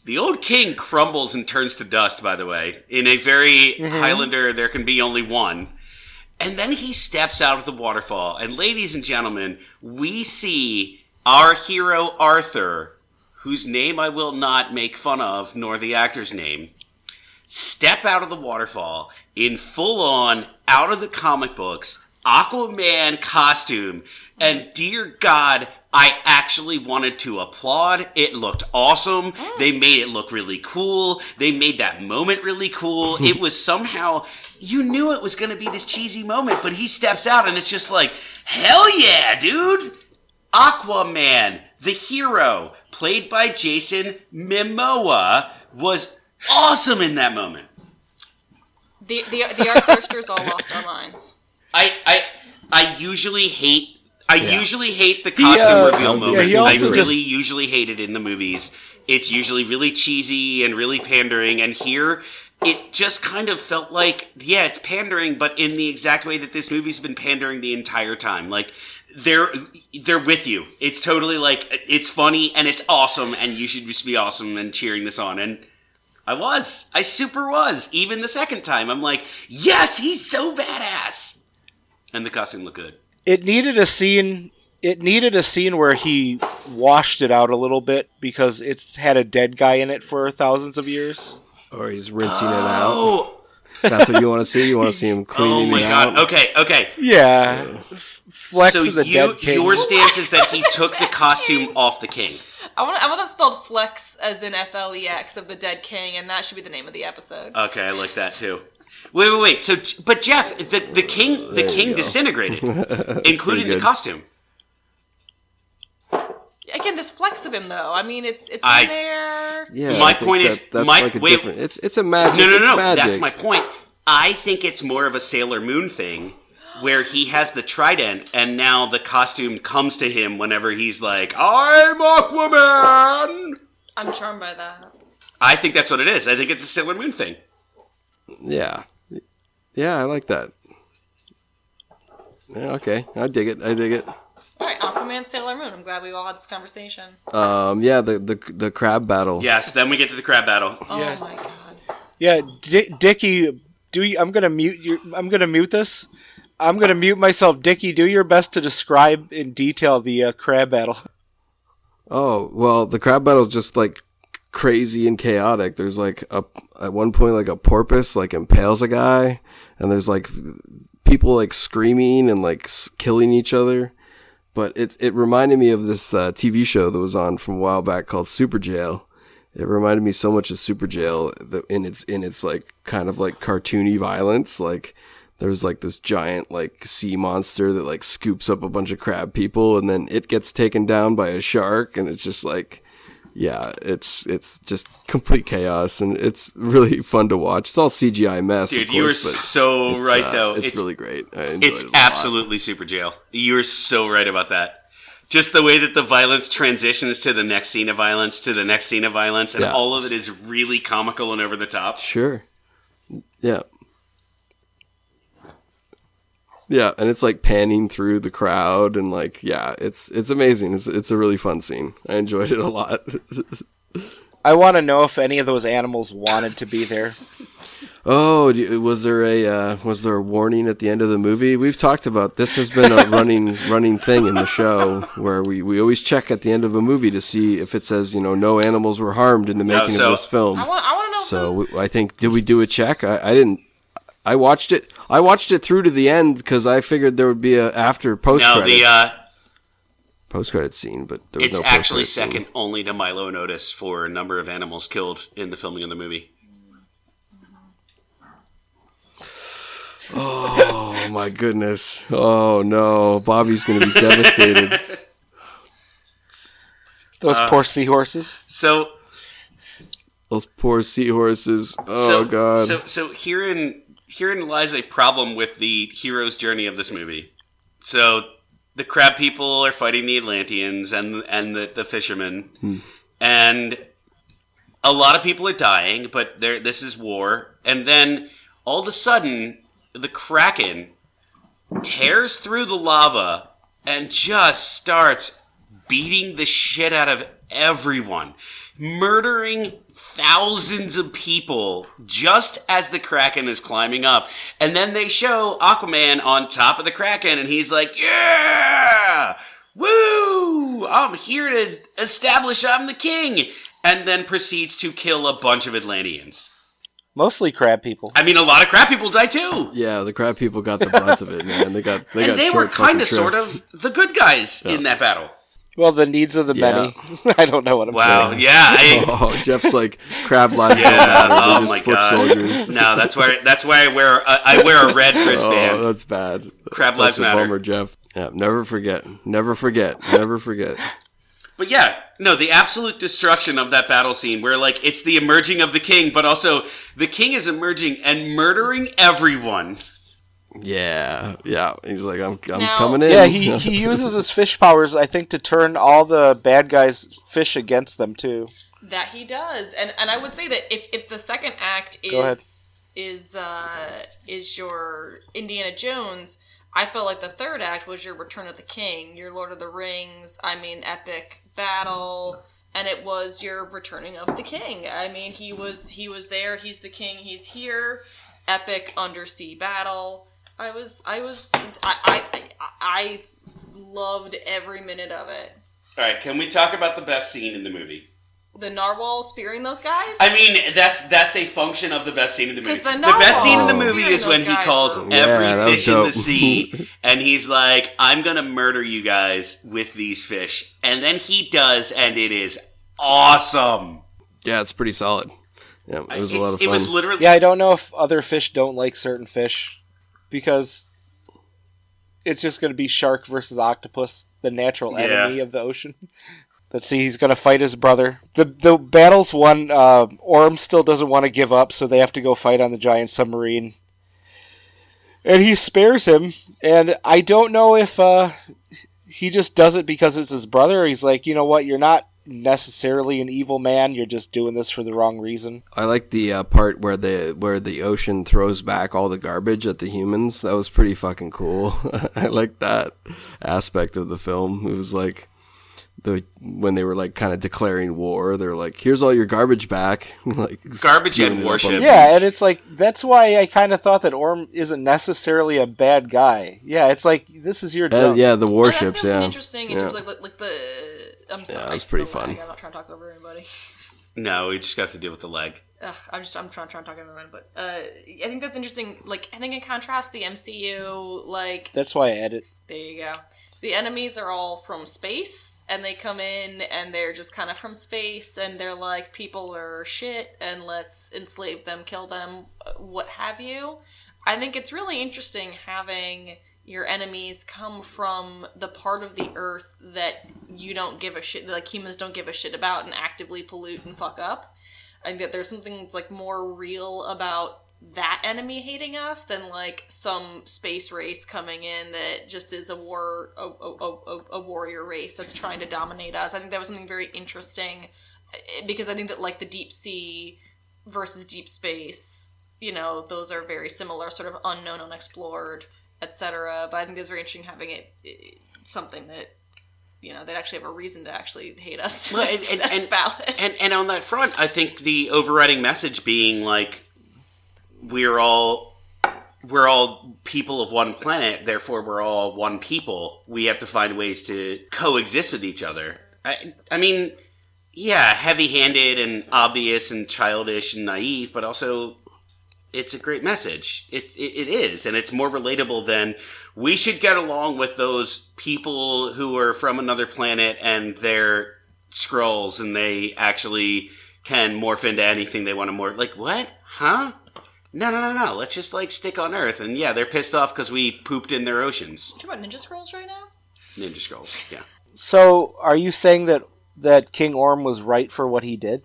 Speaker 9: The old king crumbles and turns to dust, by the way, in a very Highlander, there can be only one. And then he steps out of the waterfall. And, ladies and gentlemen, we see our hero Arthur, whose name I will not make fun of, nor the actor's name, step out of the waterfall in full on, out of the comic books, Aquaman costume. And dear God, I actually wanted to applaud. It looked awesome. They made it look really cool. They made that moment really cool. it was somehow, you knew it was going to be this cheesy moment, but he steps out and it's just like, hell yeah, dude! Aquaman, the hero, played by Jason Momoa, was awesome in that moment.
Speaker 11: The the the art thirsters all lost our minds.
Speaker 9: I I I usually hate. I usually hate the
Speaker 8: uh,
Speaker 9: costume reveal
Speaker 10: yeah,
Speaker 9: moment.
Speaker 10: he
Speaker 9: I
Speaker 10: also
Speaker 9: really
Speaker 8: just-
Speaker 9: usually hate it in the movies. It's usually really cheesy and really pandering, and here it just kind of felt like, yeah, it's pandering, but in the exact way that this movie's been pandering the entire time. Like they're they're with you. It's totally like it's funny and it's awesome, and you should just be awesome and cheering this on. And I was, I super was. Even the second time, I'm like, yes, he's so badass. And the costume looked good.
Speaker 8: it needed a scene it needed a scene where he washed it out a little bit because it's had a dead guy in it for thousands of years.
Speaker 10: or he's rinsing it out.
Speaker 9: Oh,
Speaker 10: That's what you want to see. You want to see him cleaning
Speaker 9: oh my
Speaker 10: it
Speaker 9: god.
Speaker 10: out.
Speaker 9: Okay, okay.
Speaker 8: Yeah. Flex
Speaker 9: so
Speaker 8: of the
Speaker 9: you,
Speaker 8: dead king.
Speaker 9: your stance is that he took the costume off the king.
Speaker 11: I want I want that spelled flex as in F L E X of the Dead King, and that should be the name of the episode.
Speaker 9: Okay, I like that too. Wait, wait, wait. So, but Jeff, the the king, the king disintegrated, including the
Speaker 10: good.
Speaker 9: costume.
Speaker 11: Again, this flex of him though. I mean, it's it's
Speaker 9: I-
Speaker 11: in there.
Speaker 10: Yeah,
Speaker 9: My
Speaker 10: I think
Speaker 9: point is-
Speaker 10: that- that's
Speaker 9: my-
Speaker 10: like a
Speaker 9: wait.
Speaker 10: different. It's it's a magic.
Speaker 9: No, no,
Speaker 10: it's
Speaker 9: no. no.
Speaker 10: magic.
Speaker 9: That's my point. I think it's more of a Sailor Moon thing where he has the trident and now the costume comes to him whenever he's like, I'm Aquaman.
Speaker 11: I'm charmed by that.
Speaker 9: I think that's what it is. I think it's a Sailor Moon thing.
Speaker 10: Yeah. Yeah, I like that. Yeah, okay. I dig it. I dig it.
Speaker 11: All right, Aquaman, Sailor Moon. I'm glad we all had this conversation.
Speaker 10: Um, yeah, the, the the crab battle.
Speaker 9: Yes, then we get to the crab battle.
Speaker 11: Oh
Speaker 8: Yeah.
Speaker 11: my god.
Speaker 8: Yeah, Di- Dicky, do you, I'm gonna mute your. I'm gonna mute this. I'm gonna mute myself. Dicky, do your best to describe in detail the uh, crab battle.
Speaker 10: Oh, well, the crab battle's just like crazy and chaotic. There's like a at one point like a porpoise like impales a guy and there's like people like screaming and like s- killing each other. But it it reminded me of this uh, TV show that was on from a while back called Super Jail. It reminded me so much of Super Jail that- in its in its like kind of like cartoony violence, like there's like this giant like sea monster that like scoops up a bunch of crab people and then it gets taken down by a shark and it's just like yeah, it's it's just complete chaos and it's really fun to watch. It's all CGI mess.
Speaker 9: Dude,
Speaker 10: of
Speaker 9: you are
Speaker 10: course, but
Speaker 9: so
Speaker 10: it's,
Speaker 9: right
Speaker 10: uh,
Speaker 9: though.
Speaker 10: It's, really great. I enjoyed
Speaker 9: It's
Speaker 10: it a lot.
Speaker 9: absolutely super jail. You are so right about that. Just the way that the violence transitions to the next scene of violence to the next scene of violence, and
Speaker 10: Yeah.
Speaker 9: all of it is really comical and over the top.
Speaker 10: Sure. Yeah. Yeah, and it's like panning through the crowd and like yeah, it's it's amazing. It's it's a really fun scene. I enjoyed it a lot.
Speaker 8: I want to know if any of those animals wanted to be there.
Speaker 10: oh, do you- was there a uh, was there a warning at the end of the movie? We've talked about this has been a running running thing in the show where we, we always check at the end of a movie to see if it says, you know, no animals were harmed in the
Speaker 9: No,
Speaker 10: making
Speaker 9: so-
Speaker 10: of this film.
Speaker 11: I want. I want to know. if
Speaker 10: So w- I think did we do a check? I, I didn't. I watched it. I watched it through to the end because I figured there would be a after post
Speaker 9: Now
Speaker 10: credit
Speaker 9: the uh,
Speaker 10: post credit scene, but there was
Speaker 9: it's
Speaker 10: no post-credit
Speaker 9: actually
Speaker 10: scene.
Speaker 9: second only to Milo Notice for number of animals killed in the filming of the movie.
Speaker 10: Oh my goodness! Oh no, Bobby's going to be devastated.
Speaker 8: Those
Speaker 9: Uh,
Speaker 8: poor seahorses.
Speaker 9: So
Speaker 10: Those poor seahorses. Oh
Speaker 9: so,
Speaker 10: god.
Speaker 9: So so herein herein lies a problem with the hero's journey of this movie. So the crab people are fighting the Atlanteans and and the, the fishermen,
Speaker 10: Hmm.
Speaker 9: and a lot of people are dying. But there, this is war, and then all of a sudden, the kraken tears through the lava and just starts beating the shit out of everyone, murdering thousands of people just as the Kraken is climbing up. And then they show Aquaman on top of the Kraken, and he's like, Yeah! Woo! I'm here to establish I'm the king! And then proceeds to kill a bunch of Atlanteans.
Speaker 8: Mostly crab people.
Speaker 9: I mean, a lot of crab people die too!
Speaker 10: yeah, the crab people got the brunt of it, man. They got they got
Speaker 9: and they were
Speaker 10: short
Speaker 9: kind
Speaker 10: fucking
Speaker 9: of, sort
Speaker 10: shrift.
Speaker 9: of, the good guys in that battle.
Speaker 8: Well, the needs of the
Speaker 10: Yeah.
Speaker 8: many. I don't know what I'm
Speaker 9: Wow,
Speaker 8: saying.
Speaker 9: yeah. I,
Speaker 10: Oh, Jeff's like crab lives.
Speaker 9: Yeah.
Speaker 10: don't matter, they're
Speaker 9: Oh
Speaker 10: just
Speaker 9: my
Speaker 10: foot
Speaker 9: god.
Speaker 10: Soldiers.
Speaker 9: No, that's why. That's why I wear. I, I wear a red wristband.
Speaker 10: Oh, that's bad.
Speaker 9: Crab
Speaker 10: That's
Speaker 9: lives
Speaker 10: a
Speaker 9: matter.
Speaker 10: Bummer, Jeff. Yeah, never forget. Never forget. Never forget.
Speaker 9: But yeah, no, the absolute destruction of that battle scene, where like it's the emerging of the king, but also the king is emerging and murdering everyone.
Speaker 10: Yeah, yeah. He's like, I'm, I'm
Speaker 11: Now-
Speaker 10: coming in.
Speaker 8: Yeah, he, he uses his fish powers, I think, to turn all the bad guys' fish against them, too.
Speaker 11: That he does, and and I would say that if if the second act
Speaker 8: Go ahead.
Speaker 11: is is uh is your Indiana Jones, I felt like the third act was your Return of the King, your Lord of the Rings. I mean, epic battle, and it was your returning of the king. I mean, he was he was there. He's the king. He's here. Epic undersea battle. I was I was I I I I loved every minute of it.
Speaker 9: All right, can we talk about the best scene in the movie?
Speaker 11: The narwhal spearing those guys.
Speaker 9: I mean, that's that's a function of the best scene in the movie.
Speaker 11: 'Cause the
Speaker 9: best scene in the
Speaker 11: narwhals
Speaker 9: movie
Speaker 11: spearing
Speaker 9: is when
Speaker 11: those
Speaker 9: he
Speaker 11: guys
Speaker 9: calls
Speaker 11: were-
Speaker 10: Yeah, that
Speaker 9: every
Speaker 10: was
Speaker 9: fish in the
Speaker 10: dope.
Speaker 9: sea, and he's like, "I'm gonna murder you guys with these fish," and then he does, and it is awesome.
Speaker 10: yeah, it's pretty solid. Yeah, it was a
Speaker 9: It's-
Speaker 10: lot of
Speaker 9: It
Speaker 10: fun.
Speaker 9: was literally
Speaker 8: Yeah, I don't know if other fish don't like certain fish because it's just going to be shark versus octopus, the natural
Speaker 9: Yeah.
Speaker 8: enemy of the ocean. Let's see, he's going to fight his brother. The the battle's won. Uh, Orm still doesn't want to give up, so they have to go fight on the giant submarine. And he spares him, and I don't know if uh, he just does it because it's his brother. Or he's like, you know what, you're not necessarily an evil man. You're just doing this for the wrong reason.
Speaker 10: I like the uh, part where the where the ocean throws back all the garbage at the humans. That was pretty fucking cool. I like that aspect of the film. It was like the when they were like kind of declaring war. They're like, "Here's all your garbage back." like
Speaker 9: Garbage and
Speaker 10: spewing it up on
Speaker 9: warship.
Speaker 10: the
Speaker 8: Yeah, and it's like that's why I kind of thought that Orm isn't necessarily a bad guy. Yeah, it's like this is your
Speaker 10: Uh,
Speaker 8: job.
Speaker 10: yeah, the
Speaker 11: Well, oh, that-
Speaker 10: warships.
Speaker 11: That was
Speaker 10: Yeah,
Speaker 11: interesting in
Speaker 10: yeah.
Speaker 11: terms of like, like the. I'm sorry.
Speaker 10: was pretty
Speaker 11: the lag.
Speaker 10: fun.
Speaker 11: I'm not trying to talk over anybody.
Speaker 9: no. We just got to deal with the leg.
Speaker 11: Ugh, I'm just I'm trying, trying to talk over everyone, but uh, I think that's interesting. Like I think in contrast, the MCU, like
Speaker 8: That's why I edit.
Speaker 11: there you go. The enemies are all from space, and they come in, and they're just kind of from space, and they're like people are shit, and let's enslave them, kill them, uh, what have you. I think it's really interesting having your enemies come from the part of the earth that you don't give a shit, like humans don't give a shit about, and actively pollute and fuck up. I think that there's something like more real about that enemy hating us than like some space race coming in that just is a war a, a, a, a warrior race that's trying to dominate us. I think that was something very interesting eh, because I think that like the deep sea versus deep space, you know, those are very similar, sort of unknown, unexplored, etc. But I think it's very interesting having it, eh, something that you know they'd actually have a reason to actually hate us.
Speaker 9: Well, and, and,
Speaker 11: That's
Speaker 9: and,
Speaker 11: valid.
Speaker 9: and and on that front, I think the overriding message being like we're all we're all people of one planet, therefore we're all one people. We have to find ways to coexist with each other. I I mean, yeah, heavy-handed and obvious and childish and naive, but also it's a great message. It, it it is, and it's more relatable than we should get along with those people who are from another planet and they're scrolls and they actually can morph into anything they want to morph. Like what? Huh? No, no, no, no. Let's just like stick on Earth. And yeah, they're pissed off because we pooped in their oceans.
Speaker 11: Talking about Ninja Scrolls right now.
Speaker 9: Ninja scrolls. Yeah.
Speaker 8: So, are you saying that that King Orm was right for what he did?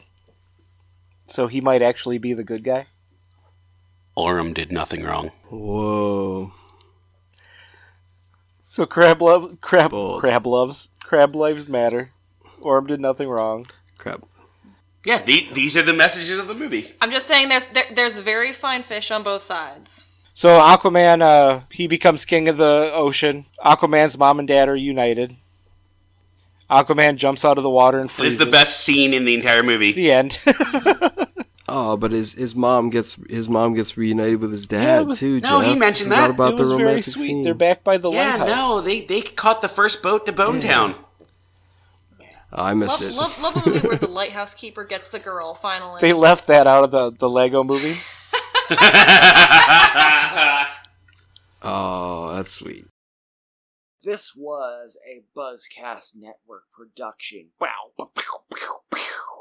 Speaker 8: So he might actually be the good guy.
Speaker 9: Orm did nothing wrong.
Speaker 10: Whoa.
Speaker 8: So crab love, crab, crab loves, crab lives matter. Orm did nothing wrong.
Speaker 10: Crap.
Speaker 9: Yeah. The, these are the messages of the movie.
Speaker 11: I'm just saying there's there, there's very fine fish on both sides.
Speaker 8: So Aquaman, uh, he becomes king of the ocean. Aquaman's mom and dad are united. Aquaman jumps out of the water and
Speaker 9: It is
Speaker 8: freezes.
Speaker 9: the best scene in the entire movie.
Speaker 8: The end.
Speaker 10: Oh, but his his mom gets his mom gets reunited with his dad
Speaker 8: Yeah, it was-
Speaker 10: too.
Speaker 9: No, he
Speaker 10: Jeff.
Speaker 9: mentioned
Speaker 10: Forgot
Speaker 9: that.
Speaker 10: about
Speaker 8: it
Speaker 10: the
Speaker 8: was very
Speaker 10: romantic
Speaker 8: sweet.
Speaker 10: scene.
Speaker 8: They're back by the
Speaker 9: yeah.
Speaker 8: lighthouse.
Speaker 9: No, they they caught the first boat to Bonetown. Town.
Speaker 10: Oh, I missed
Speaker 11: Love,
Speaker 10: it.
Speaker 11: love, love a movie where the lighthouse keeper gets the girl finally.
Speaker 8: They left that out of the, the Lego movie.
Speaker 10: Oh, that's sweet.
Speaker 12: This was a Buzzcast Network production. Wow. Pow, pow, pow, pow.